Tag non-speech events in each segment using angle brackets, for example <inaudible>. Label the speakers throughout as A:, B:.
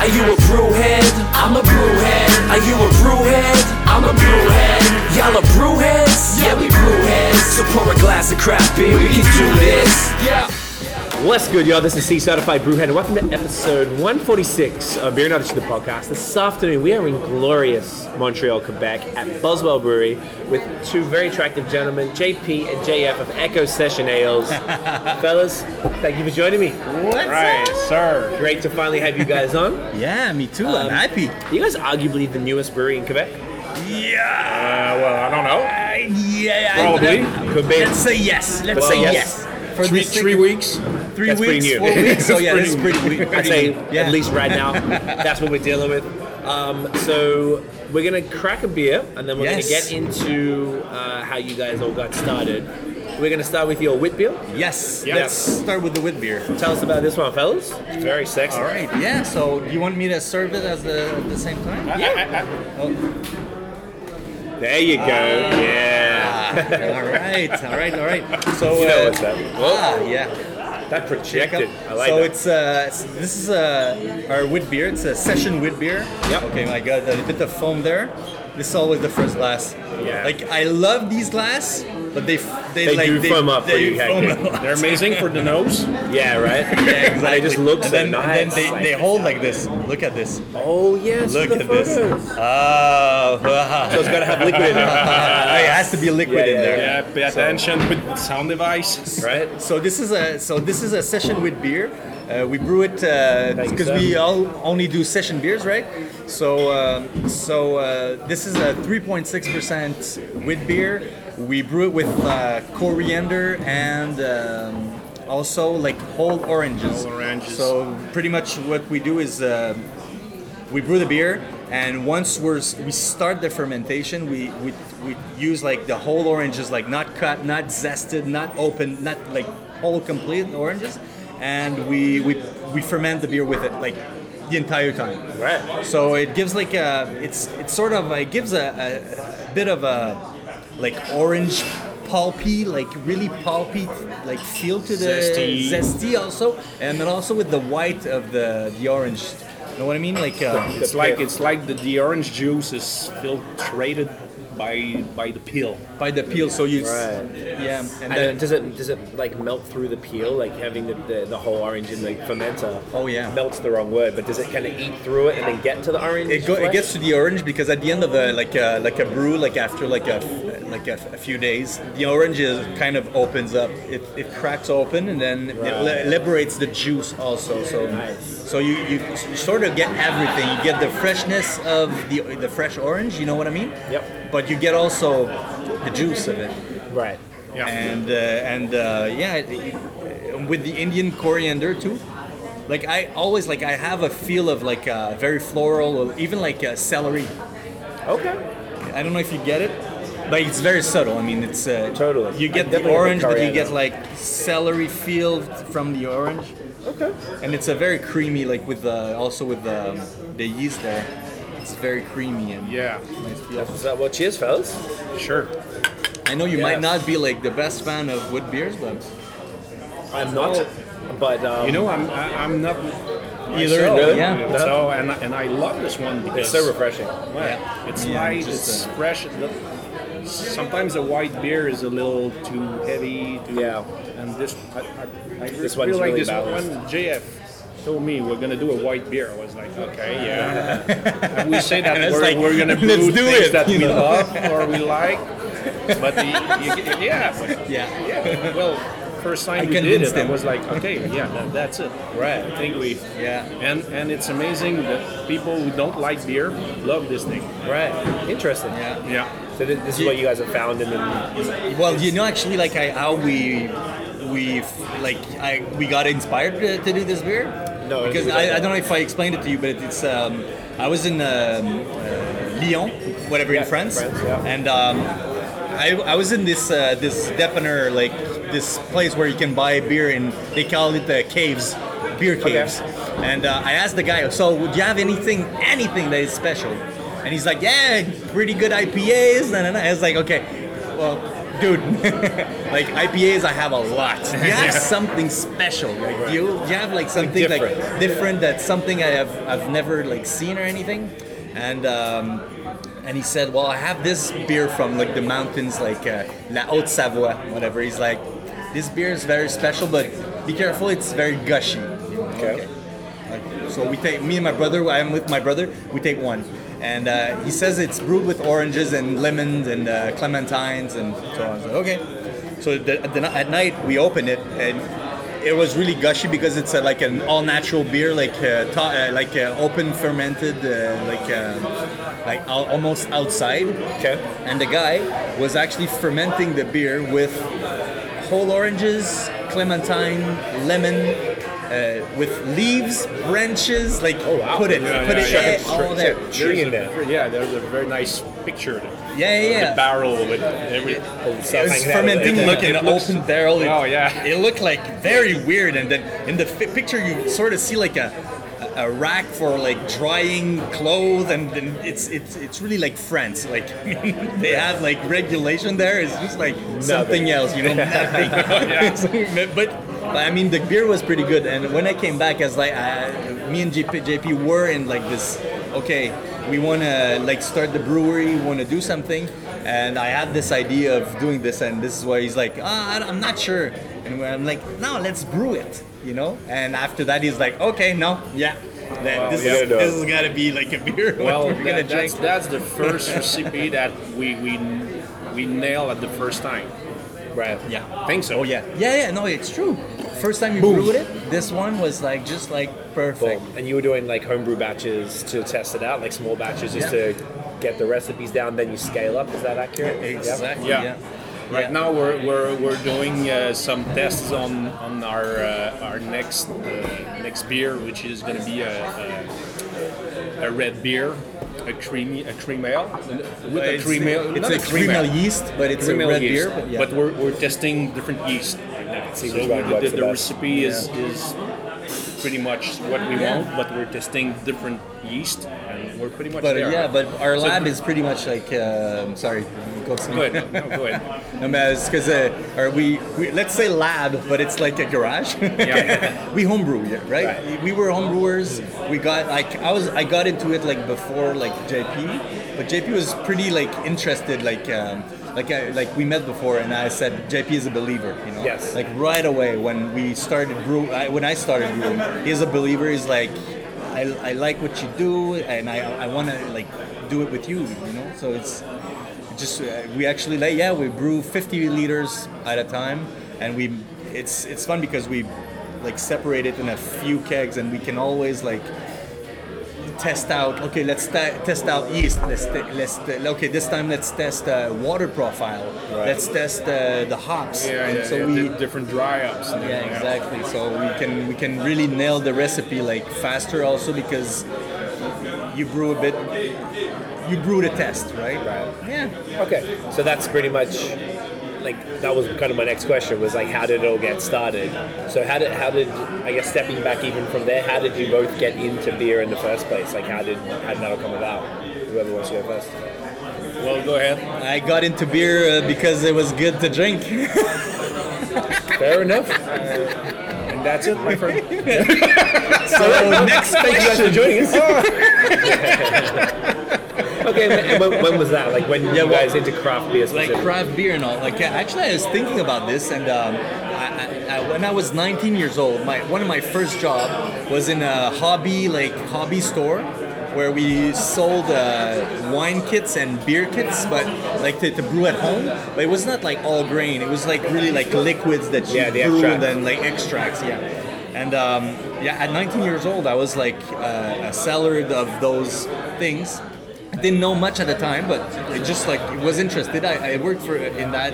A: Are you a brewhead? I'm a brewhead. Are you a brewhead? I'm a brewhead. Y'all are brewheads? Yeah, we brewheads. So pour a glass of craft beer. We can do this. Yeah.
B: What's good, y'all? This is C Certified Brewhead, and welcome to episode 146 of Beer Knowledge the Podcast. This afternoon, we are in glorious Montreal, Quebec, at Boswell Brewery with two very attractive gentlemen, JP and JF of Echo Session Ales. Fellas, thank you for joining me.
C: What's right, sir?
B: Great to finally have you guys on.
C: Yeah, me too. I'm happy.
B: You guys are arguably the newest brewery in Quebec.
C: Yeah.
D: Well, I don't know.
C: Uh, yeah.
D: Probably.
C: I,
B: Could be.
C: let's say yes. Let's
B: Well,
C: say
B: yes.
C: yes. For
D: Three,
C: the sake
D: three
C: of
D: weeks.
C: three
B: That's pretty
C: weeks,
B: new.
C: four weeks. So yeah,
D: That's
C: that's pretty. pretty
B: I'd say
C: yeah.
B: at least
C: <laughs>
B: right now. That's what we're dealing with. Um, so we're gonna crack a beer, and then we're
C: Yes.
B: gonna get into uh, how you guys all got started. We're gonna start with your wit beer.
C: Yes.
D: Yeah.
C: Let's start with the wit beer.
B: Tell us about this one, fellas. Very sexy.
C: All right. Yeah. So do you want me to serve it as the at the same time?
B: Yeah.
C: Oh,
B: There you go.
C: Ah.
B: yeah.
C: all right. All right. All right. So
B: You know
C: uh,
B: what's up.
C: Ah, yeah.
B: That projected. I like
C: so
B: that.
C: it's uh, s- this is uh, our wheat beer. It's a session wheat beer.
B: Yep.
C: Okay, my God, a bit of foam there. This is always the first glass.
B: Yeah.
C: Like I love these glass, but they f- they,
B: They
C: like
B: do foam up for you,
C: foam
B: hectic.
C: up.
D: They're amazing for the nose.
B: yeah, right. <laughs>
C: Yeah, <laughs> exactly.
B: They just look
C: and
B: so
C: then,
B: nice.
C: And then they,
B: like-
C: they hold like this. Look at this.
B: oh yes.
C: Look
B: the
C: at this.
B: photos.
C: Oh, <laughs> wow.
B: So it's gotta have liquid in
C: <laughs> it
B: it,
C: has to be liquid
B: Yeah,
C: in there.
B: <laughs> yeah.
D: Yeah, pay attention with sound device.
B: right?
C: Uh, So this is a so this is a session with beer. Uh, we brew it uh,
B: Thank you,
C: because
B: sir.
C: we all only do session beers, right? So um, so uh, this is a 3.6 percent wheat beer. We brew it with uh, coriander and um, also like whole oranges.
D: Whole oranges.
C: So pretty much what we do is uh, we brew the beer and once we're we start the fermentation we, we we use like the whole oranges like not cut not zested not open not like whole complete oranges and we we, we ferment the beer with it like the entire time
B: Right.
C: so it gives like a it's it's sort of it gives a, a, a bit of a like orange pulpy like really pulpy like feel to the
D: Zesty.
C: zesty also and then also with the white of the the orange you know what I mean like uh,
D: It's like it's like the, the orange juice is filtrated by by the peel.
C: by the peel so you
B: Right.
C: yeah and then
B: And then, does it does it like melt through the peel? Like having the, the, the whole orange in the fermenter.
C: Oh, yeah.
B: Melts the wrong word, but does it kind of eat through it and then get to the orange?
C: it, go, it
B: flesh?
C: gets to the orange because at the end of the like a, like a brew like after like a like a, a few days the orange is kind of opens up it, it cracks open and then it li- liberates the juice also so
B: Nice.
C: so you, you sort of get everything you get the freshness of the the fresh orange you know what I mean
B: Yep.
C: but you get also the juice of it
B: right.
D: Yeah.
C: and uh, and uh, yeah, it- it- with the Indian coriander too. Like I always like I have a feel of like uh, very floral or even like uh, celery.
B: Okay.
C: I don't know if you get it, but it's very subtle. I mean, it's uh,
B: Totally.
C: You
B: I
C: get the
B: definitely get
C: orange, but you
B: coriander.
C: get like celery feel from the orange,
B: Okay.
C: and it's a very creamy like with uh, also with um, the yeast there. It's very creamy and
D: Yeah,
C: nice feel.
B: That's what's up. Well, cheers, fellas.
D: sure.
C: I know you might
B: Yeah.
C: not be like the best fan of wood beers, but
B: I'm not, but um,
D: You know, I'm I, I'm not
C: Either,
D: myself,
B: really?
C: Yeah.
D: So and I- and I love this one because
B: it's so refreshing.
D: Well,
C: Yeah.
D: It's
C: Yeah,
D: light,
C: just,
D: it's
C: uh,
D: fresh. The- Sometimes the white beer is a little too heavy. Too,
B: Yeah.
D: And this, I, I, I
B: This
D: feel
B: one's
D: like
B: really
D: this
B: balanced.
D: when JF told me we're gonna do a white beer, I was like, okay, yeah.
C: <laughs>
D: And we say that
C: And it's
D: we're,
C: like,
D: we're gonna brew
C: let's do
D: things
C: it,
D: that
C: you
D: we
C: know?
D: love or we like, but
C: <laughs>
D: the, you, yeah, but,
C: yeah.
D: yeah. Well, first time
C: I
D: we did
C: convinced
D: it, I
C: him.
D: was like, okay, yeah, that, that's it.
C: Right.
D: I think we.
C: Yeah.
D: And and it's amazing that people who don't like beer love this thing.
B: Right. Interesting.
C: Yeah.
D: Yeah.
B: So this, this is what you guys have found, and then
C: Well, you know, actually, like I, how we we like I we got inspired to, to do this beer.
B: No,
C: because
B: it was-
C: I, I don't know if I explained it to you, but it's um, I was in um, uh, Lyon, whatever in France,
B: France, yeah.
C: and um, I, I was in this uh, this Depener like this place where you can buy beer and they call it the caves, beer caves. And uh, I asked the guy, so would you have anything anything that is special? And he's like, yeah, pretty good IPAs. And I was like, okay, well, dude, <laughs> like IPAs, I have a lot. Do You have something special. Like, do you, do you have like something like
B: different.
C: different, that's something I have I've never like seen or anything. And um, and he said, "Well, I have this beer from like the mountains, like uh, La Haute Savoie, whatever." He's like, "This beer is very special, but be careful; it's very gushy." Okay. Like, so we take me and my brother. I'm with my brother. We take one, and uh, he says it's brewed with oranges and lemons and uh, clementines and so on. So, okay. So the, the, at night we open it and it was really gushy because it's uh, like an all natural beer, like uh, ta- uh, like uh, open fermented, uh, like uh, like al- almost outside.
B: Okay.
C: And the guy was actually fermenting the beer with whole oranges, clementine, lemon, uh, with leaves, branches, like
B: wow.
C: put it,
D: Oh, Yeah,
C: put
D: yeah,
C: it
D: yeah.
C: eh, all there.
B: Tree in there.
D: Yeah, there's a very nice picture. of
C: Yeah, yeah,
D: The
C: yeah.
D: barrel with everything.
C: It was fermenting like an open barrel. It-
D: Oh, yeah.
C: It looked like very weird, and then in the fi- picture you sort of see like a a rack for like drying clothes, and then it's it's it's really like France. Like <laughs> they have like regulation there. It's just like something else,
D: <laughs>
C: you know, nothing. <laughs> but. But I mean, the beer was pretty good, and when I came back, I was like, I, me and JP, JP were in like this. Okay, we want to like start the brewery. We want to do something, and I had this idea of doing this, and this is why he's like, ah, I- I'm not sure. And when I'm like, no, let's brew it, you know. And after that, he's like, okay, no, yeah, then this,
B: yeah.
C: is, this has got to be like a beer. <laughs> what
D: Well,
C: we're gonna
D: that,
C: drink.
D: that's, that's the first recipe that we we we nail at the first time.
B: Right.
C: yeah.
D: think so.
C: Oh yeah, yeah, yeah. No, it's true. First time you brewed it, this one was like just like perfect.
B: Boom. And you were doing like homebrew batches to test it out, like small batches just
C: Yeah.
B: to get the recipes down, then you scale up. Is that accurate? Yep.
C: Exactly.
D: Yeah.
C: Yeah.
D: Right
C: Yeah.
D: now we're we're, we're doing uh, some tests on on our uh, our next uh, next beer, which is going to be a, a, a red beer, a creamy a cream ale with a
C: It's,
D: cream ale.
C: it's
D: not
C: a cream ale yeast, but it's a
D: Cream ale
C: red
D: yeast.
C: beer. But, yeah.
D: But we're, we're testing different yeast right now. So
B: which one
D: the,
B: works
D: the,
B: the
D: the
B: best.
D: recipe is is pretty much what we want, but we're testing different yeast, and we're pretty much
C: But
D: there.
C: yeah, but our
D: So-
C: lab is pretty much like. Um, sorry, go to
D: Go ahead. No,
C: <laughs>
D: go ahead.
C: because uh, are we, we let's say lab, but it's like a garage.
D: Yeah.
C: <laughs> we homebrew, yeah, right? We were homebrewers. We got like I was I got into it like before like JP, but JP was pretty like interested like. Um, like I, like we met before, and I said JP is a believer, you know.
B: Yes.
C: Like right away when we started brew, I, when I started brewing, he's a believer. He's like, I, I like what you do, and I I want to like do it with you, you know. So it's just uh, we actually like yeah we brew 50 liters at a time and we it's it's fun because we like separate it in a few kegs and we can always like test out okay let's te- test out yeast let's te- let's te- okay this time let's test uh, water profile let's test uh, the hops
D: Yeah,
C: and
D: yeah,
C: so
D: yeah,
C: we
D: di- different dry ups. and
C: yeah,
D: everything else.
C: exactly. So we can we can really nail the recipe like faster also because you brew a bit, you brew the test, right?
B: Right.
C: Yeah.
B: Okay. So that's pretty much like that was kind of my next question was like how did it all get started? So how did how did I guess stepping back even from there, how did you both get into beer in the first place? Like how did how did that all come about? Whoever wants to go first.
D: Well, go ahead.
C: I got into beer uh, because it was good to drink.
B: Fair enough. and that's it, my friend.
C: So next
B: Thank you guys for
C: question.
B: joining us. okay, and when, when was that? Like when you guys into craft beer
C: Like
B: specifically?
C: craft beer and all. Like uh, actually, I was thinking about this, and um, I, I, I, when I was 19 years old, my one of my first job was in a hobby like hobby store where we sold uh, wine kits and beer kits, but like to, to brew at home. But it was not like all grain. It was like really like liquids that you
B: Yeah, the
C: brew
B: extract.
C: then like extracts. Yeah, and. Um, yeah, at 19 years old, I was like uh, a seller of those things. I didn't know much at the time, but it just like it was interested. I, I worked for in that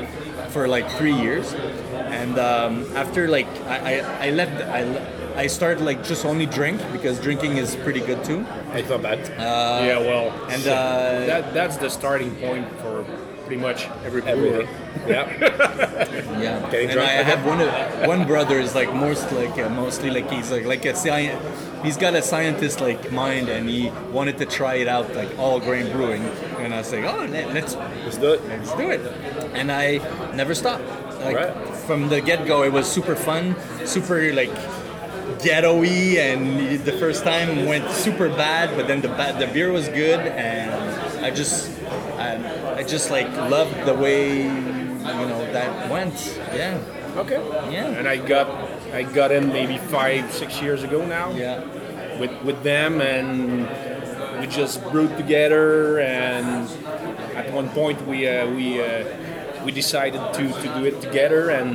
C: for like three years, and um, after like I, I, I left I, le- I started like just only drink because drinking is pretty good too.
B: It's not bad.
D: yeah, well,
C: and,
D: so
C: uh,
D: that that's the starting point for pretty much every brewer.
B: Everything. yeah.
C: Yeah,
B: Getting
C: and
B: drunk.
C: I have one of- one brother is like most like uh, mostly like he's like like a sci- he's got a scientist like mind and he wanted to try it out like all grain brewing and I was like oh let, let's
B: Let's do it.
C: let's do it and I never stopped like
B: Right.
C: from the get go it was super fun super like ghetto-y and the first time went super bad but then the ba- the beer was good and I just I, I just like loved the way you know that went yeah.
D: Okay.
C: Yeah.
D: And I got I got in maybe five six years ago now.
C: Yeah.
D: with with them and we just brewed together and at one point we uh, we uh, we decided to, to do it together and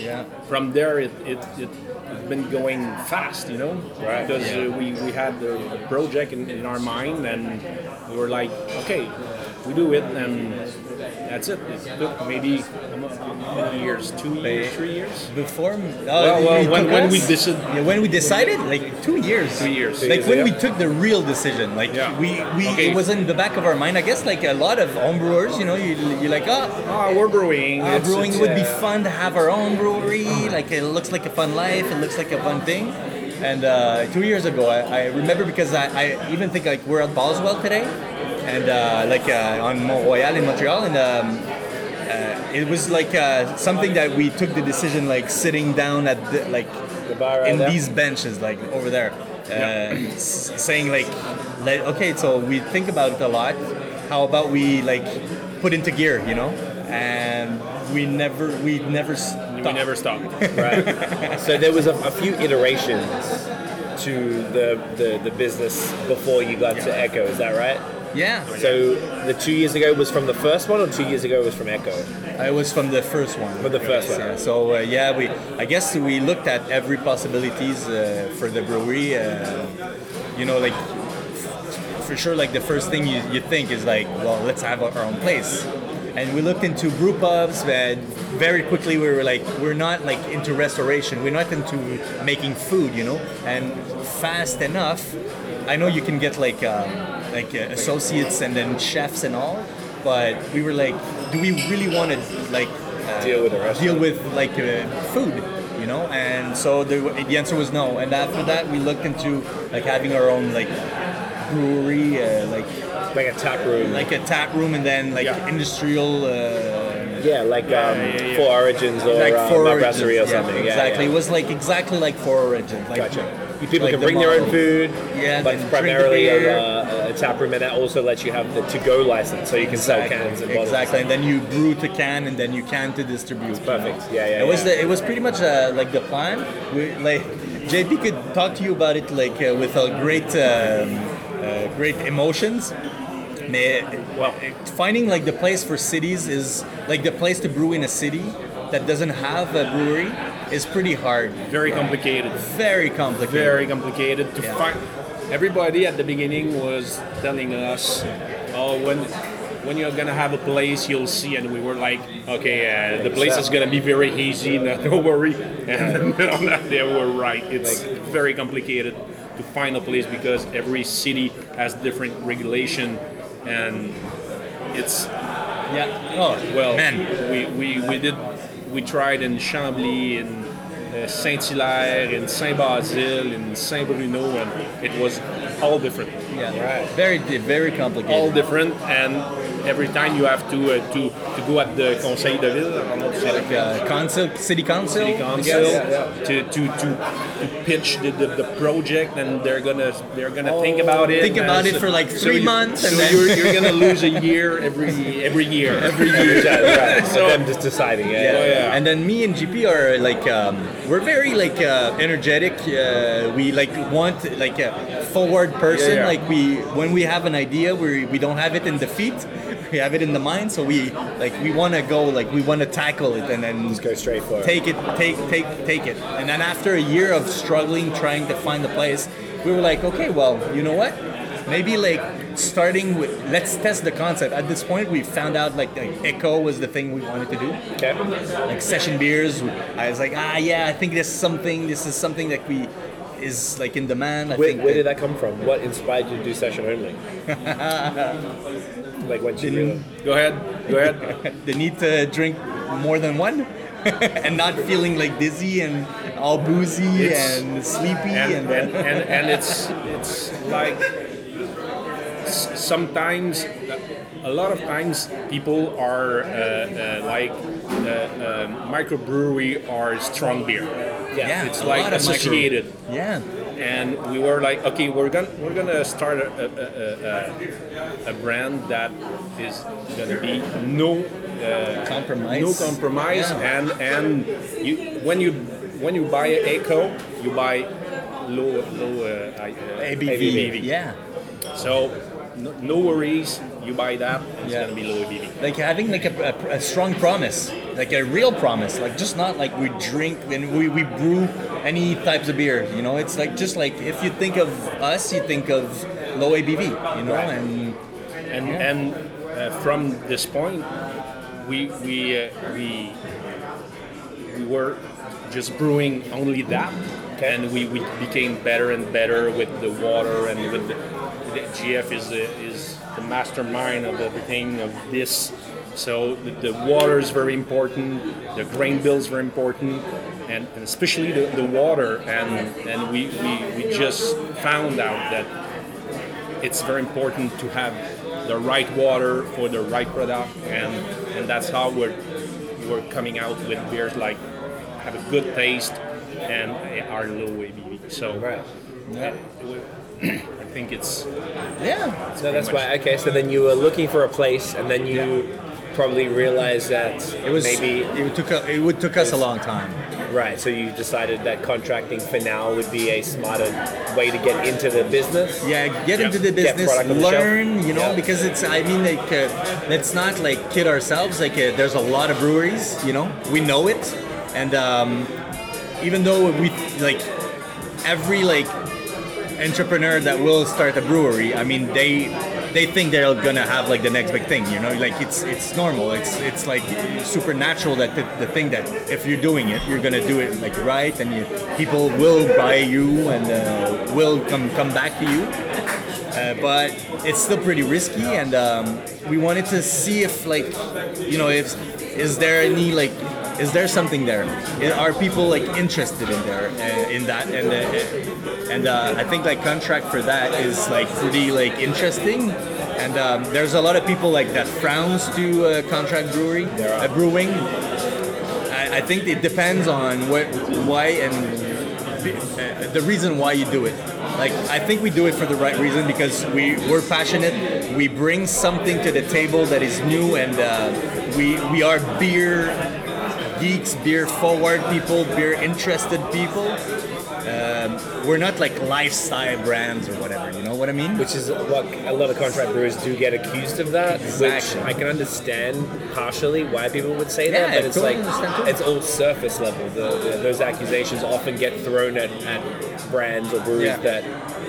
C: Yeah.
D: from there it it, it it's been going fast you know
B: Right.
D: because
C: Yeah.
D: uh, we, we had the the project in, in our mind and we were like okay we do it and that's it it took maybe how many years two years three years
C: Before oh,
D: Well, well,
C: it
D: when-
C: took
D: when
C: us-
D: we decide-
C: yeah, when we decided, like two years,
D: Two years.
C: like
B: Two
C: when
B: years,
C: we
B: yeah.
C: took the real decision, like
D: Yeah.
C: we, we
D: Okay.
C: it was in the back of our mind. I guess like a lot of homebrewers, you know, you you like oh,
D: oh we're brewing
C: uh,
D: It's-
C: brewing
D: it's,
C: would be
D: uh,
C: fun to have our own brewery. Like it looks like a fun life. It looks like a fun thing. And uh, two years ago, I, I remember because I, I even think like we're at Boswell today, and uh, like uh, on Mont Royal in Montreal, and um, uh, it was like uh, something that we took the decision like sitting down at the, like
B: The bar right
C: in
B: there.
C: these benches like over there, uh, s- saying like, like okay, so we think about it a lot. How about we like put into gear, you know? And we never we never stopped.
D: we never <laughs> stopped
B: Right. so there was a, a few iterations to the, the, the business before you got to Echo. Is that right?
C: Yeah,
B: So the two years ago was from the first one, or two years ago was from Echo.
C: I was from the first one.
B: From the first one.
C: Yeah, so uh, yeah, we I guess we looked at every possibilities uh, for the brewery. Uh, you know, like for sure, like the first thing you, you think is like, well, let's have our own place. And we looked into brew pubs, and very quickly we were like, we're not like into restoration. We're not into making food, you know. And fast enough, I know you can get like um, like uh, associates and then chefs and all, but we were like, do we really want to like uh,
B: Deal with the restaurant.
C: deal with like uh, food, you know? And so the, the answer was no. And after that, we looked into like having our own like brewery, uh, like
B: Like a tap room.
C: like a tap room, and then like
D: Yeah.
C: industrial. Uh,
B: yeah, like um,
D: yeah, yeah.
B: Four Origins or
C: like
B: uh,
C: Four
B: La
C: Origins,
B: Brasserie or
C: yeah,
B: something. Yeah,
C: exactly.
B: yeah.
C: It was like exactly like Four Origins. Like,
B: Gotcha. You people
C: like
B: can
C: the
B: bring their own
C: model.
B: food,
C: Yeah, then
B: but
C: drink the
B: primarily
C: beer.
B: a, a tap room, and that also lets you have the to-go license, so you can sell cans and bottles.
C: exactly, and then you brew to can, and then you can to distribute. you know?
B: perfect. Yeah, yeah,
C: It was
B: yeah.
C: the, it was pretty much uh, like the plan. We, like JP could talk to you about it like uh, with a great um, uh, great emotions. Mais, well, finding like the place for cities is like the place to brew in a city that doesn't have a brewery is pretty hard,
D: very complicated
C: very complicated.
D: very complicated to
C: Yeah.
D: find. Everybody at the beginning was telling us, "Oh, when when you're gonna have a place, you'll see." And we were like, "Okay, uh, the place is gonna be very easy. <laughs> No, don't worry." And <laughs> they were right. It's very complicated to find a place because every city has different regulation, and it's
C: Yeah. Oh
D: well,
C: man.
D: we, we, we did we tried in Chambly, in uh, Saint Hilaire, in Saint Basile, in Saint Bruno, and it was all different,
C: Yeah. Very di- very complicated.
D: all different. And every time you have to uh, to, to go at the Conseil de Ville, I don't know, it's like
C: like uh, council, city council.
D: city
C: I
D: council
C: guess.
D: to, to, to, to pitch the, the, the project and they're gonna they're gonna think about it
C: Oh. Think about
D: and
C: it for, like,
D: so
C: three
D: you-
C: months and
D: so
C: then-
D: you're,
C: <laughs>
D: you're gonna lose a year every every year every year
C: <laughs>
B: Right, so
D: So-
B: them just deciding, Oh, yeah.
D: Yeah.
C: And then me and GP are like um, we're very like uh, energetic. Uh, we like want like a forward person.
D: Yeah, yeah.
C: Like we when we have an idea, we we don't have it in the feet. We have it in the mind. So we like we want to go like we want to tackle it and then
B: Just go straight for it.
C: take it, take, take, take it. And then after a year of struggling trying to find the place, we were like, okay, well, you know what? Maybe like starting with let's test the concept. At this point, we found out like, like echo was the thing we wanted to do. Like session beers, I was like, ah, yeah, I think this is something. This is something that we is like in demand. I
B: Where,
C: think
B: where did that come from? What inspired you to do session only? like once you realized.
D: Go ahead. Go ahead.
C: <laughs> the need to drink more than one <laughs> and not feeling like dizzy and all boozy
D: It's-
C: and sleepy and,
D: and and, and, and it's it's like s- sometimes a lot of times people are uh, uh, like uh, um, microbrewery or strong beer
C: yeah,
D: it's
C: a
D: like
C: lot of micro-
D: associated
C: yeah
D: and we were like okay we're gonna we're gonna start a, a, a- a, a, a brand that is gonna be no
C: compromise
D: no compromise
C: Yeah.
D: and and you when you when you buy an eco you buy low low uh, I- uh,
C: ABV. yeah
D: so no, no worries you buy that it's
C: Yeah.
D: gonna be low ABV
C: like having like a, a- a strong promise like a real promise like just not like we drink and we, we brew any types of beer you know it's like just like if you think of us you think of low ABV you know and
D: and and uh, from this point we we uh, we we were just brewing only that and we, we became better and better with the water and with the, the GF is the, is the mastermind of everything of this so the, the water is very important the grain bill is very important and, and especially the, the water and and we, we, we just found out that it's very important to have the right water for the right product and and that's how we're we're coming out with beers like have a good taste and are low ABV. So uh, we- <clears throat> I think it's
C: yeah
B: No, that's
D: much-
B: why. Okay, so then you were looking for a place, and then you probably realized that
C: It was
B: maybe
C: it took a, it would took us a long time.
B: right. So you decided that contracting for now would be a smarter way to get into the business.
C: Yeah, get
D: Yeah.
C: into the
B: Get
C: business,
B: product on the
C: learn,
B: shelf.
C: you know,
B: Yeah.
C: because it's I mean like uh, let's not like kid ourselves. Like uh, there's a lot of breweries, you know, we know it, and um, even though we like every like entrepreneur that will start a brewery, I mean they they think they're gonna have like the next big thing, you know, like it's it's normal, it's it's like supernatural that the, the thing that if you're doing it, you're gonna do it like right, and you, people will buy you and uh, will come come back to you. Uh, but it's still pretty risky, and um, we wanted to see if like you know if is there any like is there something there I- are people like interested in there uh, in that and uh, and uh, I think like contract for that is like pretty like interesting and um, there's a lot of people like that frowns to uh, contract brewery uh, brewing I, I think it depends on what, why, and the, uh, the reason why you do it. Like, I think we do it for the right reason because we we're passionate. We bring something to the table that is new, and uh, we we are beer geeks, beer forward people, beer interested people. Um, we're not like lifestyle brands or whatever. You know what I mean?
B: Which is what a lot of contract brewers do get accused of that,
C: Exactly.
B: which I can understand partially why people would say that,
C: Yeah,
B: but it's
C: totally
B: like
C: understand too.
B: it's all surface level. The, the, those accusations often get thrown at, at brands or breweries
C: Yeah.
B: that,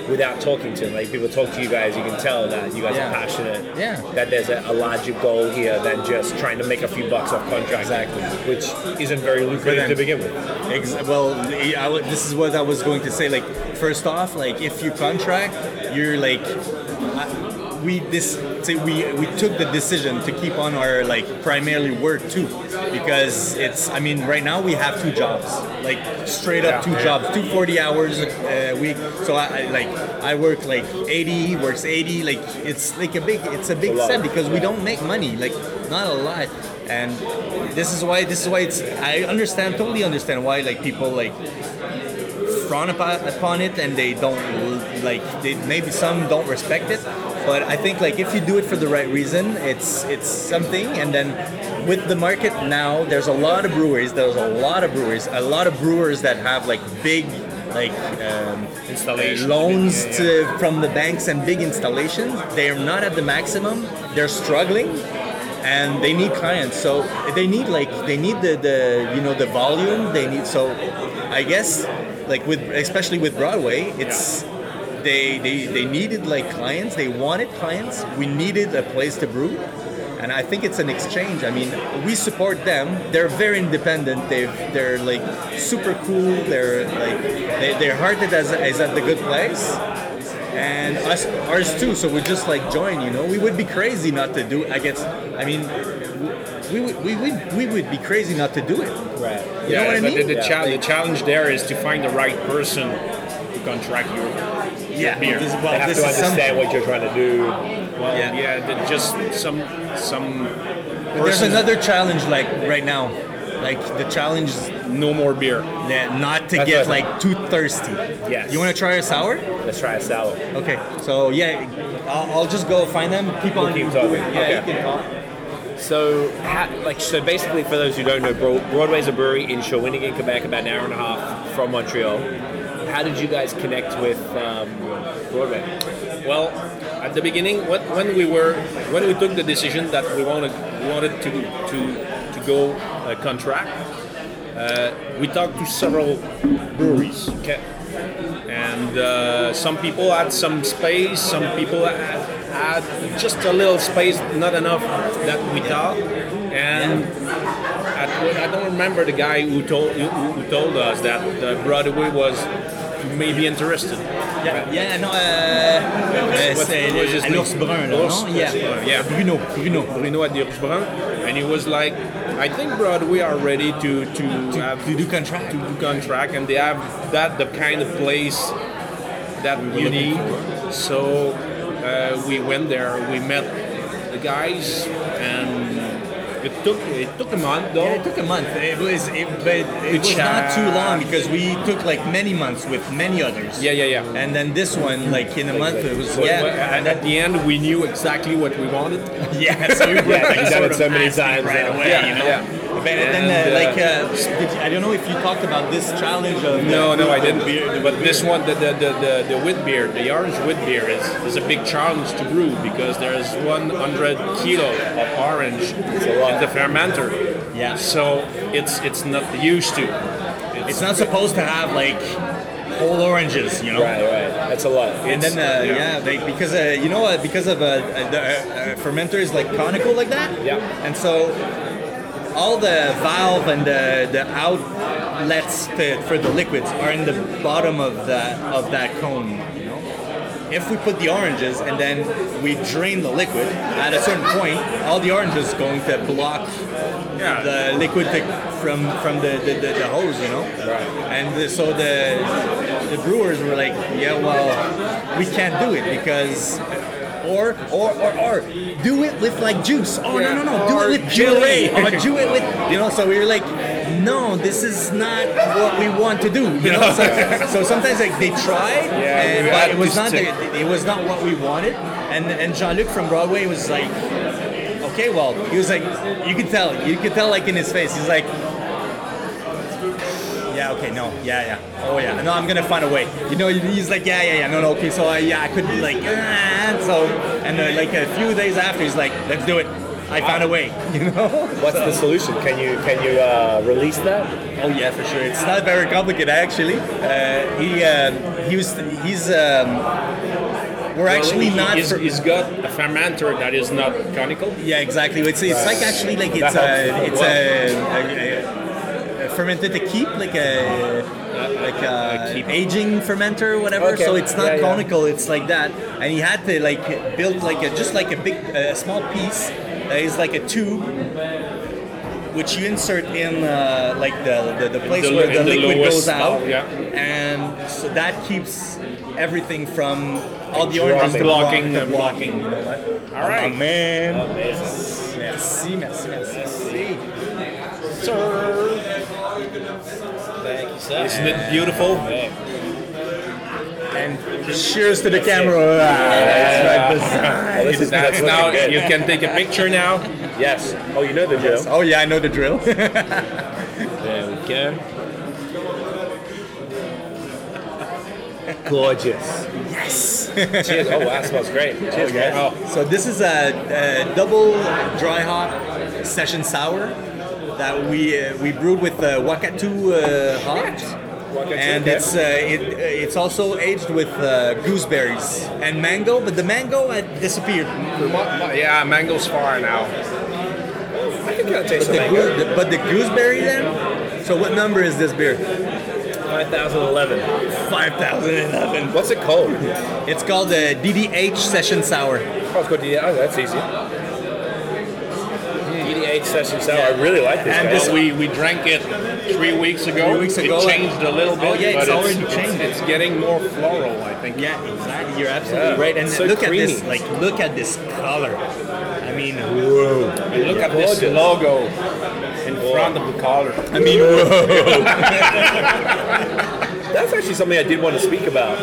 B: without talking to them, like people talk to you guys, you can tell that you guys
C: Yeah.
B: are passionate,
C: Yeah.
B: that there's a, a larger goal here than just trying to make a few bucks off contract,
C: Exactly.
B: which isn't very lucrative
C: them.
B: to begin with.
C: Ex- well, I- I w- this is what I was going to say. Like, first off, like if you contract, you're like, I- we this say we we took the decision to keep on our like primarily work too, because it's. I mean, right now we have two jobs, like straight up two jobs, two forty hours a a week. So I, I like I work like eighty, he works eighty. Like it's like a big, it's a big
B: lot.
C: set because we don't make money, like not a lot. And this is why this is why it's I understand totally understand why like people like frown upo- upon it and they don't like they, maybe some don't respect it but i think like if you do it for the right reason it's it's something and then with the market now there's a lot of breweries there's a lot of breweries a lot of brewers that have like big like um,
D: Installation.
C: loans
D: Yeah, yeah.
C: to, from the banks and big installations they're not at the maximum they're struggling and they need clients so they need like they need the, the you know the volume they need so i guess like with especially with broadway it's they, they they needed like clients. They wanted clients. We needed a place to brew, and I think it's an exchange. I mean, we support them. They're very independent. They they're like super cool. They're like they, their heart is, is at the good place. And us, ours too. So we just like join, you know. We would be crazy not to do. I guess. I mean, we would we would we would be crazy not to do it.
B: Right.
C: You know what I
D: but
C: mean?
D: The, the,
C: Yeah,
D: cha-
C: like-
D: the challenge there is to find the right person to contract your
C: Yeah.
D: beer.
C: This,
D: they
C: well,
D: have
C: this
D: to
C: is some-
D: understand what you're trying to do. Well,
C: Yeah.
D: yeah, the- just some some.
C: But there's
D: person-
C: another challenge like right now. Like the challenge is
D: no more beer.
C: that not to
D: That's
C: get
D: right.
C: like too thirsty.
D: Yes.
C: You want to try a sour?
B: Let's try a sour.
C: Okay. So yeah, I'll, I'll just go find them. Keep on.
B: keep talking.
C: Yeah,
B: Okay.
C: you can talk.
B: So, ha like, so basically, for those who don't know, Bro- Broadway's a brewery in Shawinigan, Quebec, about an hour and a half from Montreal. How did you guys connect with um, Broadway?
D: Well, at the beginning, when, when we were when we took the decision that we wanted we wanted to to to go uh, contract,
B: <laughs>
D: uh, we talked to several breweries. Okay. And uh, some people had some space, some people had, had just a little space, not enough that we thought. And at, I don't remember the guy who told who, who told us that uh, Broadway was maybe interested.
C: Yeah, yeah, no, uh, uh,
D: What-
C: c'est
D: what was his
C: à
D: name?
C: l'ours brun, là,
D: L'ours-
C: non? Yeah.
D: Brun, yeah.
C: Bruno, Bruno.
D: Bruno at the Ours Brun, and he was like, I think Broadway are ready to to, have,
C: to do contract.
D: to do contract, and they have that the kind of place that you need. So uh, we went there, we met the guys, and it took it took a month though.
C: Yeah, it took a month. It was, it, but it was not too long because we took like many months with many others.
D: Yeah, yeah, yeah.
C: And then this one, like in a month, it was
D: But-
C: yeah.
D: but- and at the end, we knew exactly what we wanted.
C: <laughs> Yeah,
D: <laughs>
C: so we were
D: Yeah,
C: like
D: you've done
C: sort
D: it
C: of
D: so many
C: asking
D: times
C: right
B: uh,
D: now.
C: away,
D: Yeah,
C: you know.
D: yeah.
C: But then,
D: And,
C: uh,
D: uh,
C: like, uh, did you- I don't know if you talked about this challenge of
D: No, no, I didn't.
C: Beer,
D: but this one, the the, the, the the wheat beer, the orange wheat beer, is, is a big challenge to brew because there is 100 kilo of orange in the fermenter.
C: Yeah.
D: So it's it's not used to.
C: it's not supposed to have like whole oranges, you know.
B: right. That's a lot.
C: And then, uh, yeah, like, because uh, you know, uh, because of uh, uh, the uh, uh, fermenter is like conical like that.
D: Yeah.
C: And so all the valve and the, the outlets to, for the liquids are in the bottom of that of that cone. You know, if we put the oranges and then we drain the liquid, at a certain point, all the oranges is going to block
D: Yeah.
C: the liquid to- from from the, the, the, the hose, you know. Right. And the, so the the brewers were like, yeah, well, we can't do it because. Or, or, or, or, do it with like juice. Oh no, no, no! Do
D: Or
C: it with
D: jelly.
C: jelly. <laughs> Or do it with you know. So we were like, no, this is not what we want to do. You know. So, so sometimes like they tried,
D: Yeah,
C: and-
D: we
C: but
D: had
C: it was
D: to
C: not
D: stick.
C: the, it was not what we wanted. And and Jean Luc from Broadway was like, okay, well, he was like, you could tell, you could tell like in his face, he's like, yeah, okay, no, yeah, yeah, oh yeah, no, I'm gonna find a way. You know, he's like, yeah, yeah, yeah, no, no, okay, so I, yeah, I could be like, ah, so, and uh, like a few days after, he's like, let's do it. I found a way, <laughs> you know.
B: What's
D: uh,
B: the solution? Can you can you uh, release that?
C: Oh yeah, for sure. It's not very complicated actually. Uh, he um, he was he's um, we're actually
D: Well,
C: not.
D: he- he's,
C: for-
D: he's got a fermenter that is not conical.
C: yeah, exactly. It's, it's like actually like it's
D: That
C: a
D: helps.
C: it's a, a, a, a fermented to keep like a like a,
D: keep.
C: aging fermenter or whatever.
B: Okay.
C: So it's not
B: Yeah, yeah.
C: conical. It's like that, and he had to like build like a just like a big uh, a small piece that is like a tube. Which you insert in uh, like the, the, the place
D: the-
C: where
D: in
C: the
D: the
C: liquid
D: lowest
C: goes out,
D: spot, yeah.
C: and so that keeps everything from all the
D: Dropping.
C: oranges to
D: Blocking
C: block, to
D: them.
C: blocking.
D: All right.
C: man. Merci, merci, merci.
B: Oh,
D: Isn't it beautiful?
C: And cheers to the camera.
B: Oh, this is
D: That's
B: looking
D: now
B: good.
D: you can take a picture now.
B: Yes. Oh, you know the drill.
C: Oh yeah, I know the drill. <laughs>
D: There we go.
B: Gorgeous. Yes. Cheers. Oh, wow, that smells great. Cheers, guys.
D: Oh,
C: so this is a, a double dry hop session sour that we uh, we brewed with uh, Wakatu uh, hops. and it's uh, it, uh, it's also aged with uh, gooseberries and mango, but the mango had disappeared.
D: Ma- ma- yeah, mango's far now. I can kind of taste
C: But
D: the
C: the,
D: mango.
C: goo- but the gooseberry then. So what number is this beer?
B: 5011.
C: 5011.
D: What's it called? Oh,
C: It's called uh, the DDH Session Sour.
D: it's called DDH. Oh, that's easy.
B: DDH session sour.
D: I really like this.
C: And
D: guy.
C: this-
D: we we drank it three weeks ago.
C: Three weeks ago.
D: It changed a little bit.
C: Oh, yeah, it's
D: but
C: already
D: it's,
C: changed.
D: It's getting more floral, I think.
C: Yeah, exactly. You're absolutely
D: Yeah.
C: right. And
B: So
C: look
B: creamy.
C: at this, like look at this color. I mean, whoa.
D: And look at this
B: Gorgeous.
D: logo in front of the collar.
C: I mean, whoa.
D: <laughs>
B: That's actually something I did want to speak about.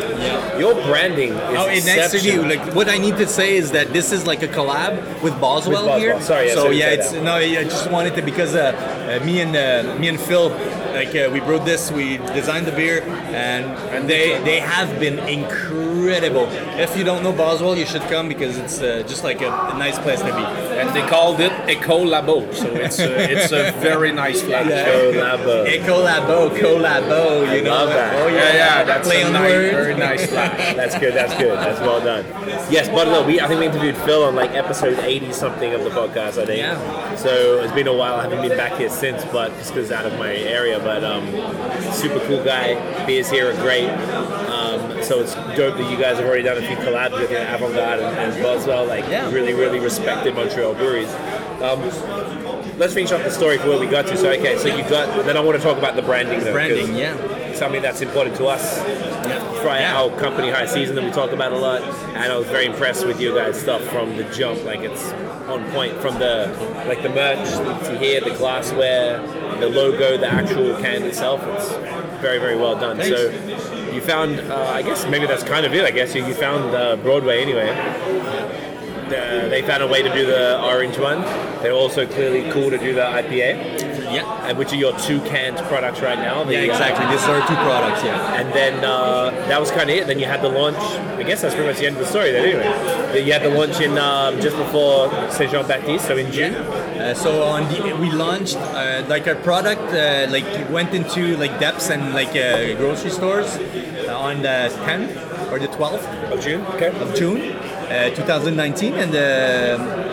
B: Your branding is
C: Oh, and next to you,
B: exceptional.
C: like what I need to say is that this is like a collab with Boswell,
B: With Boswell.
C: here.
B: Sorry, I
C: so
B: shouldn't
C: yeah,
B: say
C: it's
B: that.
C: no. I just wanted to because uh, uh, me and uh, me and Phil, like uh, we brewed this, we designed the beer, and and they they have been incredible. If you don't know Boswell, you should come because it's uh, just like a, a nice place to be.
D: And they called it Eco Labo, so it's a, it's a very nice flavor.
B: Collabo.
C: Hey, collabo, collabo, you know.
B: love that.
C: Oh yeah,
D: Yeah, yeah, that's
C: play
D: a
C: on
D: nice,
C: words.
D: very
C: <laughs>
D: nice flash.
B: That's good. That's good. That's well done. Yes, but no, we I think we interviewed Phil on like episode eighty something of the podcast. I think.
C: Yeah.
B: So it's been a while. I haven't been back here since, but just because out of my area. But um, super cool guy. Beers here are great. Um, so it's dope that you guys have already done a few collabs with you know, Avant Garde and, and Boswell. Like
C: Yeah.
B: really, really respected Montreal breweries. Um, let's finish off the story for where we got to. So okay, so you got. Then I want to talk about the branding. though, 'cause
C: Branding, yeah.
B: Something that's important to us
C: yeah.
B: try
C: Yeah.
B: our company high season that we talk about a lot and i was very impressed with you guys stuff from the jump like it's on point from the like the merch to here the glassware the logo the actual can itself it's very very well done
C: Thanks.
B: so you found uh, i guess maybe that's kind of it i guess you, you found uh, broadway anyway uh, they found a way to do the orange one they're also clearly cool to do the ipa
C: yeah.
B: and which are your two canned products right now the,
C: Yeah,
B: uh,
C: exactly. These are two products, yeah.
B: and then uh, that was kind of it. Then you had the launch. I guess that's pretty much the end of the story. Then anyway, Then you had the launch in um, just before Saint Jean Baptiste, so in June.
C: Uh, so on the we launched uh, like our product uh, like went into like depths and like uh, grocery stores uh, on the 10th or the 12th
B: Of June, okay.
C: of June, uh, 2019, and the,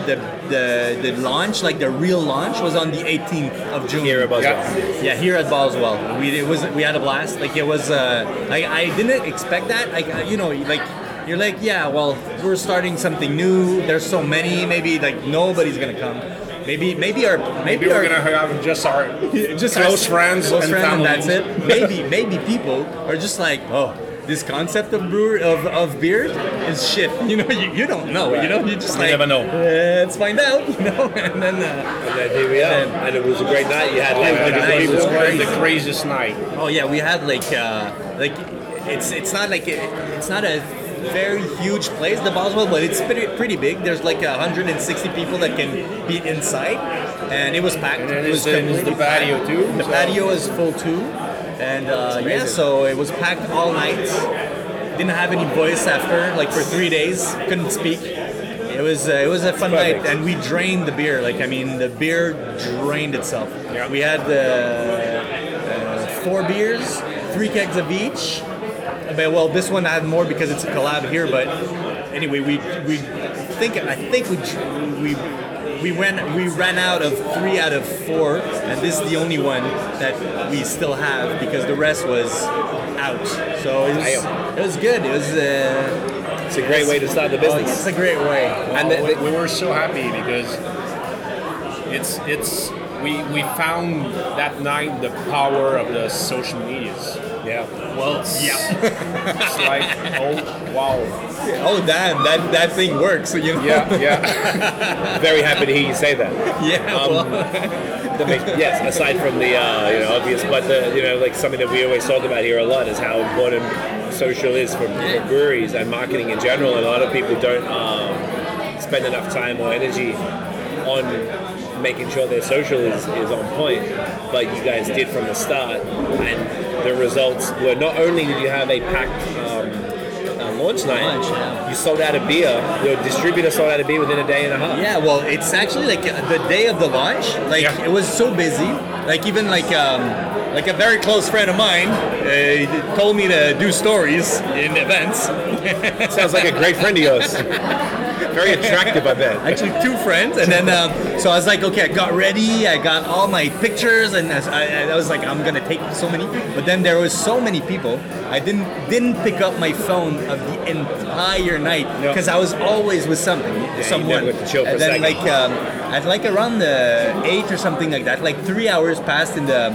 C: the the the launch, like the real launch, was on the 18th of June.
B: Here at Boswell.
C: Yeah, yeah here at Boswell. We it was we had a blast. Like it was, uh, I I didn't expect that. Like uh, you know, like. You're like, yeah, well, we're starting something new. There's so many. Maybe like nobody's gonna come. Maybe, maybe our, maybe
D: Maybe
C: our,
D: we're gonna have just
C: <laughs>
D: our
C: just
D: close
C: us-
D: friends
C: close
D: and
C: friends, and that's
D: families.
C: it. Maybe maybe people are just like, oh, this concept of brewer of, of beer is shit. <laughs> You know, you, you don't know. You know, you just
D: You
C: like
D: never know.
C: "Eh, let's find out. <laughs> You know, and then uh,
B: And then here we are. And it was a great night. You had
D: Oh,
B: like
D: yeah,
B: the
D: that
C: night
D: was
C: was
D: the cra-
C: crazy.
D: the craziest night.
C: oh yeah, we had like uh, like it's it's not like a, it's not a very huge place the Boswell, but it's pretty pretty big. There's like 160 people that can be inside, and it was packed.
D: And then
C: it
D: it's
C: was
D: the- it's the
C: completely packed.
D: patio too,
C: <laughs> The
D: so-
C: patio is full too, and uh, yeah, so it was packed all night. Didn't have any voice after, like for three days, couldn't speak. It was uh, it was a fun
B: Perfect.
C: night, and we drained the beer. Like I mean, the beer drained itself.
D: Yeah.
C: We had uh, uh, four beers, three kegs of each. But well, this one I had more because it's a collab here. But anyway, we we think I think we dr- we we went we ran out of three out of four, and this is the only one that we still have because the rest was out. So it was, it was good. It was. Uh,
B: It's a great way to start the
C: oh,
B: business.
C: it's a great way.
B: And
D: and
B: the- the-
D: we, we were so happy because it's it's we we found that night the power of the social medias. Yeah. Well. Yeah. it's like oh wow.
C: Oh damn, that that thing works. You <laughs> know.
D: Yeah. Yeah.
B: <laughs> Very happy to hear you say that.
C: Yeah, well,
B: That makes- yes, aside from the uh, you know obvious, but the you know like something that we always talk about here a lot is how important social is for, for breweries and marketing in general. And a lot of people don't um, spend enough time or energy on making sure their social is, is on point. But you guys did from the start, and the results were not only did you have a packed um, uh, on launch night,
C: Launch, yeah.
B: you sold out a beer. Your distributor sold out a beer within a day and a half.
C: Yeah, well, it's actually like uh, the day of the launch. Like
D: Yeah.
C: it was so busy. Like even like um, like a very close friend of mine uh, told me to do stories in events.
B: Sounds like a great friend of yours.
C: <laughs>
B: Very attractive, I bet.
C: Actually, two friends, and then um, so I was like, okay, I got ready. I got all my pictures, and I, I- I was like, I'm gonna take so many. But then there was so many people. I didn't didn't pick up my phone of the entire night
D: No.
C: because I was always with something, someone.
B: never get to chill for
C: and
B: a
C: then
B: second.
C: like um, at like around the eight or something like that, like three hours passed in the.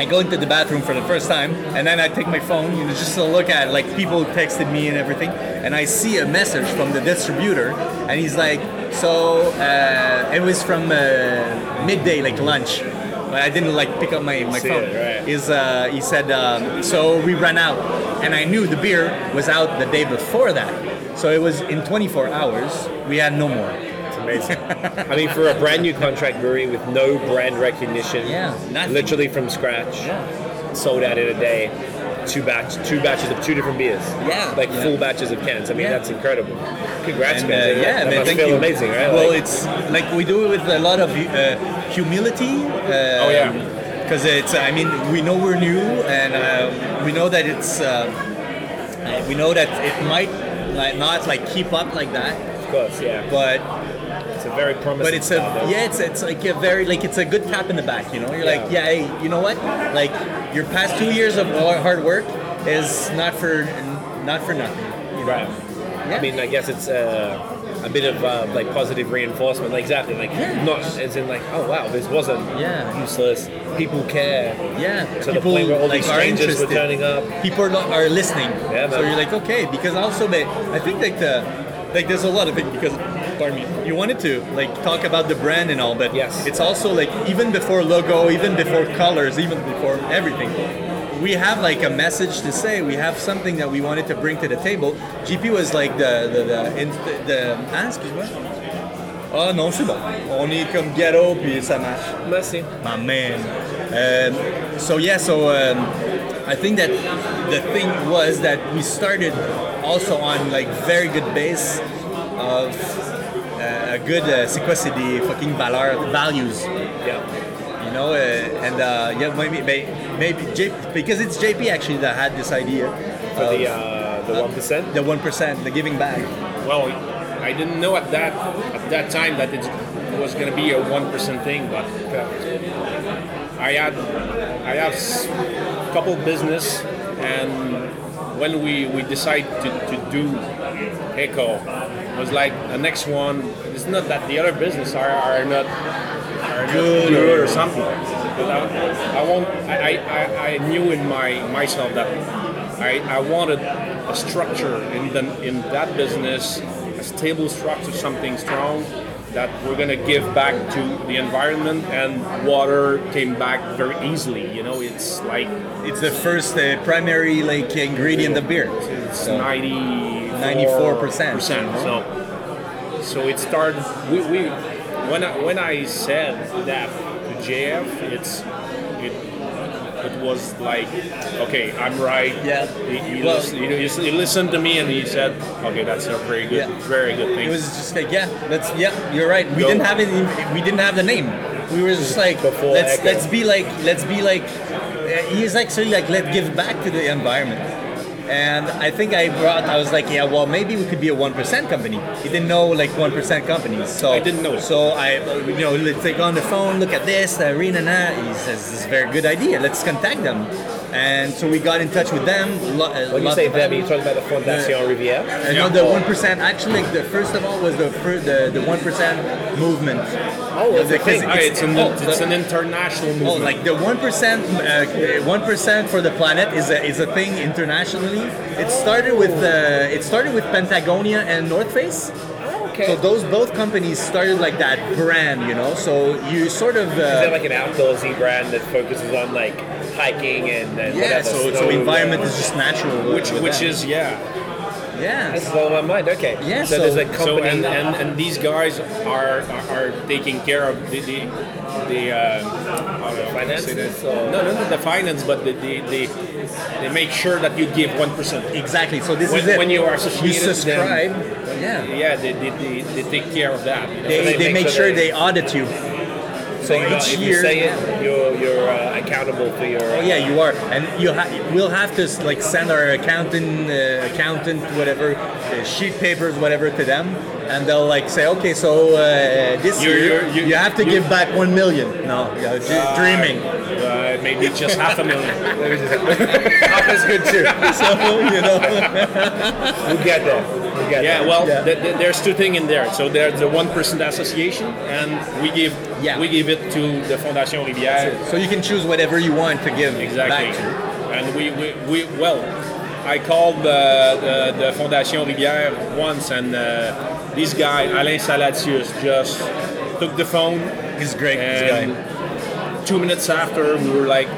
C: I go into the bathroom for the first time, and then I take my phone, you know, just to look at like people texted me and everything, and I see a message from the distributor, and he's like, so uh, it was from uh, midday, like lunch. But I didn't like pick up my, my
D: See
C: phone.
D: it, right.
C: Is uh, he said um, so we ran out, and I knew the beer was out the day before that, so it was in 24 hours we had no more.
B: It's amazing. I mean, for a brand new contract brewery with no brand recognition,
C: Yeah, nothing.
B: literally from scratch, sold out in a day. Two batch, two batches of two different beers.
C: Yeah.
B: like
C: Yeah.
B: full batches of cans. I mean,
C: Yeah.
B: that's incredible. Congrats,
C: And, uh,
B: guys. That-
C: yeah,
B: that
C: man,
B: must
C: thank
B: feel
C: you.
B: amazing, right?
C: Well,
B: Like-
C: it's like we do it with a lot of uh, humility. Uh,
D: Oh, yeah.
C: Because it's, I mean, we know we're new, and uh, we know that it's, uh, uh, we know that it might like, not like keep up like that,
B: of course, yeah.
C: but
B: It's a very promising.
C: but it's a
B: start, though.
C: yeah, it's it's like a very like it's a good tap in the back, you know. You're like, yeah,
B: Yeah.
C: hey, you know what? Like your past two years of hard hard work is not for not for nothing. you know?
B: Right. I mean, I guess it's uh, a bit of uh, like positive reinforcement. Like, exactly. Like
C: Yeah.
B: not as in like, oh wow, this wasn't
C: Yeah.
B: useless. People care
C: Yeah,
B: to the point where all these
C: are
B: strangers were
C: interested.
B: turning up.
C: People are, are listening.
B: Yeah,
C: so
B: man.
C: you're like, okay, because also, but I think like the like there's a lot of things because pardon me, you wanted to like talk about the brand and all, but
B: Yes.
C: it's also like even before logo, even before colors, even before everything. We have like a message to say. We have something that we wanted to bring to the table. GP was like the the the, in- the, the ah, excuse-moi. Ah non, c'est bon. On est comme ghetto puis ça marche.
B: Merci.
C: My man. Um, so yeah, so um, I think that the thing was that we started also on like very good base of uh, a good uh, c'est quoi c'est des fucking valeurs values
B: Yeah.
C: you know uh, and uh, yeah maybe may- maybe J- because it's JP actually that had this idea
B: For the uh, the one percent.
C: the one percent the giving back
D: Well, I didn't know at that at that time that it was going to be a one percent thing, but uh, I had I have s- couple business, and when we we decide to, to do Echo, it was like the next one. It's not that the other business are are not are not good or something, but I, I want I, I, I knew in my myself that I, I wanted a structure in the, in that business, a stable structure, something strong that we're gonna give back to the environment and water came back very easily. You know, it's like
C: it's the first uh, primary like ingredient of beer
D: it's
C: So-
D: 94
C: 94%, you
D: So, so it started. We, we when I when I said that to JF, it's it it was like okay, I'm right.
C: Yeah.
D: He, he,
C: Well-
D: listened, he, he listened to me and he said, okay, that's a very good,
C: Yeah.
D: very good thing.
C: It was just like, yeah, that's yeah, you're right. We
D: Go.
C: didn't have any, we didn't have the name. We were just like,
B: Before
C: let's
B: Echo.
C: let's be like, let's be like. Uh, he is actually like, let's give back to the environment. And I think I brought, I was like, yeah, well, maybe we could be a one percent company. He didn't know like one percent companies, so
D: I didn't know it.
C: So I, you know, let's take on the phone, look at this, the arena, nah. He says this is a very good idea. Let's contact them. And so we got in touch with them. Lo- uh,
B: When you
C: lots
B: say
C: of them.
B: them, are you talking about the Fondation Rivière?
C: And no,
D: Yeah.
C: the one percent. Actually, the first of all was the fir- the the one percent movement.
B: Oh,
C: Yeah,
B: it's a
C: because
B: thing.
D: Ah, it's, an,
C: oh,
D: it's
C: the-
D: an international
C: Oh,
D: movement.
C: like the one percent, uh, one percent for the planet is a is a thing internationally. It started with uh, it started with Pentagonia and North Face.
D: Oh,
B: Okay.
C: So those both companies started like that brand, you know. So you sort of
B: Is that
C: uh,
B: like an outdoorsy brand that focuses on like hiking and, and
C: yeah.
B: whatever,
C: So
B: snow,
C: so environment is just natural, uh,
D: which
C: with
D: which
C: that.
D: is yeah
C: Yeah.
B: That's blowing my mind. Okay.
C: Yeah,
B: So,
C: so-
B: there's a company.
D: So and, and, and these guys are, are are taking care of the the, the uh, how do I say
B: Finances
D: that?
B: or-
D: No, no, not the finance, but the, the, the they make sure that you give one percent.
C: Exactly. So this
D: When-
C: is it.
D: when you are
C: you
D: associated with them.
C: subscribe. Yeah.
D: Yeah, they, they, they, they take care of that. So
C: They, they make sure they audit you. So
D: you know,
C: each
D: if
C: year.
D: you say it, you're you're uh, accountable for your.
C: Oh yeah, you are, and you ha- we'll have to like send our accountant, uh, accountant, whatever, uh, sheet papers, whatever, to them, and they'll like say, okay, so uh, this
D: You're-
C: year
D: you're- you-
C: you have to
D: you- Ah.
C: give back one million. No, yeah, d- dreaming.
D: Uh, maybe just half a million.
B: Let me just-
C: Half is good too. <laughs> so you know,
B: we'll get there. We'll get
D: Yeah,
B: there.
D: well,
C: Yeah.
D: th- th- there's two things in there. So there's the one percent association, and we give
C: Yeah.
D: we give it to the Fondation Rivière.
C: so you can choose whatever you want to give
D: Exactly.
C: back. to.
D: And we, we, we well, I called the, the, the Fondation Rivière once, and uh, this guy, Alain Salatius, just took the phone.
C: He's great. This
D: And
C: guy.
D: two minutes after, we were like,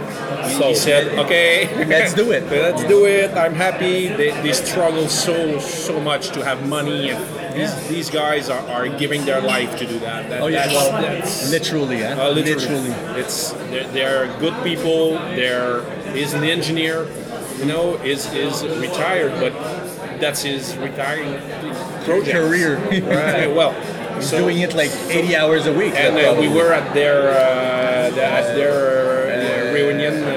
D: he
C: Sold.
D: said, okay,
C: Let's do it.
D: <laughs> Let's do it. I'm happy. They, they struggle so so much to have money, and these,
C: Yeah.
D: these guys are, are giving their life to do that. That-
C: Oh yeah,
D: that's-
C: well,
D: that's-
C: literally, yeah,
D: uh, It's they're, they're good people. They're he's an engineer, you know, is is retired, but that's his retiring project
C: Career. <laughs>
D: Right. <laughs> Well,
C: He's
D: so-
C: doing it like 80 hours a week.
D: And
C: that's
D: uh,
C: all.
D: we were at their uh, the- at their uh, reunion. Uh,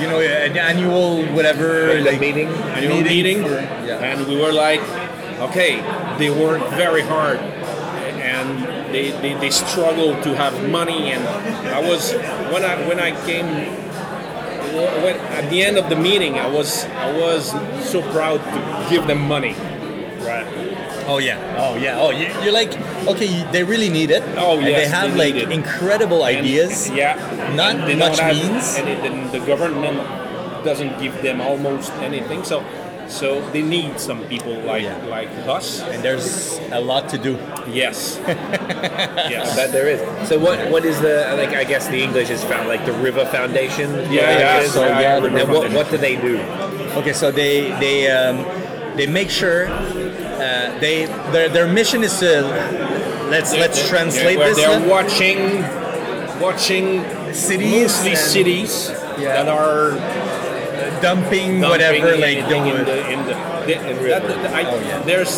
C: you know, an annual whatever
B: The
C: like,
B: meeting.
D: annual meeting,
C: for- yeah.
D: and we were like, okay, they work very hard, and they, they, they struggle to have money. And I was when I when I came when, at the end of the meeting, I was I was so proud to give them money. Right.
C: Oh yeah. Oh yeah. Oh, you- you're like okay. you- They really need it.
D: Oh,
C: And
D: yes,
C: They have
D: they
C: like
D: need it.
C: incredible ideas.
D: yeah.
C: Not
D: And they don't
C: much
D: have-
C: means.
D: And it, and the government doesn't give them almost anything. So. So they need some people like
C: Yeah.
D: like us.
C: And there's a lot to do. <laughs>
D: Yes. yes.
B: That there is. So what? What is the like? I guess the English is found like the River Foundation.
D: Yeah, yeah,
B: So
D: yeah,
B: yeah.
D: River
B: And what, what do they do?
C: Okay, so they they um, they make sure uh, they their their mission is to let's let's translate
D: where
C: this.
D: They're
C: huh?
D: watching, watching
C: Cities
D: mostly
C: and-
D: cities
C: Yeah.
D: that are
C: dumping,
D: dumping
C: whatever like
D: anything
C: the,
D: in the in the. the- that- that- I-
C: Oh, yeah.
D: There's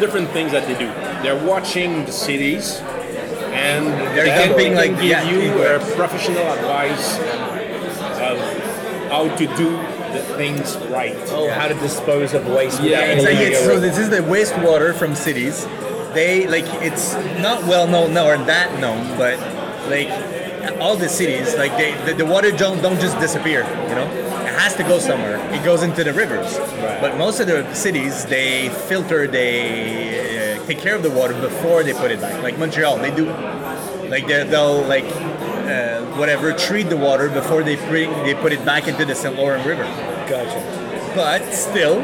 D: different things that they do. They're watching the cities, and
C: They're
D: they can-
C: dumping,
D: they
C: like,
D: can give
C: yeah,
D: you
C: people.
D: uh, professional advice of how to do the things right.
B: Oh, how to dispose of waste.
D: Yeah,
B: without
C: It's like
B: leaving
C: it's,
B: a
C: so this is the wastewater from cities. They like it's not well known, no, or that known, but like all the cities, like they the, the water don't don't just disappear. You know, it has to go somewhere. It goes into the rivers. But most of the cities, they filter, they uh, take care of the water before they put it back. Like Montreal, they do. Like they they'll like uh, whatever treat the water before they bring they put it back into the Saint Laurent River. Gotcha. But still,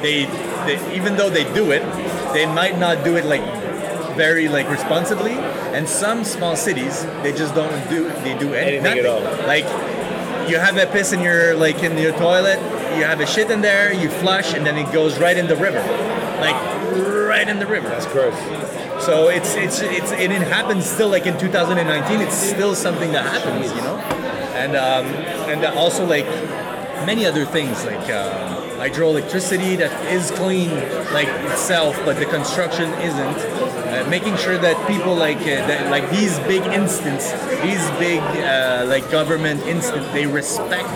C: they, they even though they do it, they might not do it like very like responsibly. And some small cities, they just don't do they do any,
B: Anything at
C: nothing.
B: all.
C: Like you have a piss in your like in your toilet, you have a shit in there, you flush, and then it goes right in the river, like right in the river.
B: That's gross.
C: So it's it's it's and it happens still like in 2019. It's still something that happens, you know, and um, and also like many other things like uh, hydroelectricity that is clean like itself, but the construction isn't. Uh, making sure that people like uh, that like these big instance, these big uh, like government instance, they respect.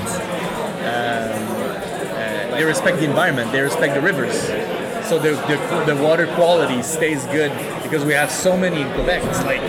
C: Um, uh, they respect the environment. They respect the rivers so the, the, the water quality stays good because we have so many in Quebec. It's like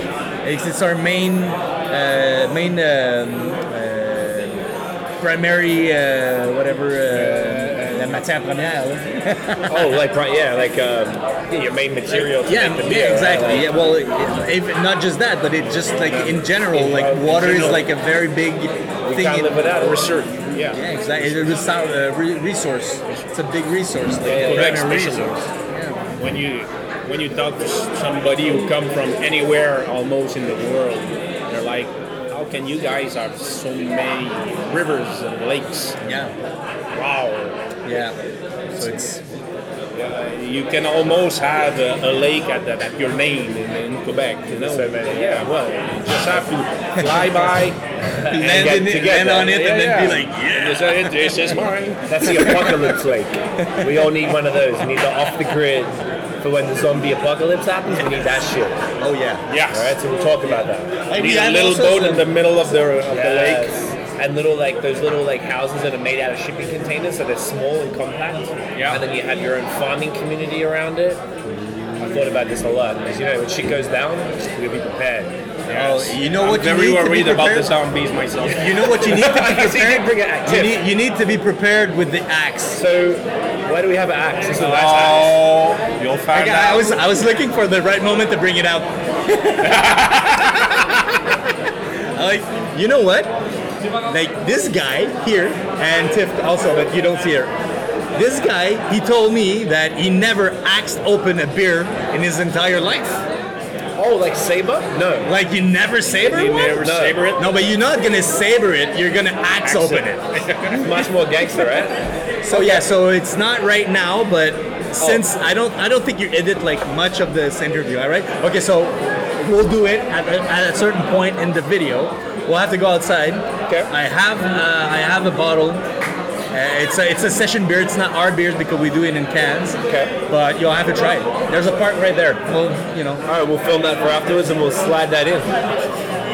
C: it's, it's our main uh, main um, uh, primary uh, whatever uh, la matière première. là.
B: Oh, like right, yeah, like um, your main material. To
C: Yeah,
B: make the beer, uh,
C: yeah, exactly.
B: right?
C: Yeah, well, it, it, not just that, but it just like in general, like
B: In
C: water is
B: general.
C: like a very big
B: Like,
C: thing.
B: can't
C: in-
B: live without it. Research.
D: Yeah.
C: yeah, exactly. It's a resou- uh, re- resource. It's a big resource. Like,
B: Yeah, yeah,
D: Quebec
C: primary
D: special. When you when you talk to s- somebody who come from anywhere almost in the world, they're like, "How can you guys have so many rivers and lakes?
C: Yeah,
D: Wow!"
C: yeah. So it's
D: Yeah, you can almost have a, a lake at, the, at your name in, in Quebec. You know, yeah. Well, you just have to
C: <laughs>
D: fly by, and
C: Land
D: get
C: in it, land
D: together.
C: on it,
D: Yeah,
C: and then
D: yeah.
C: be like, yeah.
D: This is- This is mine.
B: That's the apocalypse lake. We all need one of those. We need the off the grid for when the zombie apocalypse happens. We need that shit. All
C: Oh yeah.
D: Yes.
B: right, so we'll talk about that.
C: Like,
D: We
C: we
D: need a
C: have
D: little
C: also
D: boat
C: some-
D: in the middle of the of
B: Yes.
D: the lake.
B: And little like those little like houses that are made out of shipping containers, so they're small and compact.
D: Yeah.
B: And then you have your own farming community around it. I thought about this a lot because you know when shit goes down, we'll be prepared.
C: Oh, you know
D: I'm
C: what you
D: very
C: need to be
D: worried about
C: prepared-
D: the zombies myself.
C: You know what you need to be
B: Because he did bring an
C: prepared.
B: axe.
C: you, need, you need to be prepared with the axe.
B: So why do we have an axe? This is the last axe.
D: Oh, you'll
C: I,
D: find
C: got- I
D: out.
C: was I was looking for the right moment to bring it out. <laughs> I like, you know what? Like this guy here and Tiff also, but you don't see her. This guy, he told me that he never axed open a beer in his entire life.
B: Oh, like saber? No.
C: Like you never saber
B: You
C: one?
B: never
C: no.
B: saber it?
C: No, but you're not gonna saber it. You're gonna axe, open it.
B: It's much more gangster, right?
C: So yeah, so it's not right now, but
B: Oh.
C: since I don't, I don't think you edit like much of this interview. All right. Okay, so we'll do it at a, at a certain point in the video. We'll have to go outside.
B: Okay.
C: I have, uh, I have a bottle. Uh, it's a, it's a session beer. It's not our beer because we do it in cans.
B: Okay.
C: But you'll have to try it. There's a part right there. Well, you know.
B: <laughs> All right, we'll film that for afterwards and we'll slide that in.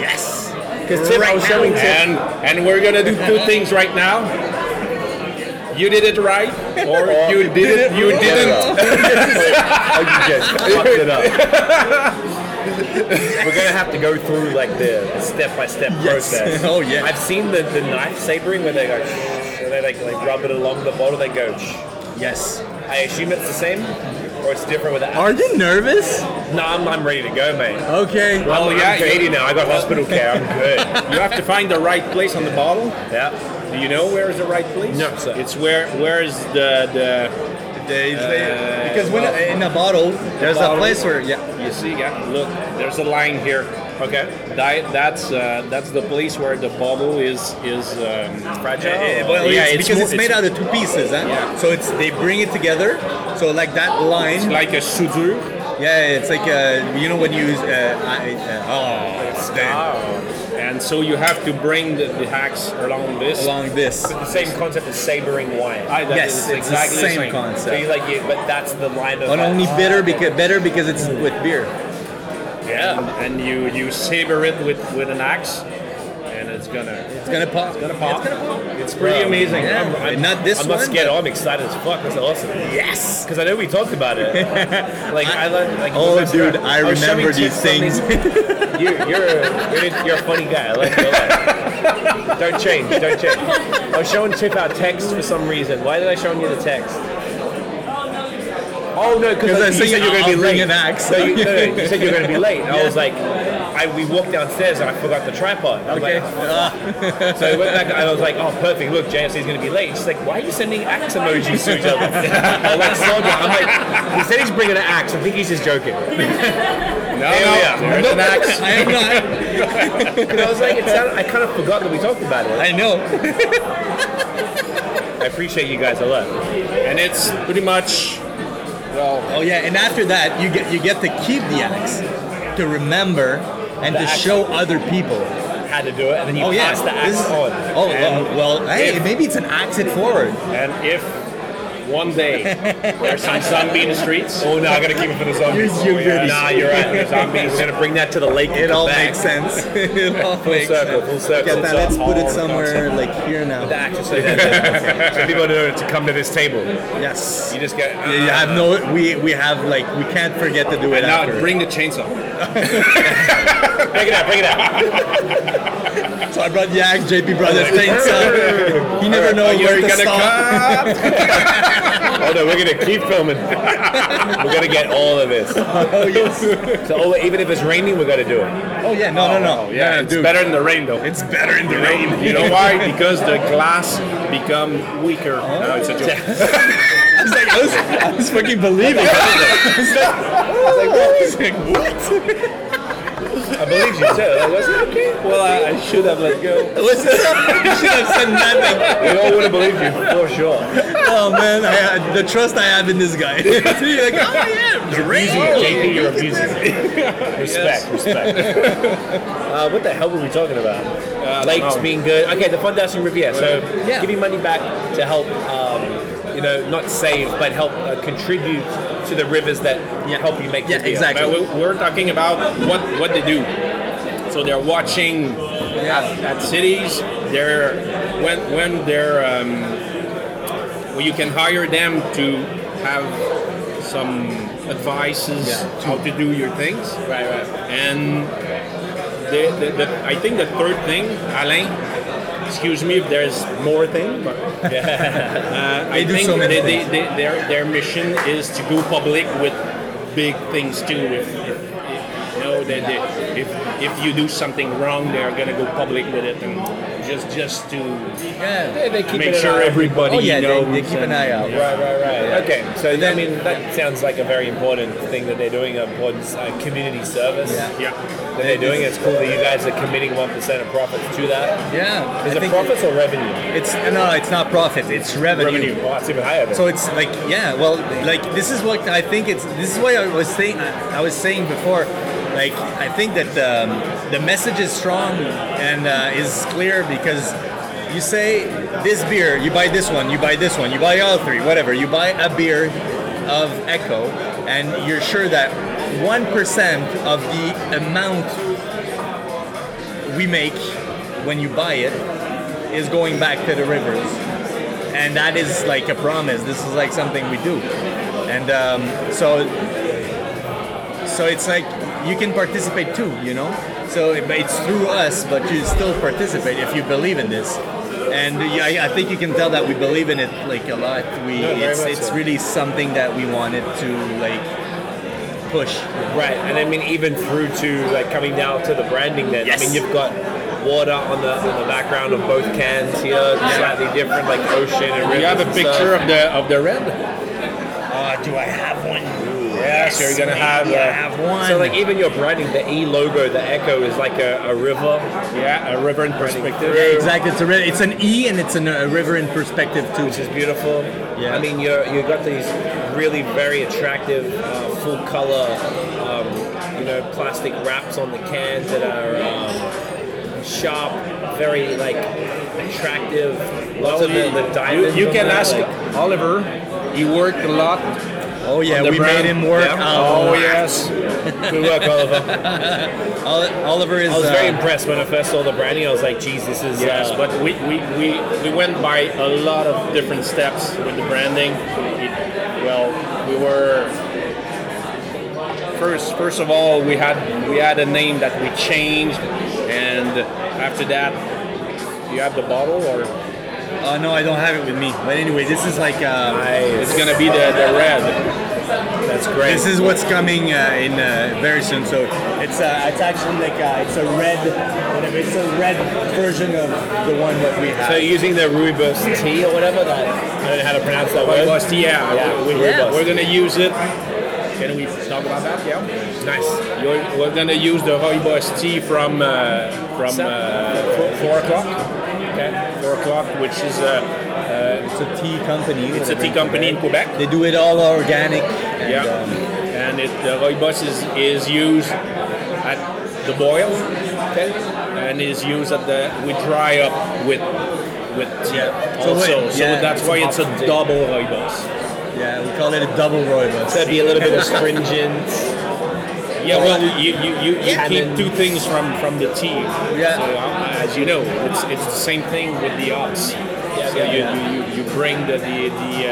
C: Yes.
B: Because Tim, I was showing Tim.
D: And and we're gonna do
C: <laughs>
D: two things right now. You did it right,
C: <laughs>
D: or you did, it. You didn't.
B: Oh, you <laughs> just fucked it up. We're gonna have to go through like the step by step
C: Yes.
D: <laughs>
B: process.
C: Oh, yeah.
B: I've seen the, the knife sabering where they go, shh, and they like, like rub it along the bottle. They go. Shh.
C: Yes.
B: I assume it's the same, or it's different with the.
C: Are you nervous?
B: no, I'm, I'm ready to go, mate.
C: Okay.
D: Well,
B: I'm,
D: yeah,
B: I'm Katie
D: you-
B: now. I got hospital care. I'm
D: <laughs>
B: good.
D: You have to find the right place on the bottle.
B: yeah.
D: Do you know where is the right place?
B: No, sir.
D: It's where where is the the
C: Uh, because when in a bottle, there's a place where yeah.
D: you see? Yeah, look, there's a line here.
B: Okay.
D: That, that's uh, that's the place where the bottle is is um,
B: Fragile.
C: Eh, well,
D: Yeah,
C: it's
D: it's
C: because
D: more-
C: it's made
D: it's-
C: out of two pieces, huh?
D: Yeah.
C: So it's they bring it together. So like that line,
D: like a soudure.
C: yeah, it's like uh, you know when you use uh, I, uh, oh, it's damn,
D: And so you have to bring the, the hacks along this.
C: along this.
B: The same concept as sabering wine.
D: I- that
C: Yes,
D: is
C: it's the same concept.
B: so you like you, but that's the line of.
C: But
B: like,
C: only
B: ah,
C: bitter because better because it's with beer.
B: Yeah.
D: And you you saber it with with an axe, and it's gonna.
C: It's gonna pop. It's
D: gonna pop.
C: gonna pop.
B: It's pretty amazing.
C: Yeah.
B: I'm, I'm,
C: Not this
B: I'm not
C: one,
B: scared. Oh,
C: but-
B: I'm excited as fuck. That's awesome.
C: Yes.
B: Because I know we talked
C: <laughs>
B: about it. Like I, like. like
C: Oh,
B: my best
C: dude,
B: friend.
C: I
B: was showing
C: remember
B: Tim
C: these things.
B: something. you, <laughs> you're a, you're a- you're a funny guy. I like you a lot. Don't change. Don't change. I was showing Chip our text for some reason. Why did I show him the text? Oh no, because
C: 'Cause I
B: you
C: said
B: said you're
C: I'll-
B: going to be
C: I'll bring
B: late.
C: an axe.
B: No, you, no, no, you said you're going to be late. And I was like, I, we walked downstairs and I forgot the tripod. I was
C: Okay.
B: like,
C: Ah.
B: <laughs> so I went back and I was like, oh, perfect. Look, JFC's going to be late. She's like, why are you sending axe emojis to each <laughs> other? I like Sandra. I'm like, he said he's bringing an axe. I think he's just joking. No, yeah.
D: There's an axe.
C: <laughs> I am not.
B: <laughs> And I was like, it sounded, I kind of forgot that we talked about it.
C: I know.
B: I appreciate you guys a lot.
D: And it's pretty much. Well,
C: Oh yeah, and after that, you get you get to keep the axe to remember and
B: The
C: to
B: axe.
C: show other people.
B: Had to do it, and then you
C: Oh yeah.
B: passed the axe
C: This is-
B: on.
C: Oh
D: And
C: uh, well, hey,
D: if-
C: maybe it's an axe it forward.
D: and if one day
C: <laughs>
D: there's some zombie in the streets,
B: Oh no, I gotta keep it for the zombies. Oh,
C: You're- you're good.
B: Nah, you're right. The zombies. We're gonna bring that to the lake.
C: It all makes sense. <laughs> it all makes
B: circle,
C: sense.
B: full circle.
C: Okay, now
B: It's
C: let's
B: all
C: put it
B: the
C: somewhere like here now.
B: The axe is so dead. so people know to come to this table.
C: <laughs> Yes.
B: You just get. uh,
C: Yeah, yeah, I have no. We we have like we can't forget to do it
D: and now
C: after.
D: bring the
C: <laughs>
D: chainsaw.
B: Bring it out. Bring it out.
C: so I brought the axe, JP
B: <laughs>
C: Brothers. Thanks. Uh, you never know
B: Are you
C: where to
B: gonna
C: stop. <laughs>
B: Oh no, we're gonna keep filming. <laughs> we're gonna get all of this.
C: Oh, yes.
B: So oh, even if it's raining, we're gonna do it.
C: oh yeah, no, no, no.
D: Yeah,
C: no,
D: it's
C: dude.
D: better in the rain though.
C: It's better in the
D: You know, you know why? Because the glass become weaker. No, it's a
B: <laughs>
D: joke.
C: I was like, I was, I was fucking believing.
B: <laughs>
C: I was like,
D: <laughs>
C: what?
B: I believe you said it. I was like, okay. Well, I, I should have let go.
C: <laughs> What's this? You should have said nothing.
B: We all would have believed you for sure.
C: oh man, I had, the trust I have in this guy. <laughs> You're like, oh yeah, the ring.
D: JP, you're abusing it. Respect, respect.
B: <laughs>
D: Uh,
B: Uh, what the hell were we talking about? Lakes
D: know.
B: being good. Okay, the Fondation Riviera. So
C: Yeah.
B: giving money back to help, um, you know, not save, but help uh, contribute to the rivers that help you make
C: Yeah,
B: Riviera.
C: exactly.
D: But we- we're talking about what what they do. So they're watching at, at cities. They're when when they're um, well, you can hire them to have some advices how to do your things. Right, right. And the, the, the, I think the third thing, Alain. Excuse me if there's more thing,
C: <laughs>
D: but <laughs> uh, I
C: do
D: think
C: so many
D: they, they,
C: things.
D: they, their their mission is to go public with big things too. If, if, if you know that they, if if you do something wrong, they're gonna go public with it and just just to
C: Yeah.
B: Yeah, they keep
D: make
B: it an
D: sure
B: eye-
D: everybody
C: Oh yeah,
D: knows.
C: they, they keep an
D: and-
C: eye out.
B: Right, right, right. Okay, so
C: And
B: I
C: then-
B: mean that sounds like a very important thing that they're doing, an important uh, community service
C: Yeah.
D: Yeah.
B: that they're doing. It's cool that you guys are committing one percent of profits to that.
C: Yeah.
B: Is
C: I
B: it
C: think
B: profits or revenue?
C: It's no, it's not profit. It's revenue.
B: Oh, that's even higher. Then.
C: So it's like yeah, well, like this is what I think it's. This is what I was saying. I was saying before, like I think that um, the the message is strong and uh, is clear because you say this beer, you buy this one, you buy this one, you buy all three, whatever. You buy a beer of Echo, and you're sure that one percent of the amount we make when you buy it is going back to the rivers and that is like a promise. This is like something we do, and um, so so it's like you can participate too, you know. So it- but it's through us, but you still participate if you believe in this. And yeah, I- I think you can tell that we believe in it like a lot. We it's it's really something that we wanted to like push.
B: Right, and I mean even through to like coming down to the branding. Then
C: Yes.
B: I mean you've got water on the on the background of both cans here, slightly different, like ocean and.
D: You
B: rivers
D: have a
B: and
D: picture
C: uh,
B: stuff.
D: of the of the red.
C: Oh, do I have one?
D: Yes, you're gonna have,
C: maybe I
D: uh,
C: have one.
B: So like even your branding, the E logo, the echo is like a, a river.
D: Yeah, a reverend perspective.
C: yeah, exactly. It's a re- it's an E and it's an, a river in perspective too.
B: which is beautiful.
C: Yeah.
B: I mean, you're you got these really very attractive uh, full color, um, you know, plastic wraps on the cans that are um, sharp, very like attractive. Lots of the, the diamonds.
D: You, you
B: on
D: can
B: there,
D: ask
B: like-
D: Oliver. He worked a lot.
C: Oh yeah,
D: on the
C: we
D: brand.
C: made him work.
D: Yeah.
C: a
D: Oh
C: lot.
D: yes.
B: Good work, <laughs> Oliver.
C: Oli- Oliver is.
B: I was
C: uh,
B: very impressed when I first saw the branding. I was like, "Geez, this is."
D: Yes,
B: uh,
D: but we, we, we, we went by a lot of different steps with the branding. It, well, we were first first of all we had we had a name that we changed, and after that, you have the bottle or
C: Oh no, I don't have it with me. But anyway, this is like. Uh,
D: it's gonna be the, the red.
B: that's great.
C: this is what's coming uh, in uh, very soon. So it's uh, it's actually like uh, it's a red, whatever. It's a red version of the one that we
B: so
C: have.
B: you're using the rooibos tea or whatever. That, I don't know how to pronounce that word.
D: Robust, yeah,
B: Yeah,
D: we,
B: robust.
D: are gonna use it. Can we talk about that? Yeah. Nice. You're, we're gonna use the robust tea from uh, from uh, four, four o'clock. Okay. Four o'clock, which is uh,
C: It's a tea company.
D: it's a
C: whatever.
D: tea company in Quebec.
C: They do it all organic. And,
D: Yeah,
C: um,
D: and it, the rooibos is, is used at the boil, okay, and is used at the we dry up with with tea
C: Yeah. So
D: also. So,
C: wait, yeah,
D: that's
C: it's
D: why it's a
B: hop tea.
D: double rooibos.
C: yeah, we call it a double rooibos.
B: That'd be a little bit astringent.
D: Yeah, well, you you, you, you
B: Tannin.
D: keep two things from from the tea.
C: Yeah.
D: So uh, as you know, it's it's the same thing with the hops. Yeah, so
B: yeah,
D: you,
B: yeah.
D: you you you bring the the the. Uh,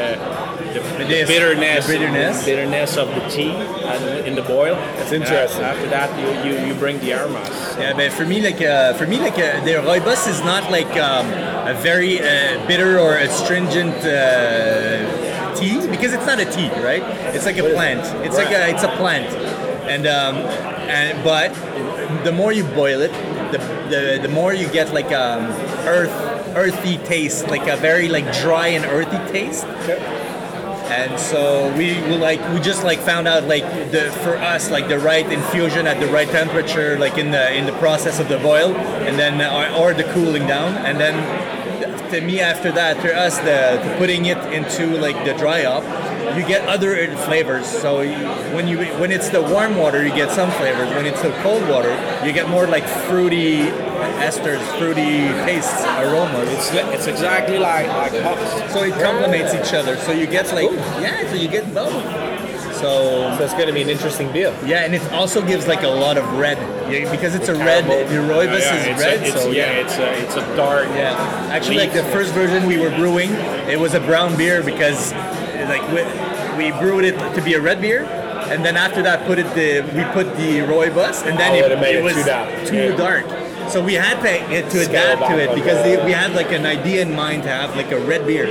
D: the, the
C: Bitterness.
D: bitterness,
C: The bitterness.
D: bitterness of the tea and in the boil. That's
B: interesting.
D: After that, you, you, you bring the aromas.
C: Yeah, but for me, like uh, for me, like uh, the rooibos is not like um, a very uh, bitter or astringent uh, tea because it's not a tea, right? It's like a plant. It's like a it's a plant, and um, and but the more you boil it, the the, the more you get like um, earth earthy taste, like a very like dry and earthy taste. And so we we like we just like found out like the for us like the right infusion at the right temperature like in the in the process of the boil and then or, or the cooling down and then to me after that, after us the, the putting it into like the dry up, you get other flavors. So you, when you when it's the warm water, you get some flavors. When it's the cold water, you get more like fruity esters, fruity tastes, aromas.
D: It's, it's exactly like, like hops.
C: So it complements each other. So you get like yeah, so you get both. So
B: So it's going to be an interesting beer.
C: yeah, and it also gives like a lot of red. Yeah, because it's a red. The rooibos
D: Yeah,
C: is
D: it's
C: red,
D: a, it's,
C: so
D: yeah, it's a, it's a dark.
C: yeah, actually, like the first version we were brewing, it was a brown beer because, like, we, we brewed it to be a red beer, and then after that, put it the we put the rooibos, and then
B: Oh,
C: it,
B: it made it
C: was
B: too dark.
C: too
B: Yeah.
C: dark. So we had to, it- to
B: Scale
C: adapt to
B: back
C: it
B: on
C: because
B: that.
C: they, we had like an idea in mind to have like a red beer.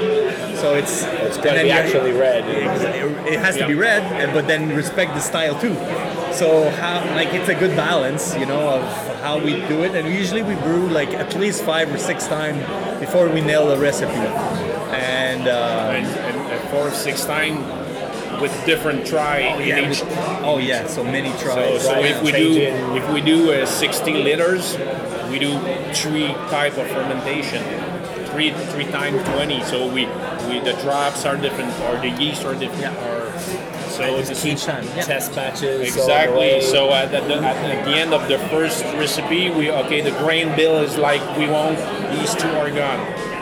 C: So it's
B: It's
C: and
B: going to
C: then
B: be
C: you-
B: actually red.
D: uh,
C: it it has to be
D: Yeah.
C: red, and- but then respect the style too. So how like it's a good balance, you know, of how we do it. And usually we brew like at least five or six times before we nail the recipe. And uh,
D: And, and, and four or six time with different try
C: oh,
D: in
C: yeah,
D: each.
C: we- oh yeah, so many
D: So,
C: tries.
D: so
B: right,
D: if we
B: change
D: do
B: in.
D: if we do uh, 60 liters, we do three type of fermentation, three three times 20. So we, we the drops are different or the yeast are different.
C: Yeah.
D: Or, so it's
C: each time, yeah.
B: Test batches.
D: Exactly. So at the, the- at, at the end of the first recipe, we okay. The grain bill is like we want these two are gone,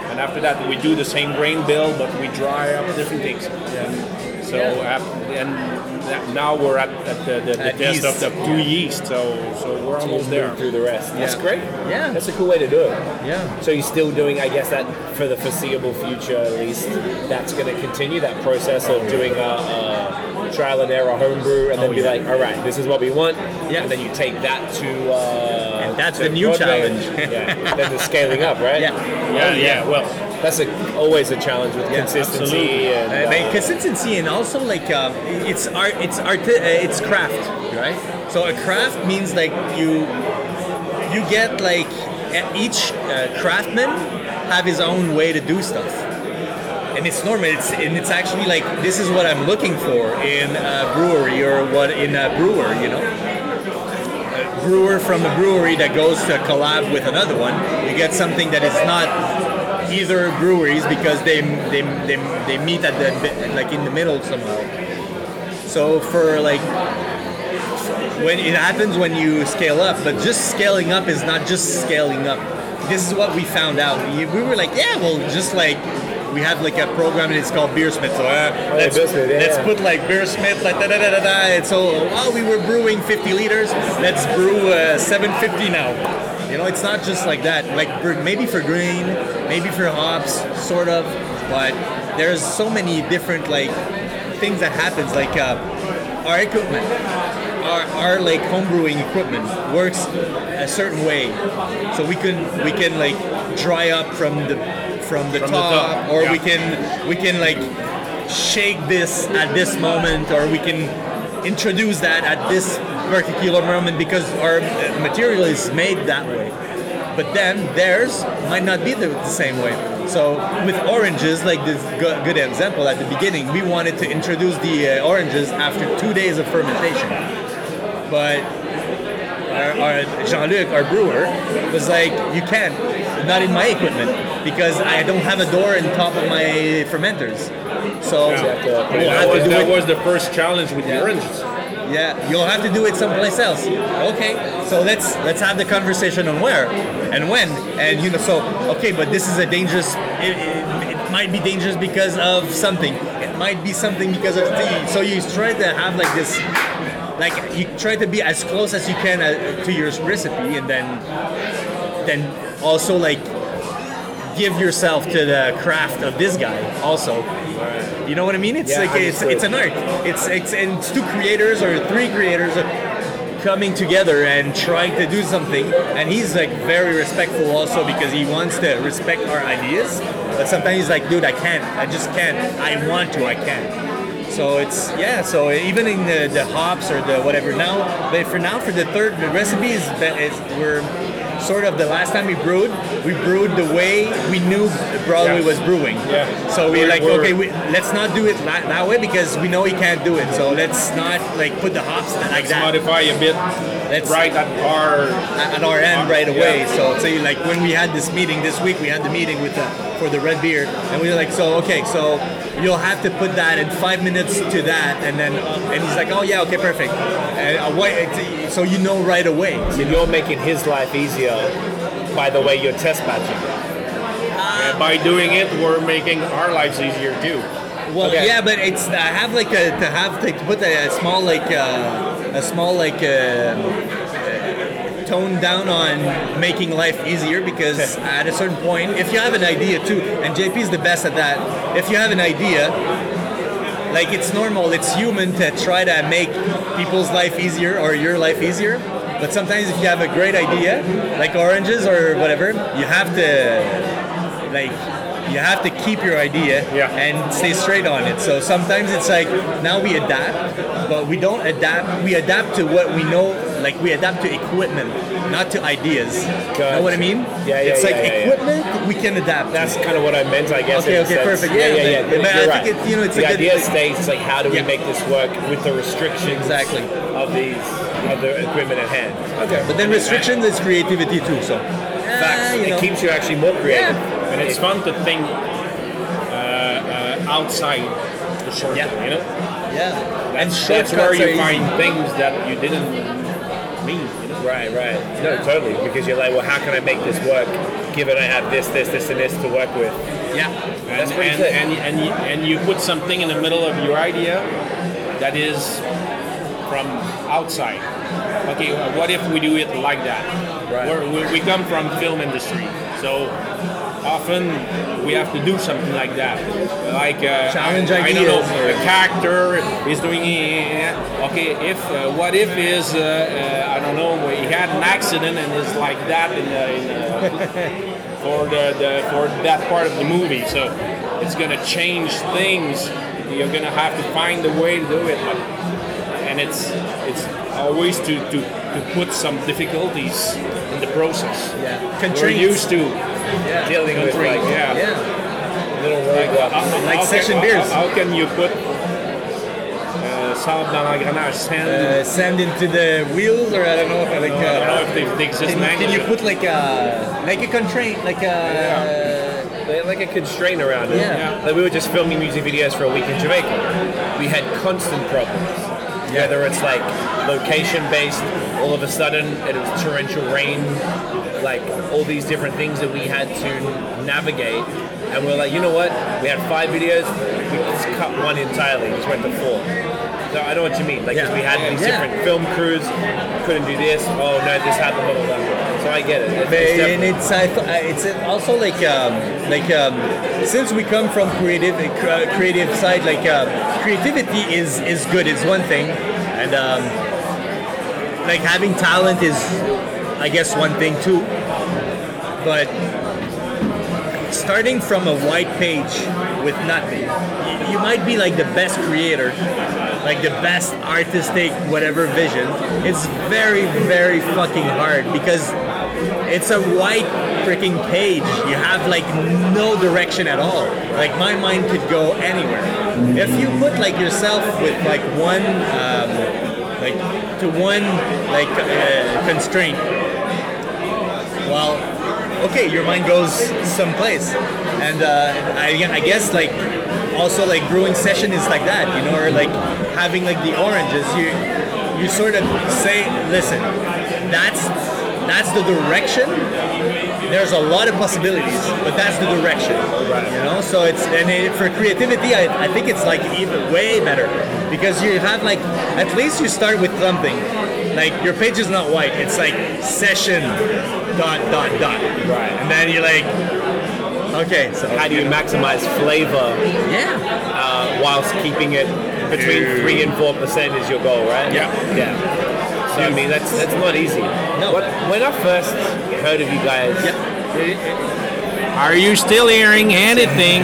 D: and after that we do the same grain bill, but we dry up different things. And so ap- and that- now we're at, at the, the, the
C: At
D: test
C: yeast.
D: of the two yeast. So so we're almost there.
B: through the rest. That's
C: Yeah.
B: great.
C: Yeah.
B: That's a cool way to do it.
C: Yeah.
B: So you're still doing, I guess, that for the foreseeable future at least. That's going to continue that process of doing a, a trial and error homebrew, and then
D: Oh,
B: be like, all right, this is what we want.
C: Yeah.
B: And then you take that to. Uh,
C: And that's
B: to
C: the new
B: Broadway.
C: challenge.
D: <laughs>
B: yeah. Then the scaling up, right?
C: Yeah.
D: Yeah, yeah. Well,
B: That's a, always a challenge with
C: Yeah,
B: consistency and.
C: Uh,
B: uh,
C: like consistency and also like uh, it's art, it's art, uh, it's craft, right? So a craft means like you you get like e- each uh, craftsman have his own way to do stuff, and it's normal. It's and it's actually like this is what I'm looking for in a brewery or what in a brewer, you know brewer from a brewery that goes to collab with another one, you get something that is not either breweries because they they, they, they meet at the like in the middle somehow. So for like when it happens when you scale up, but just scaling up is not just scaling up. This is what we found out. We, we were like, yeah, well, just like we have like a program and it's called Beersmith. So uh, let's,
B: Beersmith, Oh, yeah,
C: let's
B: yeah.
C: put like Beersmith, like da da da da da. And so while we were brewing 50 liters, let's brew uh, 750 now. You know, it's not just like that. Like for- maybe for grain, maybe for hops, sort of. But there's so many different like things that happens. Like uh, our equipment, our, our like homebrewing equipment works a certain way, so we can we can like dry up from the from the,
D: From the
C: top,
D: top,
C: or
D: yeah.
C: we can we can like shake this at this moment, or we can introduce that at this particular moment because our uh, material is made that way. But then theirs might not be the, the same way. So with oranges, like this go- good example at the beginning, we wanted to introduce the uh, oranges after two days of fermentation. But our, our Jean-Luc, our brewer, was like, "You can't, not in my equipment, because I don't have a door on top of my fermenters." So
D: yeah.
C: we'll
D: that,
C: have
D: was,
C: to do
D: that
C: it
D: was the first challenge with the oranges.
C: yeah, you'll have to do it someplace else. Okay, so let's let's have the conversation on where and when and you know. So okay, but this is a dangerous. It, it, it might be dangerous because of something. It might be something because of the. So you try to have like this, like you try to be as close as you can uh, to your recipe, and then then also like give yourself to the craft of this guy also. You know what I mean? It's
B: Yeah,
C: like it's,
B: understood.
C: it's an art. It's it's and it's two creators or three creators coming together and trying to do something. And he's like very respectful also because he wants to respect our ideas. But sometimes he's like, dude, I can't. I just can't. I want to. I can't. So it's yeah. So even in the, the hops or the whatever now, but for now for the third the recipe is that is we're sort of the last time we brewed, we brewed the way we knew Broadway
D: Yes.
C: was brewing.
D: Yeah.
C: So we're,
D: We're-
C: like,
D: we're-
C: okay, we, let's not do it that, that way because we know he can't do it. So let's not like put the hops like that.
D: Modify a bit.
C: Let's-
D: right at our
C: at our end right
D: Yeah.
C: away. So, so you, like when we had this meeting this week, we had the meeting with the, for the red beer, and we were like, so okay, so you'll have to put that in five minutes to that, and then and he's like, oh yeah, okay, perfect. And uh, what, it's- so you know right away.
B: So you're making his life easier by the way you're test matching.
D: and Uh, by doing it we're making our lives easier too.
C: Well,
B: Okay.
C: yeah, but it's I have like a to have like to put a, a small like uh, a small like uh, tone down on making life easier because at a certain point, if you have an idea too, and JP is the best at that. If you have an idea, like it's normal, it's human to try to make people's life easier or your life easier. But sometimes if you have a great idea, like oranges or whatever, you have to like you have to keep your idea
D: Yeah.
C: and stay straight on it. So sometimes it's like now we adapt, but we don't adapt. We adapt to what we know. Like we adapt to equipment, not to ideas.
B: Gotcha.
C: Know what I mean?
B: Yeah, yeah,
C: It's like
B: yeah, yeah, yeah.
C: equipment we can adapt. to.
B: That's kind of what I meant, I guess.
C: Okay,
B: in a
C: okay,
B: sense.
C: perfect.
B: Yeah, yeah,
C: Yeah,
B: yeah.
C: but- but I
B: You're
C: think
B: right.
C: it- you know, it's
B: the
C: a good-
B: idea stays. It's like, how do we
C: Yeah.
B: make this work with the restrictions
C: Exactly.
B: of these of the equipment at hand? Okay,
C: But then restrictions is creativity too. So Ah,
B: Facts.
C: you know.
B: It keeps you actually more creative.
D: And it's fun to think uh, uh, outside the circle,
C: Yeah.
D: you know?
C: yeah,
D: That's,
C: shortcuts
D: that's where
C: are
D: you
C: easy.
D: find things that you didn't mean, you know?
B: Right, right. No, totally. Because you're like, well, how can I make this work? Given I have this, this, this, and this to work with.
C: yeah.
D: And,
B: That's pretty
D: and,
B: good.
D: and, and, you, and you put something in the middle of your idea that is from outside. Okay, what if we do it like that?
B: Right.
D: We're- We, we come from film industry, so often we have to do something like that. Like uh,
C: Challenge
D: I, I don't know,
C: ideas or-
D: a character is doing. eh, Okay, if uh, what if is uh, uh, I don't know he had an accident and is like that in the, in the
C: <laughs>
D: for the, the for that part of the movie. So it's gonna change things. You're gonna have to find a way to do it, but, and it's it's always to, to, to put some difficulties in the process.
C: Yeah.
D: We're
C: Constraints.
D: used to
C: Yeah.
B: Dealing with
D: drink,
B: like
D: yeah.
C: Yeah.
B: little roadblocks.
D: uh, How-
C: Like
D: how
C: section
D: can,
C: beers.
D: How, how can you put uh, salt dans l'engrenage? Sand.
C: Uh, sand into the wheels, or I don't know if I like.
D: I don't know
C: Uh,
D: if they, they exist
C: can,
D: in
C: can you
D: English.
C: put like a like a constraint, like a
B: They had like a constraint around it.
C: Yeah.
D: Yeah.
B: Like we were just filming music videos for a week in Jamaica. We had constant problems. Whether it's like location based, all of a sudden it was torrential rain, like all these different things that we had to navigate. And we are like, you know what? We had five videos, we just cut one entirely, just went to four. So I know what you mean. Like, 'cause we had these
C: Yeah.
B: different film crews, couldn't do this. Oh no, this happened. Blah, blah, blah. So I get it. It's- it's
C: and
B: definitely-
C: it's I th- I- it's also like um, like um, since we come from creative uh, creative side, like um, creativity is is good. It's one thing, and um, like having talent is, I guess, one thing too. But starting from a white page with nothing, y- you might be like the best creator, like the best artistic whatever vision. It's very very fucking hard because it's a white freaking page. You have like no direction at all. Like my mind could go anywhere. If you put like yourself with like one, um, like to one like uh, constraint, well, okay, your mind goes someplace. And uh, I, I guess like also like brewing session is like that, you know, or like having like the oranges. You you sort of say, listen, that's that's the direction. There's a lot of possibilities, but that's the direction. You know, so it's and it, for creativity, I, I think it's like even way better because you have like at least you start with something. Like your page is not white. It's like session dot dot dot. Right. And then you're like, okay, so
B: How do you maximize flavor
C: yeah.
B: uh, whilst keeping it between three and four percent is your goal, right?
D: Yeah.
B: yeah. So I mean, that's that's not easy.
C: No.
B: What, when I first heard of you guys,
D: Are you still hearing anything,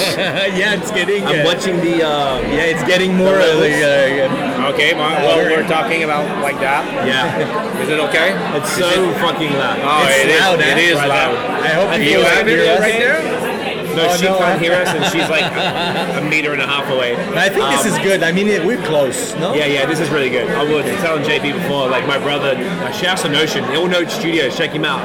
C: <laughs> yeah, it's getting.
B: I'm
C: uh,
B: watching the. Um,
C: Yeah, it's getting more. Uh, like, uh,
D: okay, well,
B: Oh,
D: well, we're talking about like that.
B: yeah,
D: Is it okay?
B: it's so fucking loud.
D: Oh,
C: It's
D: it is-
C: loud, eh?
D: It is
C: Right
D: loud.
C: I hope
D: Can
C: you
D: you
C: guys
D: hear
C: hear
D: it
C: us.
D: right there?
B: No,
C: Oh,
B: she
C: no,
B: can't
C: I-
B: hear us, and she's
C: <laughs>
B: like a meter and a half away. Um,
C: I think
B: Uh,
C: this is good. I mean, it- we're close, no?
B: Yeah, yeah, this is really good. I was telling JP before, like my brother, uh, shouts to Notion, Ill Note Studios, check him out.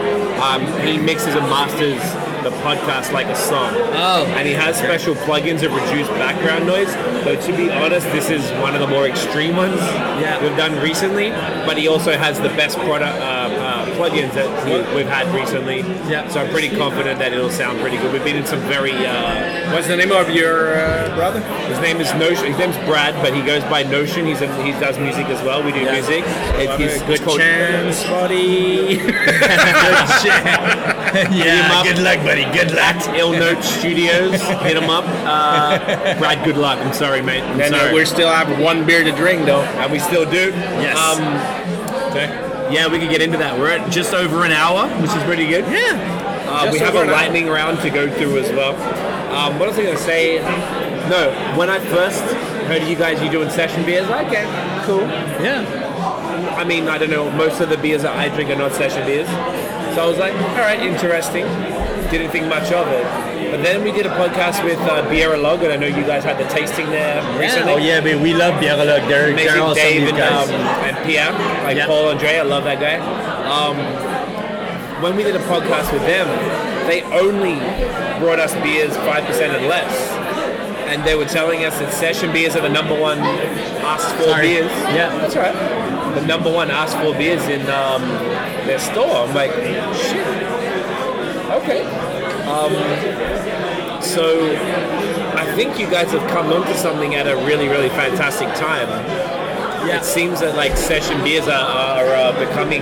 B: Um, he mixes and masters the podcast like a song.
E: Oh.
B: And he has special plugins that reduce background noise. So to be honest, this is one of the more extreme ones
C: Yeah.
B: we've done recently. But he also has the best product uh, uh, plugins that we- we've had recently.
C: Yeah.
B: So I'm pretty confident that it'll sound pretty good. We've been in some very uh,
D: What's the name of your uh, brother?
B: his name is Notion. His name's Brad, but he goes by Notion. He's a, he does music as well. We do music. It, he's
D: Good
B: called-
D: chance, buddy.
B: up. <laughs>
C: yeah. Good luck, buddy. Good luck.
B: Ill Note Studios. Hit him up. Uh, Brad, good luck. I'm sorry, mate. I'm
D: And uh,
B: sorry.
D: we still have one beer to drink, though.
B: and we still do. Um,
C: Yes.
B: yeah, we could get into that. We're at just over an hour, which is pretty good.
C: yeah.
B: Uh, we
C: Just
B: have
C: over
B: a
C: an hour.
B: lightning round to go through as well. Um, what was I going to say? No, when I first heard you guys, you doing session beers. I was like, Okay, cool.
C: Yeah.
B: I mean, I don't know, most of the beers that I drink are not session beers. So I was like, all right, interesting. Didn't think much of it. But then we did a podcast with uh, Biera Log, and I know you guys had the tasting there recently.
C: Oh yeah, but we love Biarrelog. They're,
B: Amazing
C: they're awesome,
B: Dave
C: these
B: and,
C: guys.
B: um, and Pierre, like
C: Yeah.
B: Paul Andre, I love that guy. Um, when we did a podcast with them, they only brought us beers 5% and less. And they were telling us that session beers are the number one asked for
C: Sorry.
B: beers
C: Yeah.
B: that's all right. The number one asked for beers in um, their store. I'm like, shit. Okay. Um, so I think you guys have come onto something at a really, really fantastic time. It seems that like session beers are, are uh, becoming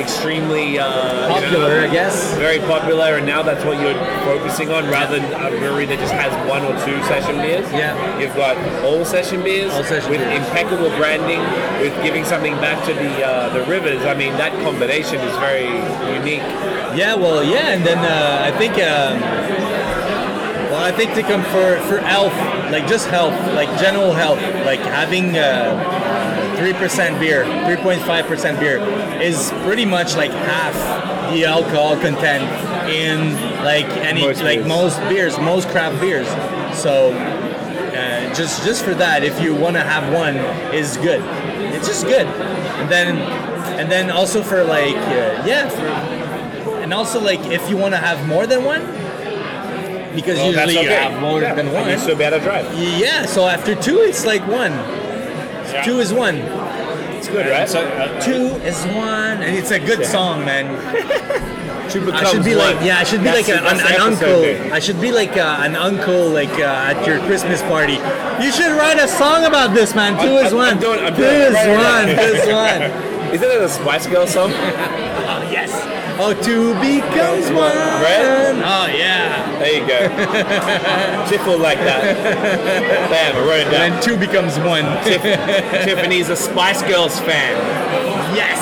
B: extremely uh, you know,
C: Popular, I guess.
B: very popular, and now that's what you're focusing on rather than a brewery that just has one or two session beers.
C: Yeah.
B: You've got all session beers
C: All session
B: with
C: beers.
B: impeccable branding, with giving something back to the uh, the rivers. I mean, that combination is very unique.
C: Yeah, well, yeah, and then uh, I think, um, well, I think to come for for health, like just health, like general health, like having uh, three percent beer, three point five percent beer, is pretty much like half the alcohol content in like any
B: Most
C: like
B: beers.
C: most beers, most craft beers. So uh, just just for that, if you want to have one, is good. It's just good, and then and then also for like uh, yeah, for- and also like if you want to have more than one, because
B: Well, that's
C: usually you
B: okay.
C: have more
B: Yeah,
C: than one.
B: and It's so bad I drive.
C: yeah, so after two, it's like one. Two is one.
B: It's good, right?
D: So, uh,
C: Two is one, and it's a good song, man.
B: Two
C: I should
B: becomes
C: be
B: one.
C: like, yeah, I should be
B: That's-
C: like a, an,
B: that's the
C: an
B: episode,
C: uncle.
B: dude.
C: I should be like uh, an uncle, like uh, at your Christmas party. You should write a song about this, man. Two
B: I'm-
C: is
B: I'm-
C: one.
B: I'm doing- I'm
C: Two
B: doing it.
C: is
B: Right, right,
C: one.
B: right.
C: Two is
B: <laughs>
C: one.
B: Isn't that a Spice Girl song?
C: Oh, two becomes one.
B: Right?
C: Oh yeah.
B: There you
C: <laughs>
B: go. Tiffle like that. Bam, I wrote
C: <laughs>
B: it down.
C: And then two becomes one.
B: Tiff- Tiffany's a Spice Girls fan.
C: <laughs> yes.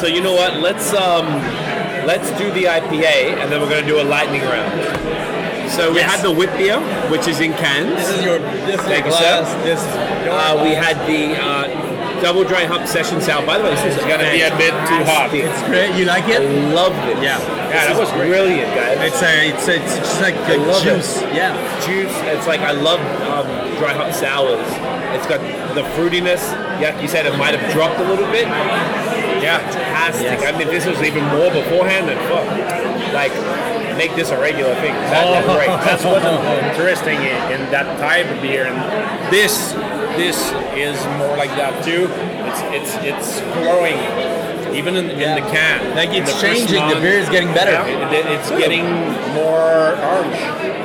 B: So you know what? Let's um, let's do the IPA, and then we're gonna do a lightning round. So we
C: Yes.
B: had the whip beer, which is in cans.
C: This is your. This is your
B: Thank you, sir.
C: glass. This is your
B: Uh, we had the uh, double dry hop session sour. By the way, this is gonna
D: be a bit too hot.
C: It's great. You like it?
B: Love this.
C: Yeah.
B: yeah, that was brilliant, guys.
C: It's a. It's a, It's just like
B: I love it.
C: juice. Yeah.
B: juice. It's like I love um, dry hop sours. It's got the fruitiness. Yeah, you said it might have dropped a little bit. Yeah, fantastic.
C: Yes.
B: I mean, this was even more beforehand than fuck. Like, make this a regular thing. That, that's great. That's
D: Oh. That's
B: <laughs>
D: what's interesting in, in that type of beer. And this this is more like that too. It's it's it's growing, even in, in the can.
C: Like
D: In
C: it's
D: the first
C: changing. the
D: month,
C: beer is getting better.
D: yeah, it- it- it's getting more orange.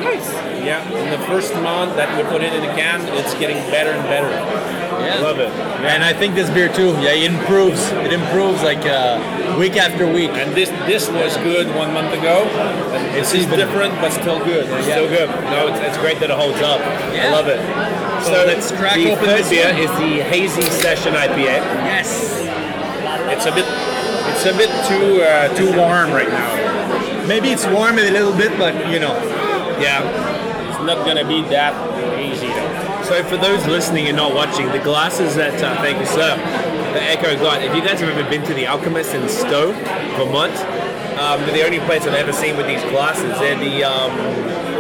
D: Nice. Yeah. In the first month that we put it in the can, it's getting better and better.
C: Yeah.
D: Love it.
C: And I think this beer too. Yeah, it improves. It improves like uh, week after week.
D: And this this was good one month ago. And this is different, but still good.
C: Yeah.
B: so good. No, it's, it's great that it holds up. I
C: Yeah.
B: love it.
C: So let's crack
B: the
C: open
B: third
C: this
B: beer
C: one.
B: is the hazy session IPA.
C: Yes.
D: It's a bit it's a bit too uh, too warm right now.
C: Maybe it's warm a little bit, but you know.
B: Yeah.
D: It's not gonna be that easy though.
B: So for those listening and not watching, the glasses that uh, thank you, sir, the Echo got. If you guys have ever been to the Alchemist in Stowe, Vermont,
E: Um, they're the only place I've ever seen with these glasses. They're the um,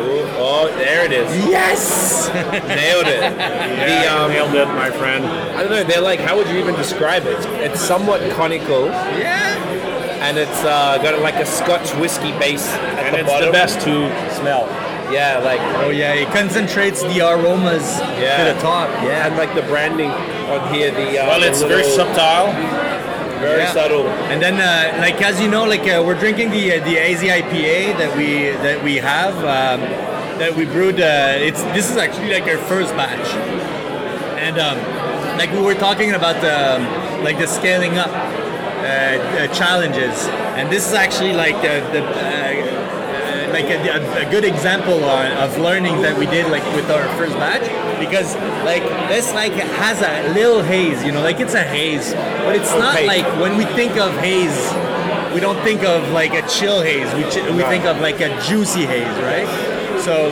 E: ooh, oh, there it
D: <laughs>
E: is.
C: Yes!
E: Nailed it. the, um,
D: nailed it, my friend.
E: I don't know. They're like, how would you even describe it? It's somewhat conical,
C: yeah!
E: and it's uh, got like a Scotch whiskey base at
D: And
E: the
D: it's
E: bottom.
D: the best to smell.
E: Yeah, like
C: Oh yeah, it concentrates the aromas
E: Yeah.
C: to the top. Yeah.
E: and like the branding on here. The uh,
D: Well,
E: the
D: it's very
E: little-
D: subtle.
E: very
C: Yeah.
E: subtle.
C: And then, uh, like as you know, like uh, we're drinking the uh, the AZ IPA that we that we have um, that we brewed. Uh, it's this is actually like our first batch, and um, like we were talking about um, like the scaling up uh, uh, challenges, and this is actually like the, the uh, uh, like a, a, a good example on, of learning that we did like with our first batch because like this like has a little haze, you know, like it's a haze, but it's not
E: Okay.
C: like when we think of haze. We don't think of like a chill haze. We, ch- we think of like a juicy haze, right? So,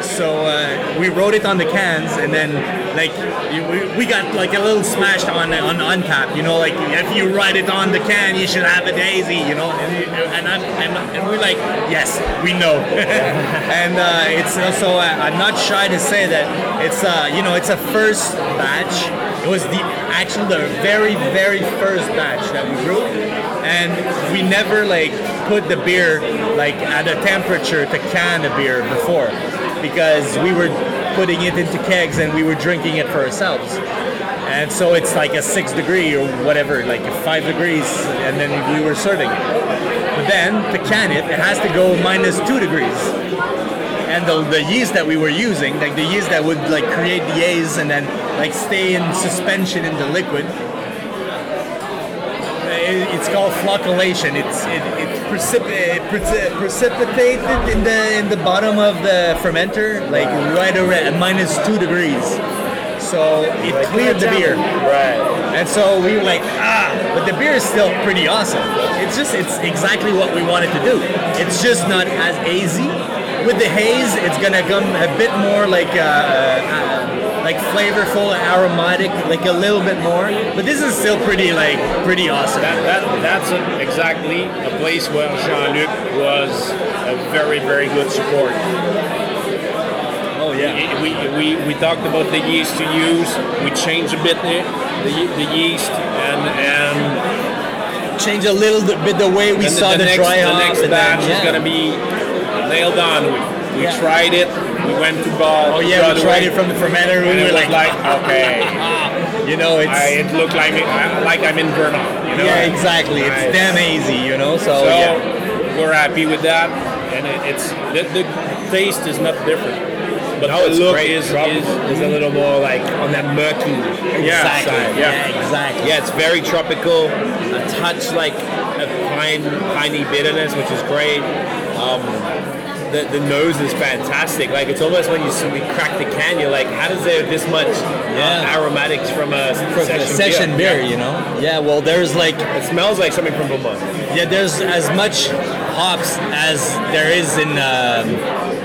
C: so uh, we wrote it on the cans, and then like you- we, we got like a little smashed on on untap. You know, like if you write it on the can, you should have a daisy. You know, and, you- and, I'm, and, and we're like, yes, we know. and uh, it's also uh, I'm not shy to say that it's uh, you know it's a first batch. It was the actually the very very first batch that we brewed, and we never like put the beer like at a temperature to can the beer before, because we were putting it into kegs and we were drinking it for ourselves. And so it's like a six degree or whatever, like a five degrees, and then we were serving it. But then to can it, it has to go minus two degrees and the, the yeast that we were using, like the yeast that would like create the A's and then like stay in suspension in the liquid. It- It's called flocculation. It's it, it, precipi- it preci- precipitated in the in the bottom of the fermenter, like right around at minus two degrees. So it cleared the beer.
E: Right.
C: And so we were like, ah, but the beer is still pretty awesome. It's just, it's exactly what we wanted to do. It's just not as hazy. With the haze, it's gonna come a bit more like, uh, uh, like flavorful, aromatic, like a little bit more. But this is still pretty, like, pretty awesome.
D: That, that, that's a, exactly a place where Jean-Luc was a very, very good support.
C: Oh
D: We, we, we talked about the yeast to use. We changed a bit the, the, ye- the yeast and, and
C: Change a little bit the way we
D: and
C: saw the,
D: next,
C: dry
D: the
C: hop
D: next
C: and then-
D: batch is
C: yeah.
D: going to be nailed on. We, we
C: Yeah.
D: tried it. We went to ball.
C: Oh yeah, we tried it from the fermenter.
D: and
C: We
D: it
C: were
D: was
C: like,
D: like, okay,
C: you know, it's
D: I, it looked like, me- I- like I'm in Vernon. You know?
C: yeah, exactly. It's
D: Nice.
C: damn hazy, you know. So,
D: So
C: yeah.
D: we're happy with that, and it, it's the, the taste is not different, but the
E: it's
D: look
E: great.
D: is,
E: Trouble.
D: is is a little more like
E: On that murky.
D: yeah,
C: Exactly.
D: side,
C: yeah, exactly.
E: Yeah, it's very tropical. A touch like a pine, piney bitterness, which is great. Um, the, the nose is fantastic. Like it's almost when you s- we crack the can, you're like, how does there this much uh,
C: Yeah.
E: aromatics from a
C: for
E: session,
C: the session beer, you know. Yeah, well, there's like
E: It smells like something from Vermont.
C: yeah, there's as much hops as there is in um,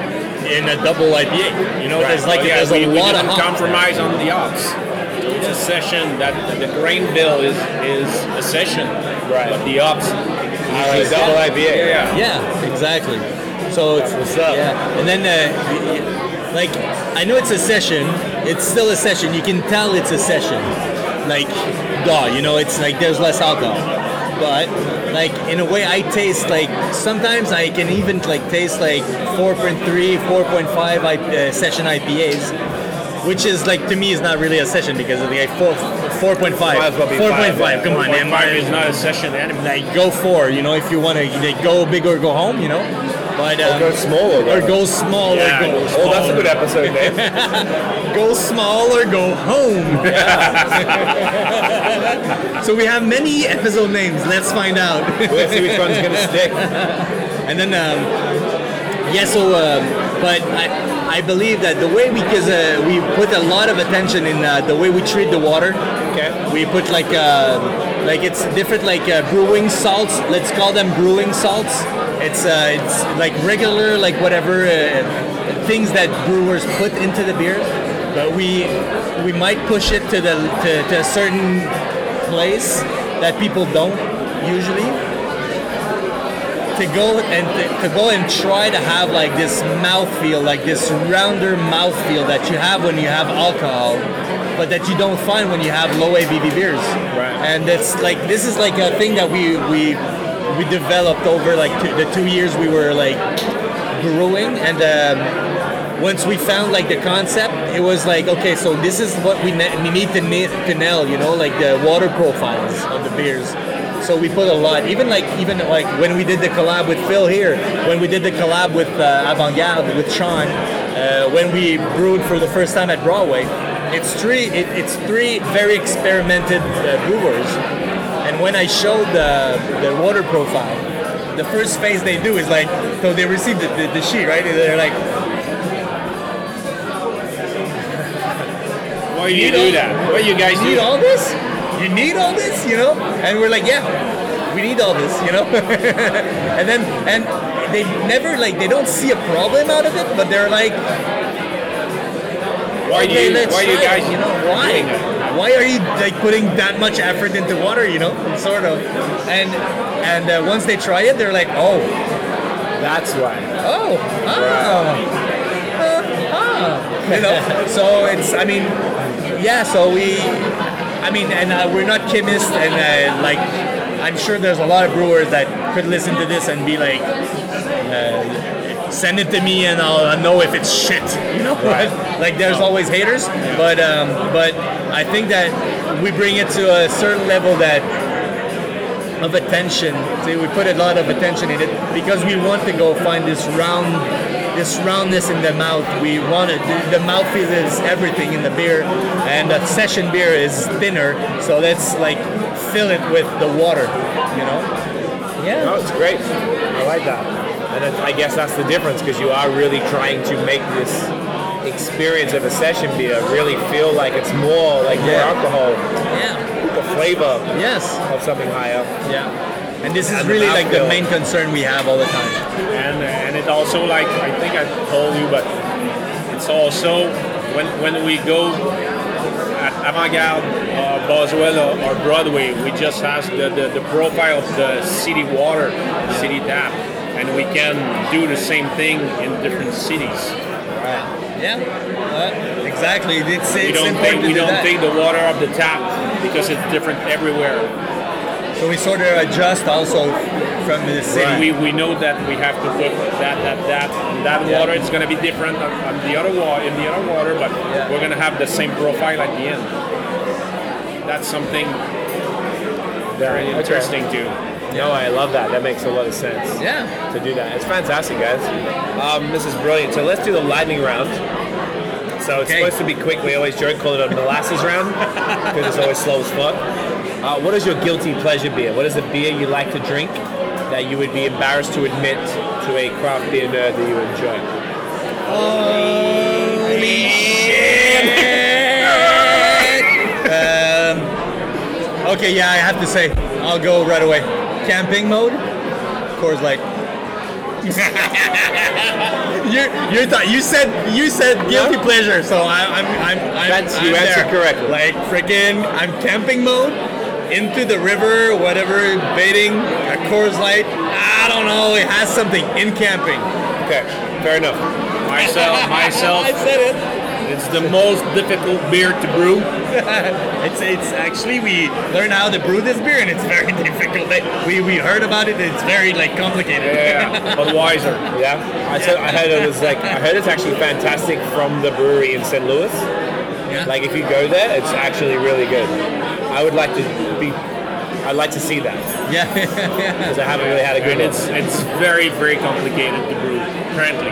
C: in a double IPA. You know, there's like
B: Oh,
D: Well, yeah,
C: there's
D: we,
C: a
D: we
C: lot of
D: didn't
C: hops.
D: compromise on the ops. It's a session that that the grain bill is is a session,
E: Right.
D: But the ops,
E: It's a double IPA.
D: yeah, yeah.
C: Yeah, exactly. So it's
E: What's up?
C: Yeah, and then uh, y- y- like I know it's a session. It's still a session. You can tell it's a session. Like, duh, you know, it's like there's less alcohol, but like in a way, I taste like sometimes I can even like taste like 4.3, 4.5 I, uh, session IPAs. Which is like to me is not really a session because it's like four, 4.5,
E: Might as well be five,
C: 4.5. Come on, man,
D: Five is not a session anymore.
C: like go for you know if you want to like, go big or go home you know but um,
E: go small or go-
C: small
D: Yeah,
C: or go
D: go
C: small
E: Oh, that's a good episode, Dave.
C: go small or go
E: <laughs>
C: home Yeah. <laughs> so we have many episode names let's find out <laughs>
E: Let's see which one's gonna stick.
C: and then um, yeah so um, but I, I believe that the way we because uh, we put a lot of attention in uh, the way we treat the water
E: Okay.
C: we put like uh, like it's different like uh, brewing salts let's call them brewing salts it's uh, it's like regular like whatever uh, things that brewers put into the beer but we we might push it to the to, to a certain place that people don't usually to go and to, to go and try to have like this mouthfeel, like this rounder mouthfeel that you have when you have alcohol, but that you don't find when you have low ABV beers.
B: Right.
C: And it's like this is like a thing that we we we developed over like two, the two years we were like brewing and. Um, once we found like the concept, it was like okay, so this is what we, ne- we need to, na- to nail, you know, like the water profiles of the beers. So we put a lot, even like even like when we did the collab with Phil here, when we did the collab with uh, Avant Garde with Sean, uh, when we brewed for the first time at Broadway, it's three it, it's three very experimented uh, brewers, and when I showed the the water profile, the first phase they do is like so they receive the, the, the sheet right, and they're like.
D: Why do you do that? What you guys
C: you
D: do?
C: need all this? You need all this, you know? And we're like, yeah, we need all this, you know? <laughs> and then, and they never, like, they don't see a problem out of it, but they're like,
D: Why do
C: okay,
D: you?
C: let's
D: Why do you
C: try it,
D: guys?
C: you know, why? Why are you, like, putting that much effort into water, you know? Sort of. And, and uh, once they try it, they're like, oh,
F: That's why.
C: oh, oh, uh, ah. you know. so it's, I mean, yeah. So we, I mean, and uh, we're not chemists, and uh, like, I'm sure there's a lot of brewers that could listen to this and be like, uh, send it to me, and I'll, I'll know if it's shit, you know. <laughs> like, there's always haters, but um, but I think that we bring it to a certain level that of attention. See, we put a lot of attention in it because we want to go find this round, this roundness in the mouth. We want it. The, the mouth is is everything in the beer, and that session beer is thinner. So let's like fill it with the water. You know?
B: No,
C: Yeah.
B: it's great. I like that. And I I guess that's the difference because you are really trying to make this experience of a session beer really feel like it's more like more
C: Yeah.
B: alcohol,
C: Yeah.
B: the flavor
C: Yes.
B: of something higher.
C: Yeah. And this is
B: And the
C: really like the
B: mouthfeel.
C: main concern we have all the time.
D: and and it also like I think I told you, but it's also when when we go at Avant-Garde, uh, Boswell, or, or Broadway, we just ask the, the, the profile of the city water, city tap, and we can do the same thing in different cities.
C: Yeah. Uh, exactly. It's, it's
D: we don't
C: important
D: take
C: to
D: we
C: do
D: don't
C: that.
D: take the water of the tap because it's different everywhere.
C: So we sort of adjust also from the city.
D: We, we know that we have to put that that that on that
C: Yeah.
D: water. It's gonna be different on, on the other wa- in the other water, but
C: Yeah.
D: we're gonna have the same profile at the end. That's something very interesting too.
B: No, I love that. That makes a lot of sense.
C: Yeah.
B: to do that. It's fantastic, guys. Um, this is brilliant. So let's do the lightning round. So it's
C: Okay.
B: supposed to be quick. We always joke, call it a molasses round because it's always slow as fuck. Uh, what is your guilty pleasure beer? What is the beer you like to drink that you would be embarrassed to admit to a craft beer nerd that you enjoy?
C: Holy shit! um, okay, yeah, I have to say, I'll go right away. Camping mode, Coors <laughs> Light. you you thought you said you said guilty pleasure, so I, I'm I'm I'm,
B: That's-
C: I'm
B: you answered
C: there.
B: correctly.
C: Like freaking, I'm camping mode, into the river, whatever, baiting a Coors Light. I don't know, it has something in camping.
B: Okay, fair enough.
C: <laughs>
D: Myself myself,
C: I said it.
D: it's the most difficult beer to brew.
C: It's, it's actually we learn how to brew this beer and it's very <laughs> difficult. We, we heard about it. It's very like complicated.
D: Yeah, Budweiser.
B: Yeah, I said I heard it was like I heard it's actually fantastic from the brewery in St. Louis.
C: Yeah.
B: Like if you go there, it's actually really good. I would like to be. I'd like to see that
C: Yeah. <laughs>
B: because I haven't really had a good
D: And
B: one.
D: it's it's very very complicated to brew. Apparently,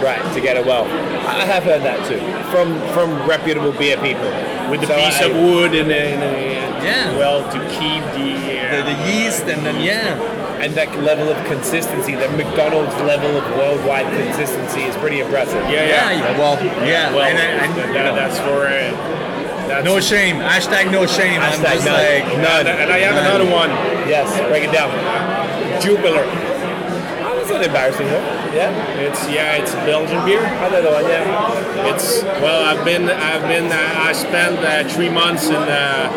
B: Right to get it well. I I have heard that too from from reputable beer people.
D: with the
B: So
D: piece
B: I-
D: of wood and then uh,
C: Yeah.
D: well to keep the.
C: the,
D: Uh,
C: the yeast and then yeah.
B: and that level of consistency, the McDonald's level of worldwide consistency, is pretty impressive.
D: yeah, yeah.
C: Well, yeah.
D: Well,
C: and I,
D: that,
C: and-
D: that- that's for it. That's,
C: no shame. Hashtag no shame. I'm
B: Hashtag
C: just
B: no.
C: like
D: and, and I have another one.
B: Yes, break it down. Jupiler. Oh, that's not embarrassing though. Yeah,
D: It's yeah, it's Belgian beer.
B: another one. Yeah.
D: It's well, I've been I've been uh, I spent uh, three months in uh,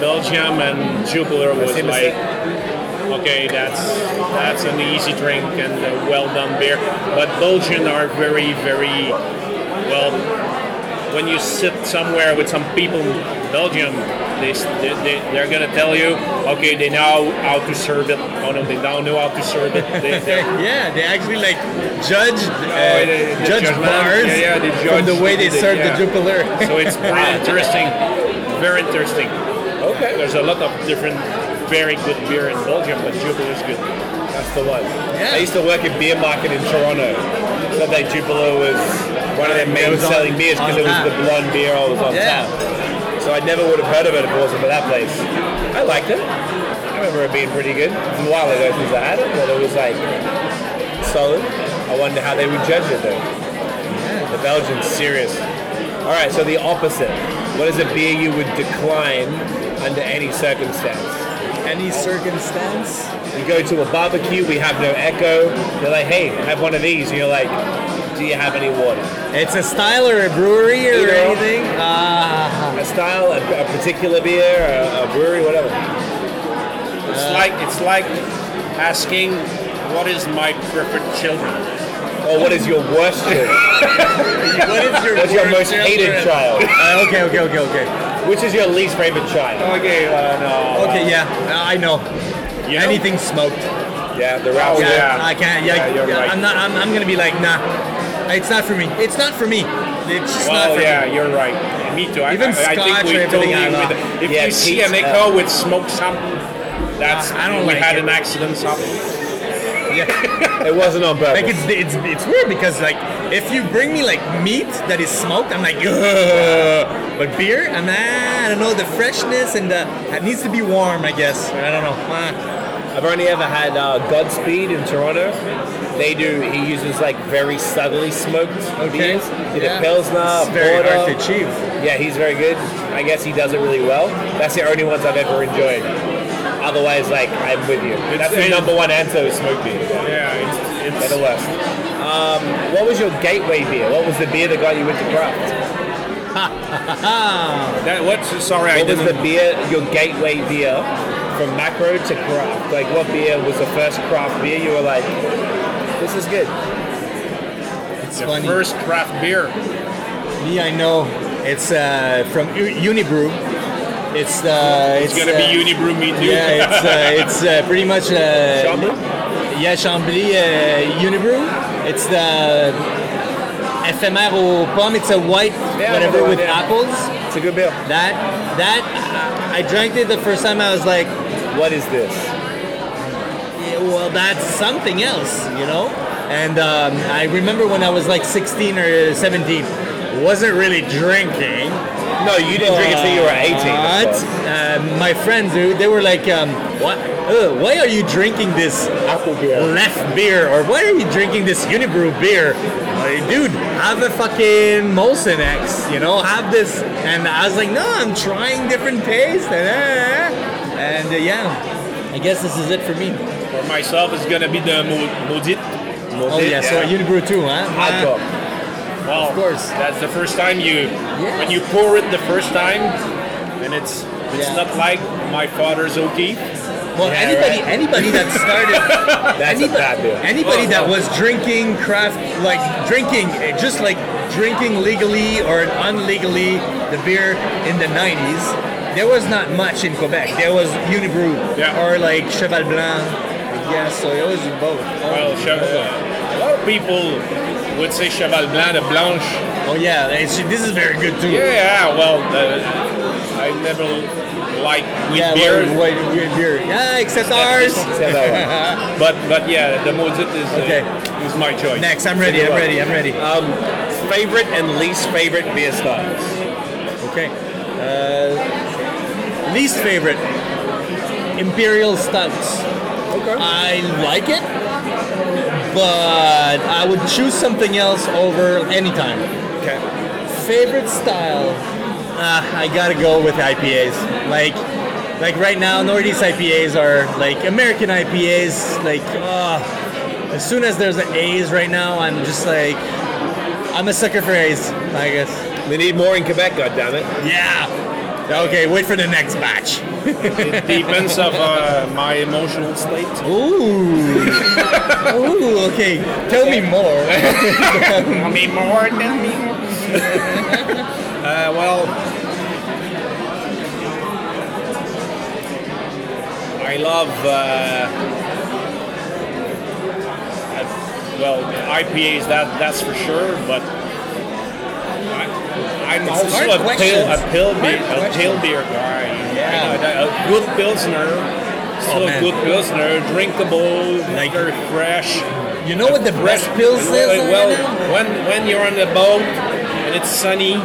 D: Belgium and Jupiler was
B: same
D: like okay, that's that's an easy drink and a well done beer. But Belgian are very, very well. When you sit somewhere with some people in Belgium, they, s- they, they, they're gonna tell you, okay, they know how to serve it. Oh no, they now know how to serve it. They, they're-
C: yeah, they actually like judge uh,
D: Oh, they- they
C: judge
D: judge man.
C: bars
D: Yeah, yeah, they
C: from
D: judge
C: the way they
D: the-
C: serve
D: yeah.
C: the Jupiler.
D: <laughs> so it's pretty
B: <laughs>
D: interesting, very interesting. Okay. There's a lot of different, very good beer in Belgium, but Jubilo is good. That's the one.
C: Yeah.
B: I used to work at beer market in Toronto. So that Jubilo was one of their
C: It
B: main
C: was on-
B: selling beers because
C: on
B: it was
C: tap.
B: the blonde beer I was on
C: Yeah.
B: tap. So I never would have heard of it if it wasn't for that place. I liked it. I remember it being pretty good. It was a while ago since I had it, but it was like solid. I wonder how they would judge it though. The Belgians, serious. All right, so the opposite. What is a beer you would decline under any circumstance?
C: Any circumstance?
B: You go to a barbecue, we have no echo. They're like, hey, have one of these. And you're like, do you have any water?
C: It's a style or a brewery or
B: Either.
C: anything? Ah,
B: A style, a, a particular beer, a, a brewery, whatever.
D: It's like it's like asking, what is my preferred children?
B: Or what is your
C: <laughs>
B: worst child?
C: what is your,
B: What's your
C: word,
B: most hated
C: children?
B: child?
C: Uh, okay, okay, okay, okay.
B: Which is your least favorite child?
D: Okay, uh, no.
C: Okay, yeah, uh, I know.
D: You know?
C: Anything smoked.
B: Yeah, the round.
D: Yeah.
C: I can't. Yeah,
B: Yeah, you're
C: yeah,
B: right.
C: I'm not. I'm, I'm gonna be like, nah. It's not for me. It's not for me. It's just
B: Oh,
C: not
D: Well,
C: for
D: yeah,
C: me.
D: you're right. Me too. I-
C: Even
D: I, I,
C: Scotch
D: think we
C: or everything,
D: totally
C: I
D: agree
C: love.
D: with that. If
B: Yeah,
D: you see an
B: Pete's, uh,
D: echo with smoked something, that's
C: I don't
D: we
C: like
D: had
C: it.
D: an accident. Something.
C: Yeah.
B: It wasn't on purpose.
C: Like it's, it's it's weird because like if you bring me like meat that is smoked, I'm like, Ugh. but beer, I'm ah, I don't know the freshness and the it needs to be warm, I guess. I don't know. Ah.
B: I've only ever had uh, Godspeed in Toronto. They do. He uses like very subtly smoked beers. Did
C: Yeah.
B: a pilsner,
C: It's very
B: porter.
C: hard to achieve.
B: Yeah, he's very good. I guess he does it really well. That's the only ones I've ever enjoyed. Otherwise, like I'm with you. That's the
D: fair.
B: number one answer is smoked beer.
D: Yeah, it's,
B: They're the worst. Um, what was your gateway beer? What was the beer that got you into craft?
D: uh, that. What's sorry, I
B: What was
D: didn't.
B: the beer your gateway beer from macro to craft? Like what beer was the first craft beer you were like, this is good?
C: It's
D: the
C: funny.
D: first craft beer.
C: Me, I know. It's uh, from U- Unibrew. It's uh,
D: It's gonna be Unibrew. Me too.
C: Yeah, it's uh, it's
D: <laughs>
C: uh, pretty much uh,
B: Chambly?
C: Yeah, Chambly uh, Unibrew. It's the éphémère au pomme. It's a white
B: Yeah,
C: whatever
B: yeah,
C: with
B: yeah.
C: apples.
B: It's a good beer.
C: That that uh, I drank it the first time. I was like,
B: What is this?
C: yeah, well, that's something else, you know. And um, I remember when I was like 16 or 17, wasn't really drinking.
B: No, you didn't drink it till you were 18.
C: But
B: that's why.
C: uh, my friends, they, they were like, um, "What? Uh, why are you drinking this
B: Apple beer.
C: left beer? Or why are you drinking this Unibrew beer? Like, dude, have a fucking Molson X, you know? Have this." And I was like, "No, I'm trying different tastes." And, uh, and uh, yeah, I guess this is it for me.
D: For myself, it's gonna be the Mo- Maudit.
C: Oh yeah, so Unibrew too, huh?
B: Hardcore.
D: Well,
C: Of course.
D: That's the first time you when you pour it the first time, and it's it's
C: Yeah.
D: not like my father's O'Keefe.
C: Well,
B: Yeah,
C: anybody, anybody that started.
B: That's a bad beer.
C: Anybody that was drinking craft, like drinking, eh, just like drinking legally or unlegally the beer in the 90s, there was not much in Quebec. There was Unibrew
D: Yeah.
C: or like Cheval Blanc. Yeah, so it was both.
D: Well, Chev- a lot of people would say Cheval Blanc de Blanche.
C: Oh yeah, it's, this is very good too.
D: Yeah, well, the, I never like wheat
C: yeah
D: beer,
C: White, white, weird beer. Yeah, except ours.
B: Yeah, that one.
E: <laughs>
D: but but yeah, the Maudit is uh,
C: Okay.
D: is my choice.
C: Next, I'm ready. I'm ready. I'm ready.
B: Um, favorite and least favorite beer styles.
C: Okay. Uh, least favorite Imperial Stouts. Okay. I like it, but I would choose something else over anytime.
B: Okay.
C: Favorite style? Uh, I gotta go with IPAs. Like, like right now, Northeast IPAs are like American IPAs. Like, uh, as soon as there's an A's right now, I'm just like, I'm a sucker for A's. I guess.
B: We need more in Quebec, goddammit.
C: Yeah. Okay, wait for the next batch.
D: It depends of uh, my emotional state.
C: <laughs> Ooh, okay. Tell me more.
D: I mean, more than me. uh, well, I love. Uh, uh, well, IPAs that that's for sure, but. I- I'm
C: It's
D: also
C: hard
D: a pale, a
C: questions.
D: pale
C: Hard
D: beer, a
C: questions.
D: pale beer guy.
C: Yeah. Oh,
D: I know that- a good pilsner, still a
C: man.
D: good pilsner, drinkable,
C: Like-
D: very fresh.
C: You know what the best pills is?
D: Well, well,
C: right now?
D: when when you're on the boat and it's sunny,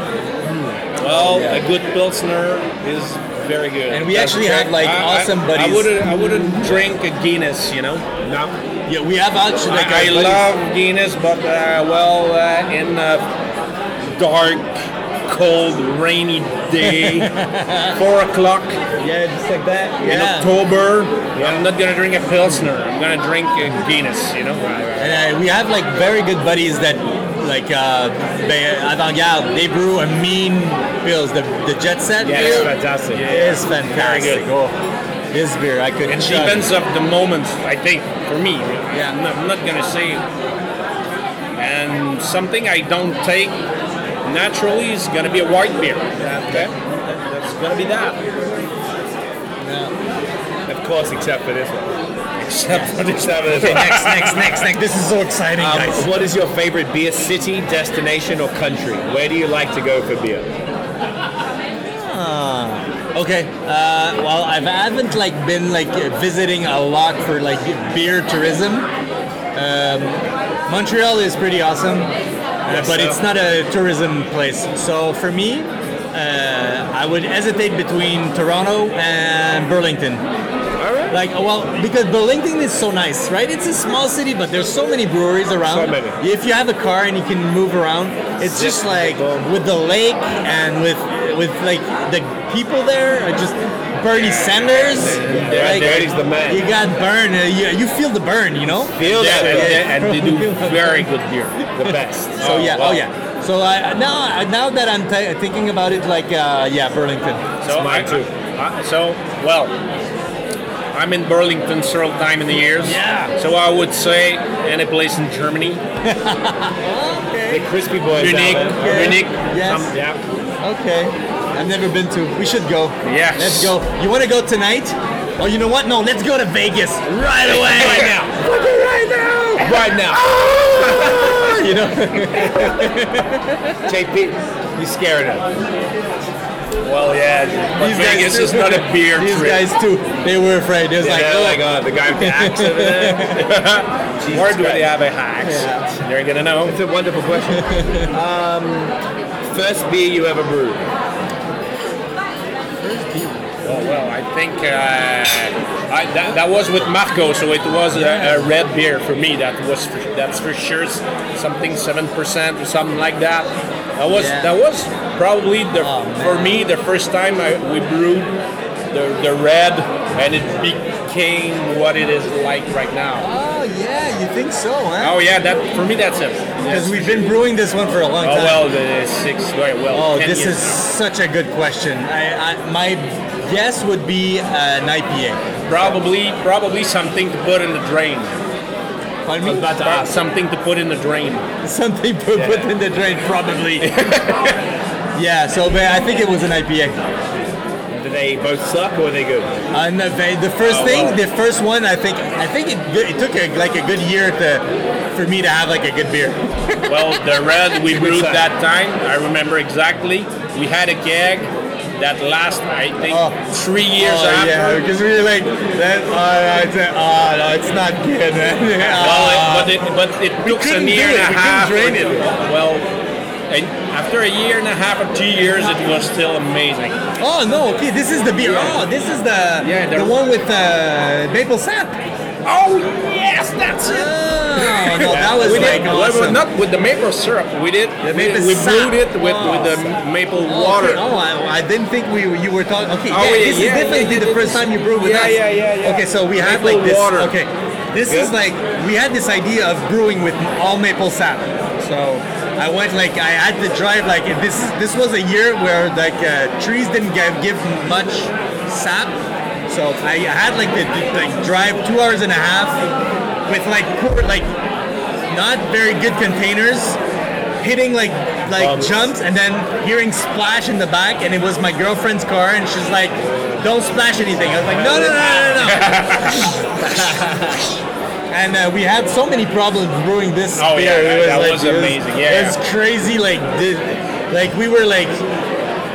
D: well, a good pilsner is very good.
C: And we actually have, like, awesome
D: I,
C: buddies.
D: I wouldn't I wouldn't drink a Guinness, you know.
E: No.
C: yeah, we have actually like
D: I, I
C: our buddies-
D: love Guinness, but uh, well, uh, in a dark, cold, rainy day,
C: <laughs>
D: four o'clock
C: Yeah, just like that.
D: in
C: Yeah.
D: October, I'm not gonna drink a pilsner. I'm gonna drink a Guinness, you know.
C: And uh, we have like very good buddies that like uh, they avant-garde. They brew a mean pills. The the jet set
D: Yeah, it's
C: beer
D: fantastic.
C: is fantastic.
D: Very good.
C: Oh, this beer I could
D: It
C: chug.
D: depends of the moment, I think, for me. Yeah. I'm not, I'm not gonna say. And something I don't take naturally is gonna be a white beer. Okay. That's gonna be that.
E: Of course, except for this one.
D: Except for this.
C: Okay, <laughs> next, next, next, next. This is so exciting,
E: Um,
C: guys.
E: what is your favorite beer city, destination, or country? Where do you like to go for beer?
C: Okay. Uh, well, I haven't like been like visiting a lot for like beer tourism. Um, Montreal is pretty awesome, uh, but it's not a tourism place. So for me, uh, I would hesitate between Toronto and Burlington. All right. Like well, because Burlington is so nice, right? It's a small city, but there's so many breweries around.
E: So many.
C: If you have a car and you can move around, it's just like with the lake and with with like the people there are just Bernie Sanders.
E: Yeah,
C: like,
E: Bernie's the man.
C: You got burn. uh, You, you feel the burn, you know.
E: Feel
D: Yeah,
E: that,
D: and,
E: yeah.
D: and they
C: <laughs>
D: do very good beer.
E: the best.
C: So yeah, oh yeah. So I now uh, now that I'm thi- thinking about it, like uh, yeah, Burlington.
D: So
E: It's mine
D: I-
E: too.
D: I- so well, I'm in Burlington several time in the years.
C: Yeah.
D: So I would say any place in Germany,
E: The crispy boys.
D: unique,
E: out there. Um,
D: unique.
C: Yes.
D: some- yeah.
C: Okay. I've never been to. We should go.
D: Yes.
C: Let's go. You want to go tonight? Oh, you know what? No, let's go to Vegas right
D: <laughs>
C: away.
D: Right now.
C: Fucking right now.
E: Right now,
C: you know.
E: JP, you scaring us.
D: Well, yeah. But
C: These guys
D: Vegas
C: too.
D: is not a beer
C: These
D: trip.
C: guys too. They were afraid. It was like,
E: Yeah,
C: oh,
E: like uh, the guy with the axe over there. <laughs> Jesus
D: Where do
E: Christ.
D: they have a hacks? You're gonna know.
E: It's a wonderful question. um, first beer you ever brewed?
D: Oh, well, I think uh, I, that, that was with Marco, so it was a, a red beer for me. That was for, that's for sure s- something seven percent or something like that. That was
C: Yeah.
D: that was probably the
C: Oh, man.
D: for me the first time I, we brewed the, the red, and it became what it is like right now.
C: oh yeah, you think so, huh?
D: Oh yeah, that for me that's it.
C: Because we've been brewing this one for a long
D: Oh
C: time.
D: well, the six very well.
C: Oh,
D: 10
C: this
D: years
C: is
D: now.
C: such a good question. I, I, my guess would be uh, an IPA.
D: Probably, probably something to put in the drain.
C: Pardon me?
D: But uh, something to put in the drain.
C: <laughs> Something put, put in the drain,
D: <laughs>
C: probably. yeah, so but I think it was an IPA.
E: Do they both suck or are they good?
C: <laughs> And the, ve- the first
D: Oh,
C: thing,
D: wow.
C: the first one, I think, I think it, go- it took a, like a good year to, for me to have like a good beer.
D: Well, the red we
E: good
D: brewed
E: sign.
D: that time. I remember exactly. We had a keg that last, I think,
C: Oh.
D: three years
C: oh
D: after.
C: yeah, because we were like, that, oh, it's, oh no, it's not good, man. <laughs>
D: Well, it, but it, but it took a
C: couldn't do
D: year
C: it.
D: and a
C: We couldn't
D: half.
C: drain it.
D: Well, and after a year and a half or two years, it was still amazing.
C: Oh no! Okay, this is the beer. Oh, this is the
D: Yeah,
C: the
D: they're-
C: one with uh, maple sap.
D: Oh yes, that's
C: Oh no, that was
D: we
C: like
D: did, well,
C: awesome.
D: not with the maple syrup. We did. we
C: maple
D: we
C: syrup.
D: brewed it with, with the maple
C: Oh,
D: water.
C: okay. Oh, I, I didn't think we you were talking. Okay,
D: Oh,
C: yeah,
D: yeah,
C: this
D: yeah,
C: is definitely the first time you brewed with us.
D: Yeah, yeah, yeah, yeah.
C: Okay, so we have
D: Maple
C: like this.
D: water.
C: Okay, this is
D: Good.
C: like we had this idea of brewing with all maple sap. So I went like I had to drive like if this is this was a year where like uh, trees didn't give, give much sap, so I had like to d- like drive two hours and a half with like poor like not very good containers, hitting like like
E: Bumps.
C: jumps and then hearing splash in the back and it was my girlfriend's car and she's like, don't splash anything. I was like, no no no no no. no."
D: <laughs>
C: and uh, we had so many problems brewing this
D: Oh,
C: beer.
D: yeah,
C: It
D: that
C: like-
D: was
C: it
D: amazing, yeah.
C: it was crazy. Like, di- like we were like,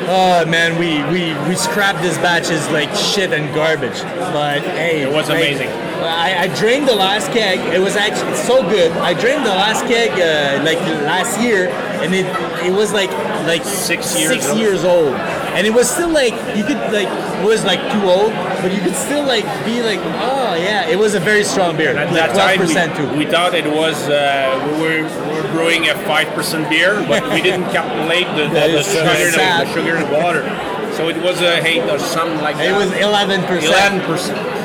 C: oh man, we we we scrapped this batch as like shit and garbage. But hey,
D: It was
C: like,
D: amazing.
C: I, I drained the last keg. It was actually so good. I drained the last keg uh, like last year, and it it was like like
D: Six years
C: six
D: old.
C: years old, and it was still like you could like it was like too old, but you could still like be like oh yeah, it was a very strong beer,
D: At
C: like
D: that
C: twelve percent
D: time,
C: too.
D: we, we thought it was uh, we were, we were brewing a five percent beer, but we
C: <laughs>
D: didn't calculate the, the,
C: That
D: the
C: is
D: sugar,
C: sad.
D: and the sugar and water. So it was a hate or something like
C: It
D: that.
C: was eleven
D: eleven
C: percent.
D: percent.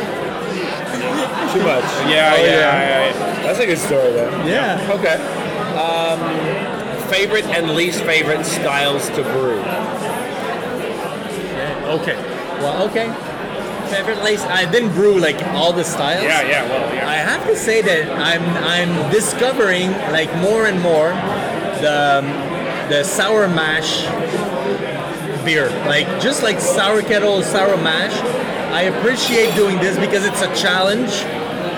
E: Too much.
C: Oh,
D: Yeah, yeah,
C: yeah.
D: yeah, yeah.
E: That's a good story, though.
C: Yeah.
E: Okay. Um, favorite and least favorite styles to brew.
D: Okay.
C: Well, okay. Favorite lace. I didn't brew like all the styles.
E: Uh,
D: Yeah, yeah. Well,
C: I
D: yeah.
C: have to say that I'm I'm discovering like more and more the um, the sour mash beer. Like just like sour kettle, sour mash. I appreciate doing this because it's a challenge.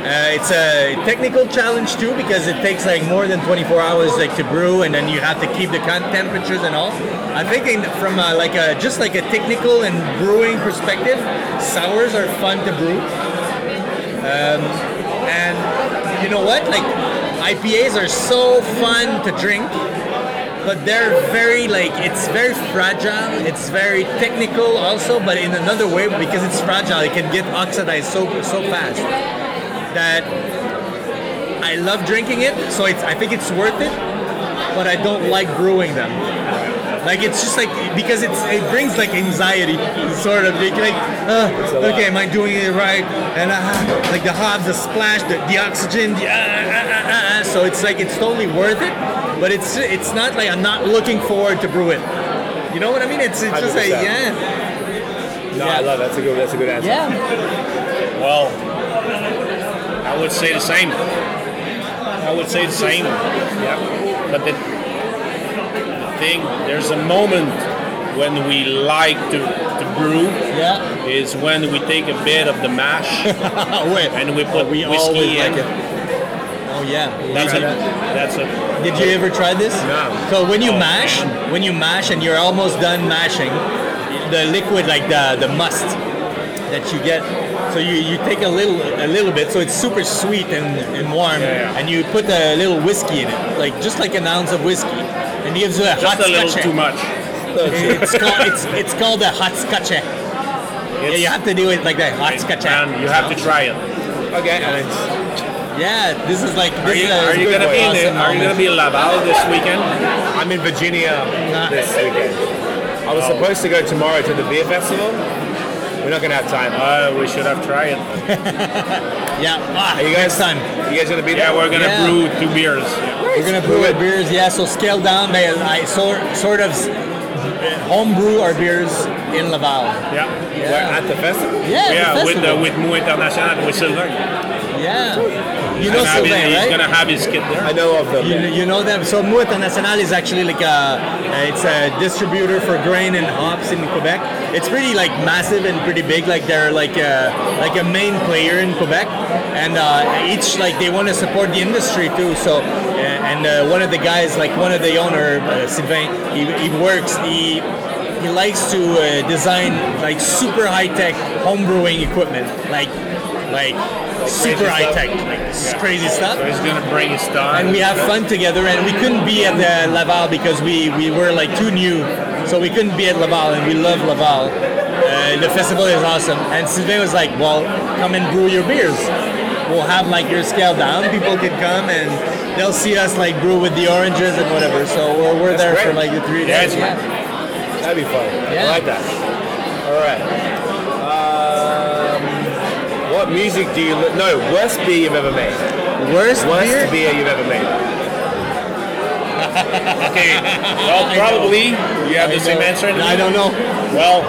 C: Uh, it's a technical challenge too because it takes like more than 24 hours like to brew and then you have to keep the con- temperatures and all. I'm thinking from uh like a just like a technical and brewing perspective, sours are fun to brew. And you know what? Like IPAs are so fun to drink, but they're very like it's very fragile. It's very technical also, but in another way because it's fragile, it can get oxidized so so fast that I love drinking it. So it's I think it's worth it, but I don't like brewing them. Like it's just like because it's it brings like anxiety, sort of like, like uh, okay, am I doing it right? And uh, like the hobs, the splash, the, the oxygen, the, uh, uh, uh, uh, uh, so it's like it's totally worth it, but it's it's not like I'm not looking forward to brew it. You know what I mean? It's, it's just like
E: 100%.
C: yeah,
E: No, I love that's a good that's a good answer.
C: yeah.
D: Well, I would say the same. I would say the same. Yeah. But the thing, there's a moment when we like to, to brew
C: Yeah.
D: is when we take a bit of the mash <laughs>
C: Oh <laughs> wait.
D: and we put
C: we always
D: whiskey in.
C: like it. Oh yeah.
D: That's
C: Try
D: it.
C: that.
D: That's it.
C: Did you ever try this?
E: No.
C: So when you
D: Oh.
C: mash, when you mash and you're almost done mashing, the liquid like the the must that you get. So you, you take a little a little bit, so it's super sweet and, and warm,
D: Yeah, yeah.
C: and you put a little whiskey in it, like just like an ounce of whiskey, and it gives you a hot
D: Just a little
C: scotch.
D: too much.
C: It's called it's, it's called a hot scotch. Yeah,
D: It's-
C: you have to do it like that, hot scotch.
D: Man, you have to try it.
E: Okay, Alex.
C: Yeah, this is like this
D: Are you,
C: is a-
D: are you gonna be in the,
C: awesome
D: Are you gonna
C: moment.
D: be in Laval this weekend?
E: I'm in Virginia
C: Nah.
E: this weekend. I was supposed to go tomorrow to the beer festival. We're not gonna have time.
D: Uh, we should have tried it.
C: Yeah, ah,
E: Are you guys
C: next time.
E: You guys gonna be there?
D: Yeah, we're gonna
C: Yeah.
D: brew two beers.
C: We're gonna brew our beers, yeah. So scale down. They, I sort sort of uh, homebrew our beers in Laval.
D: Yeah.
E: We're at the festival.
C: Yeah,
D: Yeah,
C: the
D: with
C: festival.
D: the, with Mu International, with Sylvain.
C: yeah. You know
D: And I mean,
C: Sylvain,
D: he's
C: right?
D: gonna have his kid there.
E: I know of them.
C: You, you know them. So Mou International is actually like a it's a distributor for grain and hops in Quebec. It's pretty like massive and pretty big. Like they're like a, like a main player in Quebec, and uh, each like they want to support the industry too. So uh, and uh, one of the guys, like one of the owner, uh, Sylvain, he, he works he. He likes to uh, design like super high tech homebrewing equipment, like like, super
D: stuff.
C: high tech, like crazy stuff
D: So he's gonna bring his star.
C: and we have fun together. And we couldn't be at the Laval because we, we were like too new, so we couldn't be at Laval. And we love Laval. Uh, the festival is awesome. And Sylvain was like, "Well, come and brew your beers. We'll have like your scale down. People can come and they'll see us like brew with the oranges and whatever." So we're, we're there for
E: great.
C: like the three
D: Yeah,
C: days.
D: it's great.
E: That'd be fun.
C: Yeah.
E: I like that. All right. Um, what music do you li- no worst beer you've ever made?
C: Worst
E: Worst
C: beer?
E: beer you've ever made.
C: <laughs>
D: Okay, well, probably you have the same answer.
C: I don't know.
D: Well,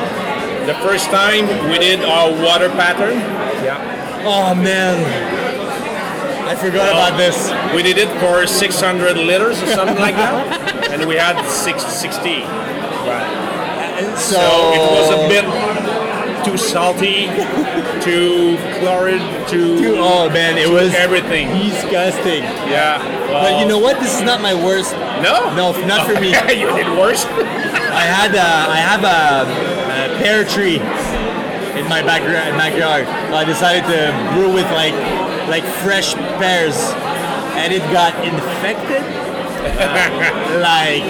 D: the first time we did our water pattern,
C: Oh man, I forgot about this.
D: we did it for 600 liters or something
C: <laughs>
D: like that, and we had six, 60.
C: So,
D: So it was a bit too
C: <laughs>
D: salty, too chloride, too,
C: Too- oh man, it was
D: everything.
C: disgusting.
D: Yeah.
C: But
D: well,
C: you know what? This is not my worst.
D: No.
C: No, not for me.
D: <laughs> you did worse.
C: I had a, I have a, a pear tree in my backyard. Backyard. I decided to brew with like like fresh pears, and it got <laughs> infected. like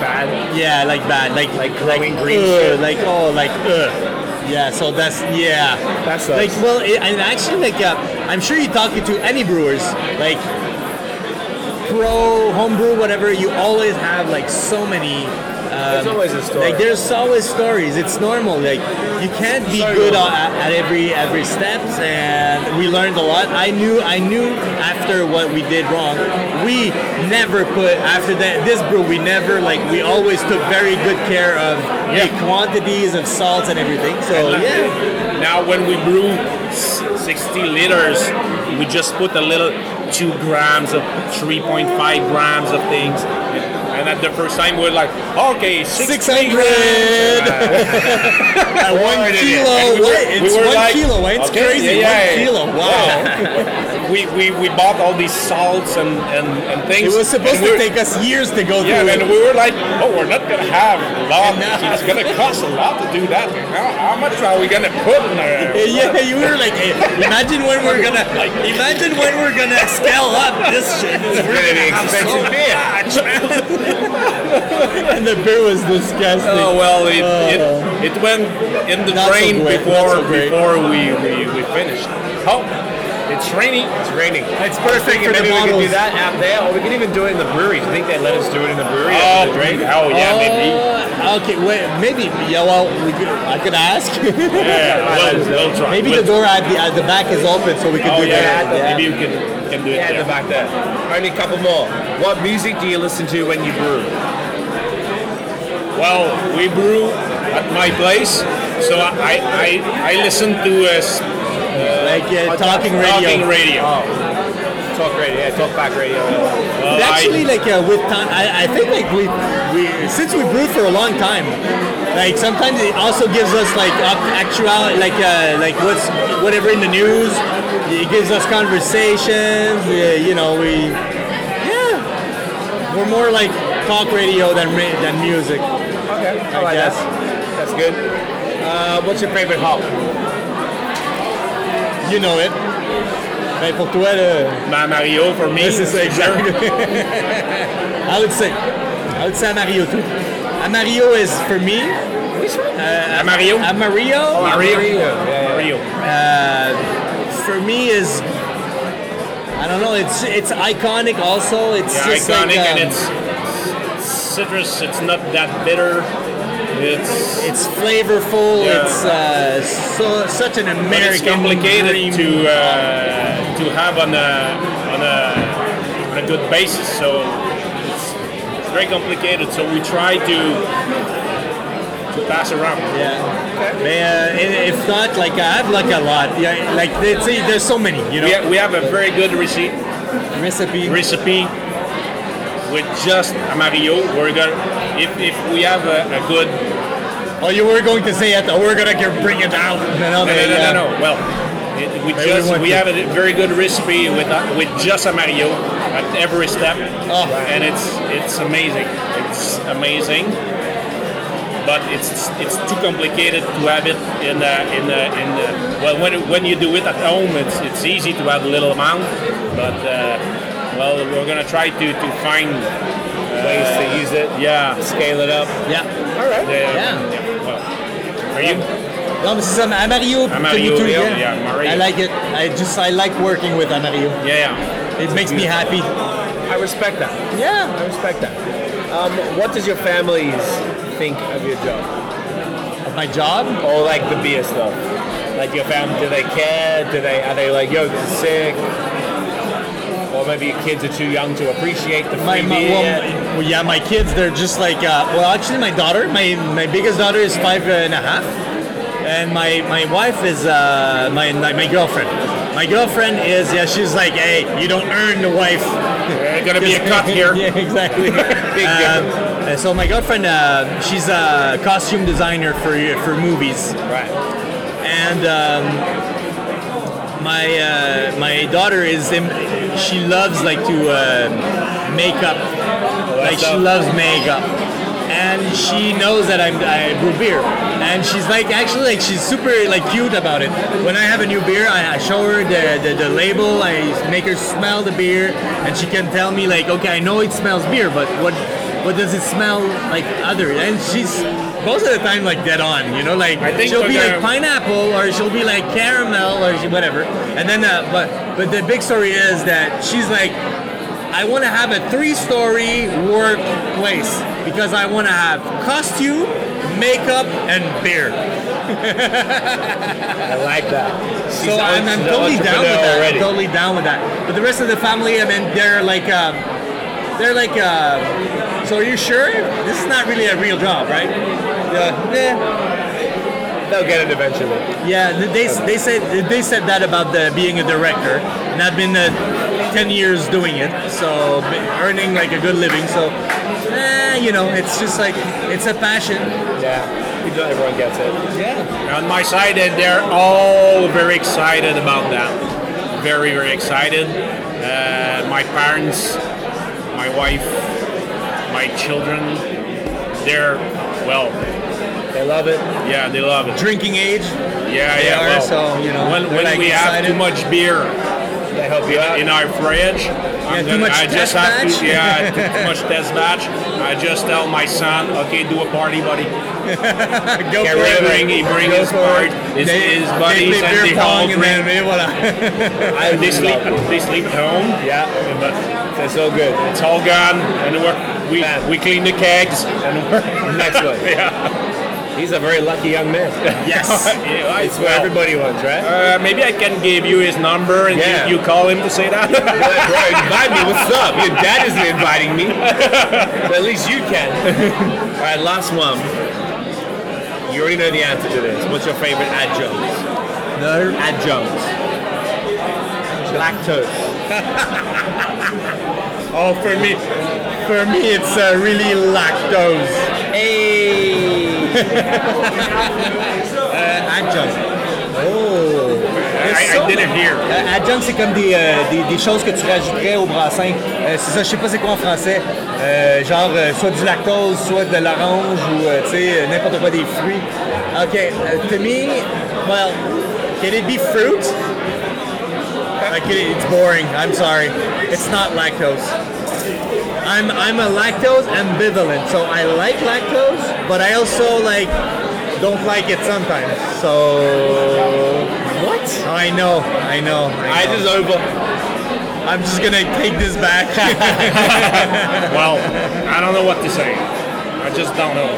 C: bad. Yeah, like bad. Like like growing green. Like oh, like ugh. Yeah. So that's yeah.
B: That's
C: like well, it, and actually like uh, I'm sure you're talking to any brewers like pro homebrew whatever. You always have like so many.
B: There's always a story.
C: Like there's always stories. It's normal. Like you can't be good on, at, at every every steps. And we learned a lot. I knew I knew after what we did wrong. We never put after that this brew. We never like we always took very good care of the quantities of salts and everything. So yeah,
D: Now when we brew s- 60 liters, we just put a little two grams of 3.5 grams of things. And at the first time, we're like, okay, 60
C: 600.
D: At one
C: kilo weight. It's one kilo weight. It's crazy. One kilo.
D: Wow. we, we, we bought all these salts and, and, and things.
C: it was supposed to
D: and we were-
C: take us years to go
D: Yeah,
C: through.
D: and
C: it.
D: we were like, oh, we're not gonna have a
C: <laughs>
D: lot.
C: And now-
D: It's gonna cost a lot to do that. How, how much are we gonna put in there?
C: Uh, <laughs> Yeah, you were like, eh, imagine when we're gonna, imagine when we're gonna scale up this shit. We're gonna have so much. and the beer was disgusting.
D: <laughs> Oh well, it, it, it went in the
C: Not so
D: drain
C: great,
D: before
C: not so great.
D: before we, we, we finished. Oh, it's raining. It's raining.
B: It's perfect.
C: for the
B: Maybe we can do
C: models.
B: that out there, or we can even do it in the brewery. Do you think they let us do it in the brewery?
D: Oh,
B: after the drink?
D: oh yeah, maybe.
C: Uh, okay, wait, maybe. Yeah, well, we could, I could ask. <laughs>
D: Yeah, we'll, we'll try.
C: maybe the
D: We'll-
C: door at the at the back is open, so we could
D: Oh
C: do that.
D: yeah,
C: Yeah.
D: maybe you can can do it
B: Yeah, in
D: there.
B: the back there. Only a couple more. What music do you listen to when you brew?
D: Well, we brew at my place, so I I, I listen to uh, s-
C: Like yeah, talking radio. Oh.
D: talking radio.
B: Talk radio, yeah, talk back radio.
D: Well, I-
C: Actually, like uh, with time, I, I think like we, we since we brewed for a long time, like sometimes it also gives us like up actuality, like uh, like what's whatever in the news. It gives us conversations. We, you know, we yeah, we're more like talk radio than ra- than music.
B: Okay, I like
C: guess.
B: that. That's good. Uh, what's your favorite hop?
C: You know it. Right, pour toi, le-
D: Ma Mario for me.
C: This is
D: for sure.
C: exactly. I would say, I would say Amarillo too. Amarillo is for me.
D: <laughs> Ma Mario.
C: Amarillo.
D: Mario.
C: for me is I don't know. It's it's iconic. Also, it's
D: Yeah,
C: just
D: iconic
C: like, um,
D: and it's citrus. It's not that bitter. It's
C: it's flavorful.
D: Yeah.
C: It's uh, so such an
D: but
C: American.
D: it's complicated
C: dream.
D: to uh, to have on a on a on a good basis. So it's, it's very complicated. So we try to to pass around.
C: Yeah. But, uh, i- if not, like I have like a lot. Yeah, like it's, there's so many. You know,
D: We, ha- we have a very good receipt
C: recipe.
D: recipe with just amarillo. We're gonna if, if we have a, a good
C: Oh, you were going to say it. We're gonna get- bring it out. No, no,
D: No, no,
C: yeah.
D: no, no, no. Well, it, we
C: Maybe
D: just
C: one
D: we
C: thing.
D: have a very good recipe with uh, with just amarillo at every step,
C: Oh.
D: and it's it's amazing. It's amazing, but it's it's too complicated to have it in the, in the, in the, well when when you do it at home, it's it's easy to add a little amount, but. Uh, well, we're gonna try to, to find
B: Ways to use it.
D: yeah.
B: Scale it up.
C: Yeah.
B: All right.
D: the-
C: Yeah.
D: well, are you?
C: No, this is an Amarillo. to me
D: Amarillo,
C: too, yeah.
D: yeah, yeah, Amarillo.
C: I like it. I just I like working with Amarillo.
D: Yeah, yeah.
C: It makes me happy.
B: I respect that.
C: Yeah.
B: I respect that. Um, what does your families think of your job?
C: My job?
B: Or like the beer stuff? Like your family, do they care? Do they are they like, yo, this is sick?
E: or maybe your kids are too young to appreciate the free
C: My, my,
E: beer.
C: well, well, yeah, my kids, they're just like, uh, well, actually, my daughter, my, my biggest daughter is five and a half. And my, my wife is uh, my, my my girlfriend. My girlfriend is, yeah, she's like, hey, you don't earn the wife.
D: There's gonna be
C: <laughs>
D: a cut here.
C: yeah, exactly. Um, and so my girlfriend, uh, she's a costume designer for for movies.
E: right.
C: and um, my uh, my daughter is in, she loves like to uh, make up like she
E: dope.
C: loves makeup and she knows that I'm I brew beer and she's like actually like she's super like cute about it when I have a new beer I, I show her the, the, the label I make her smell the beer and she can tell me like okay I know it smells beer but what what does it smell like other and she's most of the time like dead on you know like
D: I think
C: she'll be
D: we're
C: like
D: gonna-
C: pineapple or she'll be like caramel or she, whatever. And then, uh, but but the big story is that she's like, I want to have a three-story workplace because I want to have costume, makeup, and beer.
E: I like that.
C: So
E: She's
C: I'm,
E: an
C: I'm totally down with that.
E: entrepreneur
C: I'm totally down with that. But the rest of the family, I mean, they're like, um, they're like, um, so are you sure this is not really a real job, right? Yeah. "Eh,
E: They'll get it eventually.
C: Yeah, th- they, s- they said they said that about the, being a director, and I've been uh, ten years doing it, so b- earning like a good living. So, eh, you know, it's just like it's a passion.
E: Yeah. You know, everyone gets it.
D: On my side, and they're all very excited about that. Very, very excited. Uh, my parents, my wife, my children, they're, well,
E: They love it.
D: yeah, they love it.
C: Drinking age,
D: Yeah,
C: They
D: yeah.
C: are,
D: well,
C: so, you know,
D: when,
C: they're,
D: when
C: like,
D: we have
C: excited.
D: too much beer
E: They help you out.
D: in our fridge, I'm
C: too
D: gonna,
C: much
D: I
C: test
D: just have
C: batch? <laughs>
D: to, yeah, too, too much test batch. I just tell my son, okay, do a party, buddy.
C: go
D: Yeah,
C: for
D: we
C: it.
D: bring- he bring his
C: for it.
D: part, his-
C: They-
D: his
C: they
D: buddies,
C: play
D: and
C: beer
D: they
C: pong,
D: all
C: and then
D: <laughs>
C: voilà.
E: I
D: They sleep,
E: love it.
D: they sleep at home,
E: Yeah.
D: but
E: They're so good.
D: it's all gone, and we're, we
E: Man.
D: we clean the kegs, and we're
E: Next one.
D: <laughs> yeah.
E: He's a very lucky young man.
C: yes.
D: yeah I
E: <laughs> It's what
D: well,
E: everybody wants, right?
D: uh, maybe I can give you his number and
E: Yeah.
D: you, you call him to say that.
E: You're like, bro, invite me. What's up? Your dad isn't inviting me. But at least you can. All right, last one. You already know the answer to this. What's your favorite adjunct?
C: No.
E: Adjunct. Lactose.
C: Oh, for me, for me, it's uh, really lactose. Hey. <laughs> uh, adjunct. Oh.
D: <laughs> I- I didn't hear.
C: Euh, adjunct, c'est comme des, euh, des, des choses que tu rajouterais au brassin. Euh, c'est ça, je sais pas c'est quoi en français. Euh, genre, euh, soit du lactose, soit de l'orange, ou euh, tu sais, euh, n'importe quoi, des fruits. OK, uh, to me, well, can it be fruit? Like, it- it's boring, I'm sorry. It's not lactose. I'm, I'm a lactose ambivalent, so I like lactose, but I also, like, don't like it sometimes. So... What? I know, I know.
E: I
C: know.
E: just over.
C: I'm just gonna take this back. <laughs>
D: well, I don't know what to say. I just don't know.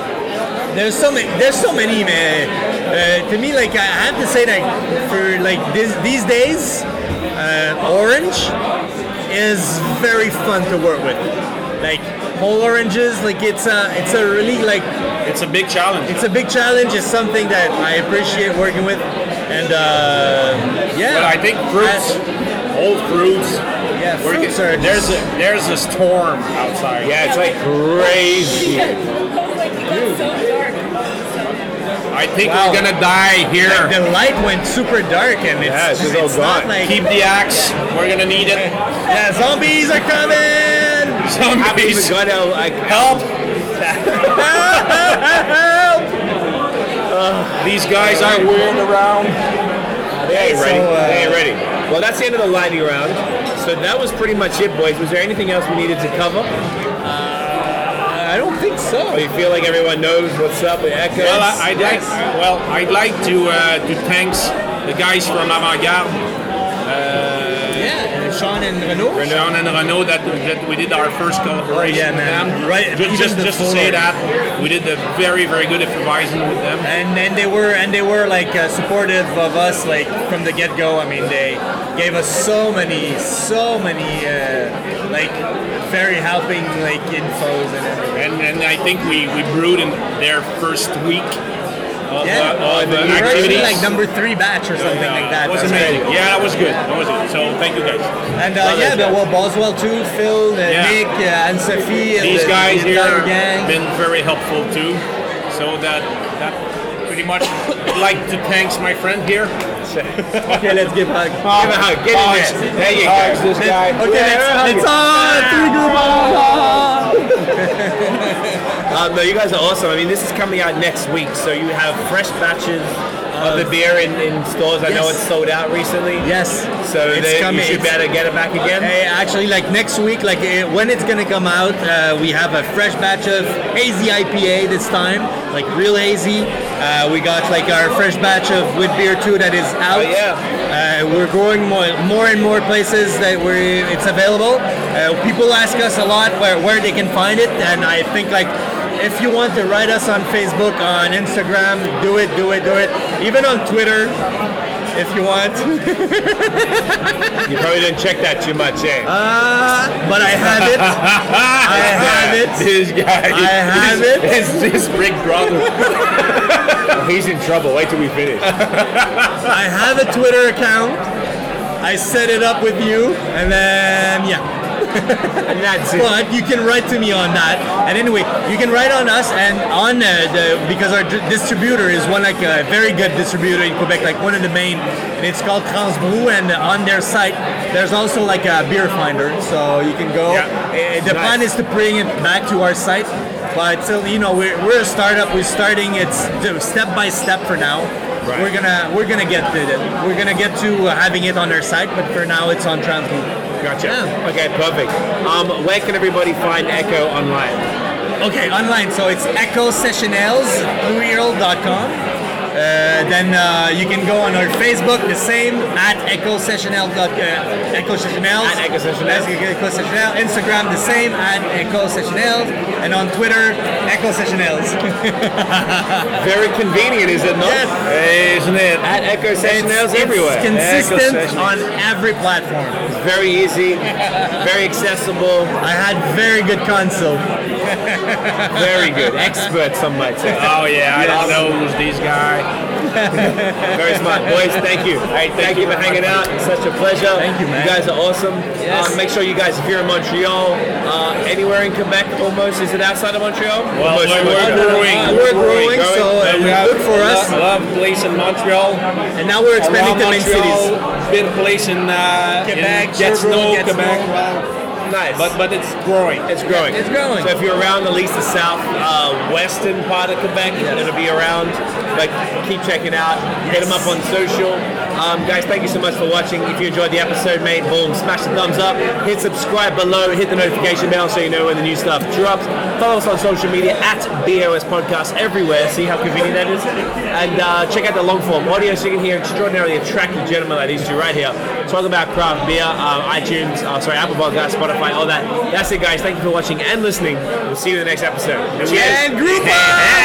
C: there's so many. There's so many, man. Uh, to me, like I have to say, like for like this, these days, uh, orange is very fun to work with. Like whole oranges, like it's a, it's a really like
D: It's a big challenge.
C: it's a big challenge. It's something that I appreciate working with, and uh, yeah.
D: But I think fruits, old fruits.
C: yeah,
D: we're
C: fruits
D: get-
C: are
D: there's
C: just-
D: a there's a storm outside.
E: Yeah, it's like crazy.
D: I think
C: Wow.
D: we're gonna die here.
C: the light went super dark, and it's,
E: Yeah, it's just all
C: it's not
E: gone.
C: like
D: Keep the axe. We're gonna need it.
C: yeah, zombies are coming.
E: I've even
D: Zombies,
E: got out, like,
D: help! These guys are weird around.
E: They ain't
C: So,
E: ready.
C: uh,
E: they ain't ready. Well, that's the end of the lightning round. So that was pretty much it, boys. Was there anything else we needed to cover?
C: I don't think so.
E: Or you feel like everyone knows what's up with Echo?
D: Well, I, would like well, I'd like to uh, to thanks the guys from Avant Garde.
C: Yeah, Sean and Renault.
D: Sean and Renault that, that we did our first collaboration
C: yeah, man.
D: with them.
C: Right, even
D: Just, just,
C: the
D: just to
C: photo.
D: say that we did a very very good improvising with them.
C: and and they were and they were like uh, supportive of us like from the get go. I mean, they gave us so many, so many uh, like very helping like infos and uh, everything.
D: And, and I think we, we brewed in their first week of,
C: Yeah,
D: uh, of uh,
C: we were actually
D: activities.
C: like number three batch or something like that.
D: It was
C: That's
D: amazing.
C: great.
D: Yeah, that was good. That was good. So thank you guys.
C: And uh, yeah, but, well, Boswell too, Phil, uh,
D: Yeah.
C: Nick, uh, and Sophie, and
D: These
C: the,
D: guys
C: the
D: here
C: entire
D: have
C: gang.
D: been very helpful too. So that that pretty much I'd like to thanks my friend here.
C: Okay, let's give hug.
B: Give a hug. Get in there. There you go.
G: this guy.
C: Okay, let's, let's all
B: uh,
C: three group all.
B: <laughs> Um, no, you guys are awesome. I mean, this is coming out next week, so you have fresh batches of the beer in, in stores. I know
C: Yes.
B: it's sold out recently.
C: Yes.
B: So
C: It's
B: they,
C: coming.
B: you should be able to get it back again.
C: Hey, actually, like next week, like eh, when it's gonna come out, uh, we have a fresh batch of hazy IPA this time, like real hazy. Uh, we got like our fresh batch of Wit Beer 2 that is out.
B: Oh, yeah. <laughs>
C: Uh, we're growing more, more and more places that we it's available. Uh, people ask us a lot where, where they can find it, and I think like if you want to write us on Facebook, on Instagram, do it, do it, do it. Even on Twitter, if you want.
B: <laughs> You probably didn't check that too much, eh?
C: Uh, but I have
B: <laughs>
C: it. I have it.
B: This guy.
C: I have it.
B: This, this big brother. he's in trouble. Wait till we finish.
C: I have a Twitter account. I set it up with you, and then yeah.
B: And that's it.
C: But you can write to me on that. And anyway, you can write on us and on uh, the because our di- distributor is one like a very good distributor in Quebec, like one of the main. And it's called Transbrew, and on their site there's also like a beer finder, so you can go. Uh, the plan is to bring it back to our site. But still, you know, we're, we're a startup. We're starting. It's step by step for now. We're gonna we're gonna get to it. We're gonna get to uh, having it on our site, but for now it's on Transmove.
B: Gotcha.
C: Yeah.
B: Okay, perfect. Um, where can everybody find Echo online?
C: Okay, online. So it's Echo Sessionels, blueearl.com. Uh, then uh, you can go on our Facebook, the same at Echo Sessionel. dot- Uh, Echo Sessionels.
B: At Echo Sessionels.
C: Echo Sessionel. Instagram, the same at Echo Sessionels. And on Twitter, Echo Sessionels.
B: Very convenient, is it not?
C: Yes.
B: Isn't it? At Echo Sessionals everywhere.
C: It's consistent
B: Echo Sessionals.
C: on every platform.
B: Very easy, very accessible,
C: I had very good console.
B: very good. Expert, some might say.
D: Oh yeah, I
B: Yes.
D: didn't know it was these guys.
B: Very smart, boys. Thank you. All right, thank, you for hanging out. It's such a pleasure.
C: Thank you, man.
B: You guys are awesome. Um, make sure you guys, if you're in Montreal, uh, anywhere in Quebec, almost is it outside of Montreal?
D: Well,
B: Almost,
D: we're-
B: almost.
D: we're growing.
C: We're growing, so uh, look for us.
D: Love place in Montreal.
C: And now we're expanding
D: Around
C: to main cities.
D: Montreal, Big place in uh, in Gatineau, Quebec.
B: Nice.
D: But but it's growing.
B: It's growing.
C: It's growing.
B: So if you're around at least the south uh, western part of Quebec, it'll be around. But keep checking out. Hit them up on social. Um, guys, thank you so much for watching. If you enjoyed the episode, mate, boom, smash the thumbs up. Hit subscribe below. Hit the notification bell so you know when the new stuff drops. Follow us on social media at BOS Podcast everywhere. See how convenient that is. And uh, check out the long form audio so you can hear extraordinarily attractive gentlemen like these two right here talk about craft beer, uh, iTunes, uh, sorry, Apple Podcasts, Spotify, all that. That's it, guys. Thank you for watching and listening. We'll see you in the next episode. Cheers.
C: And Groupon!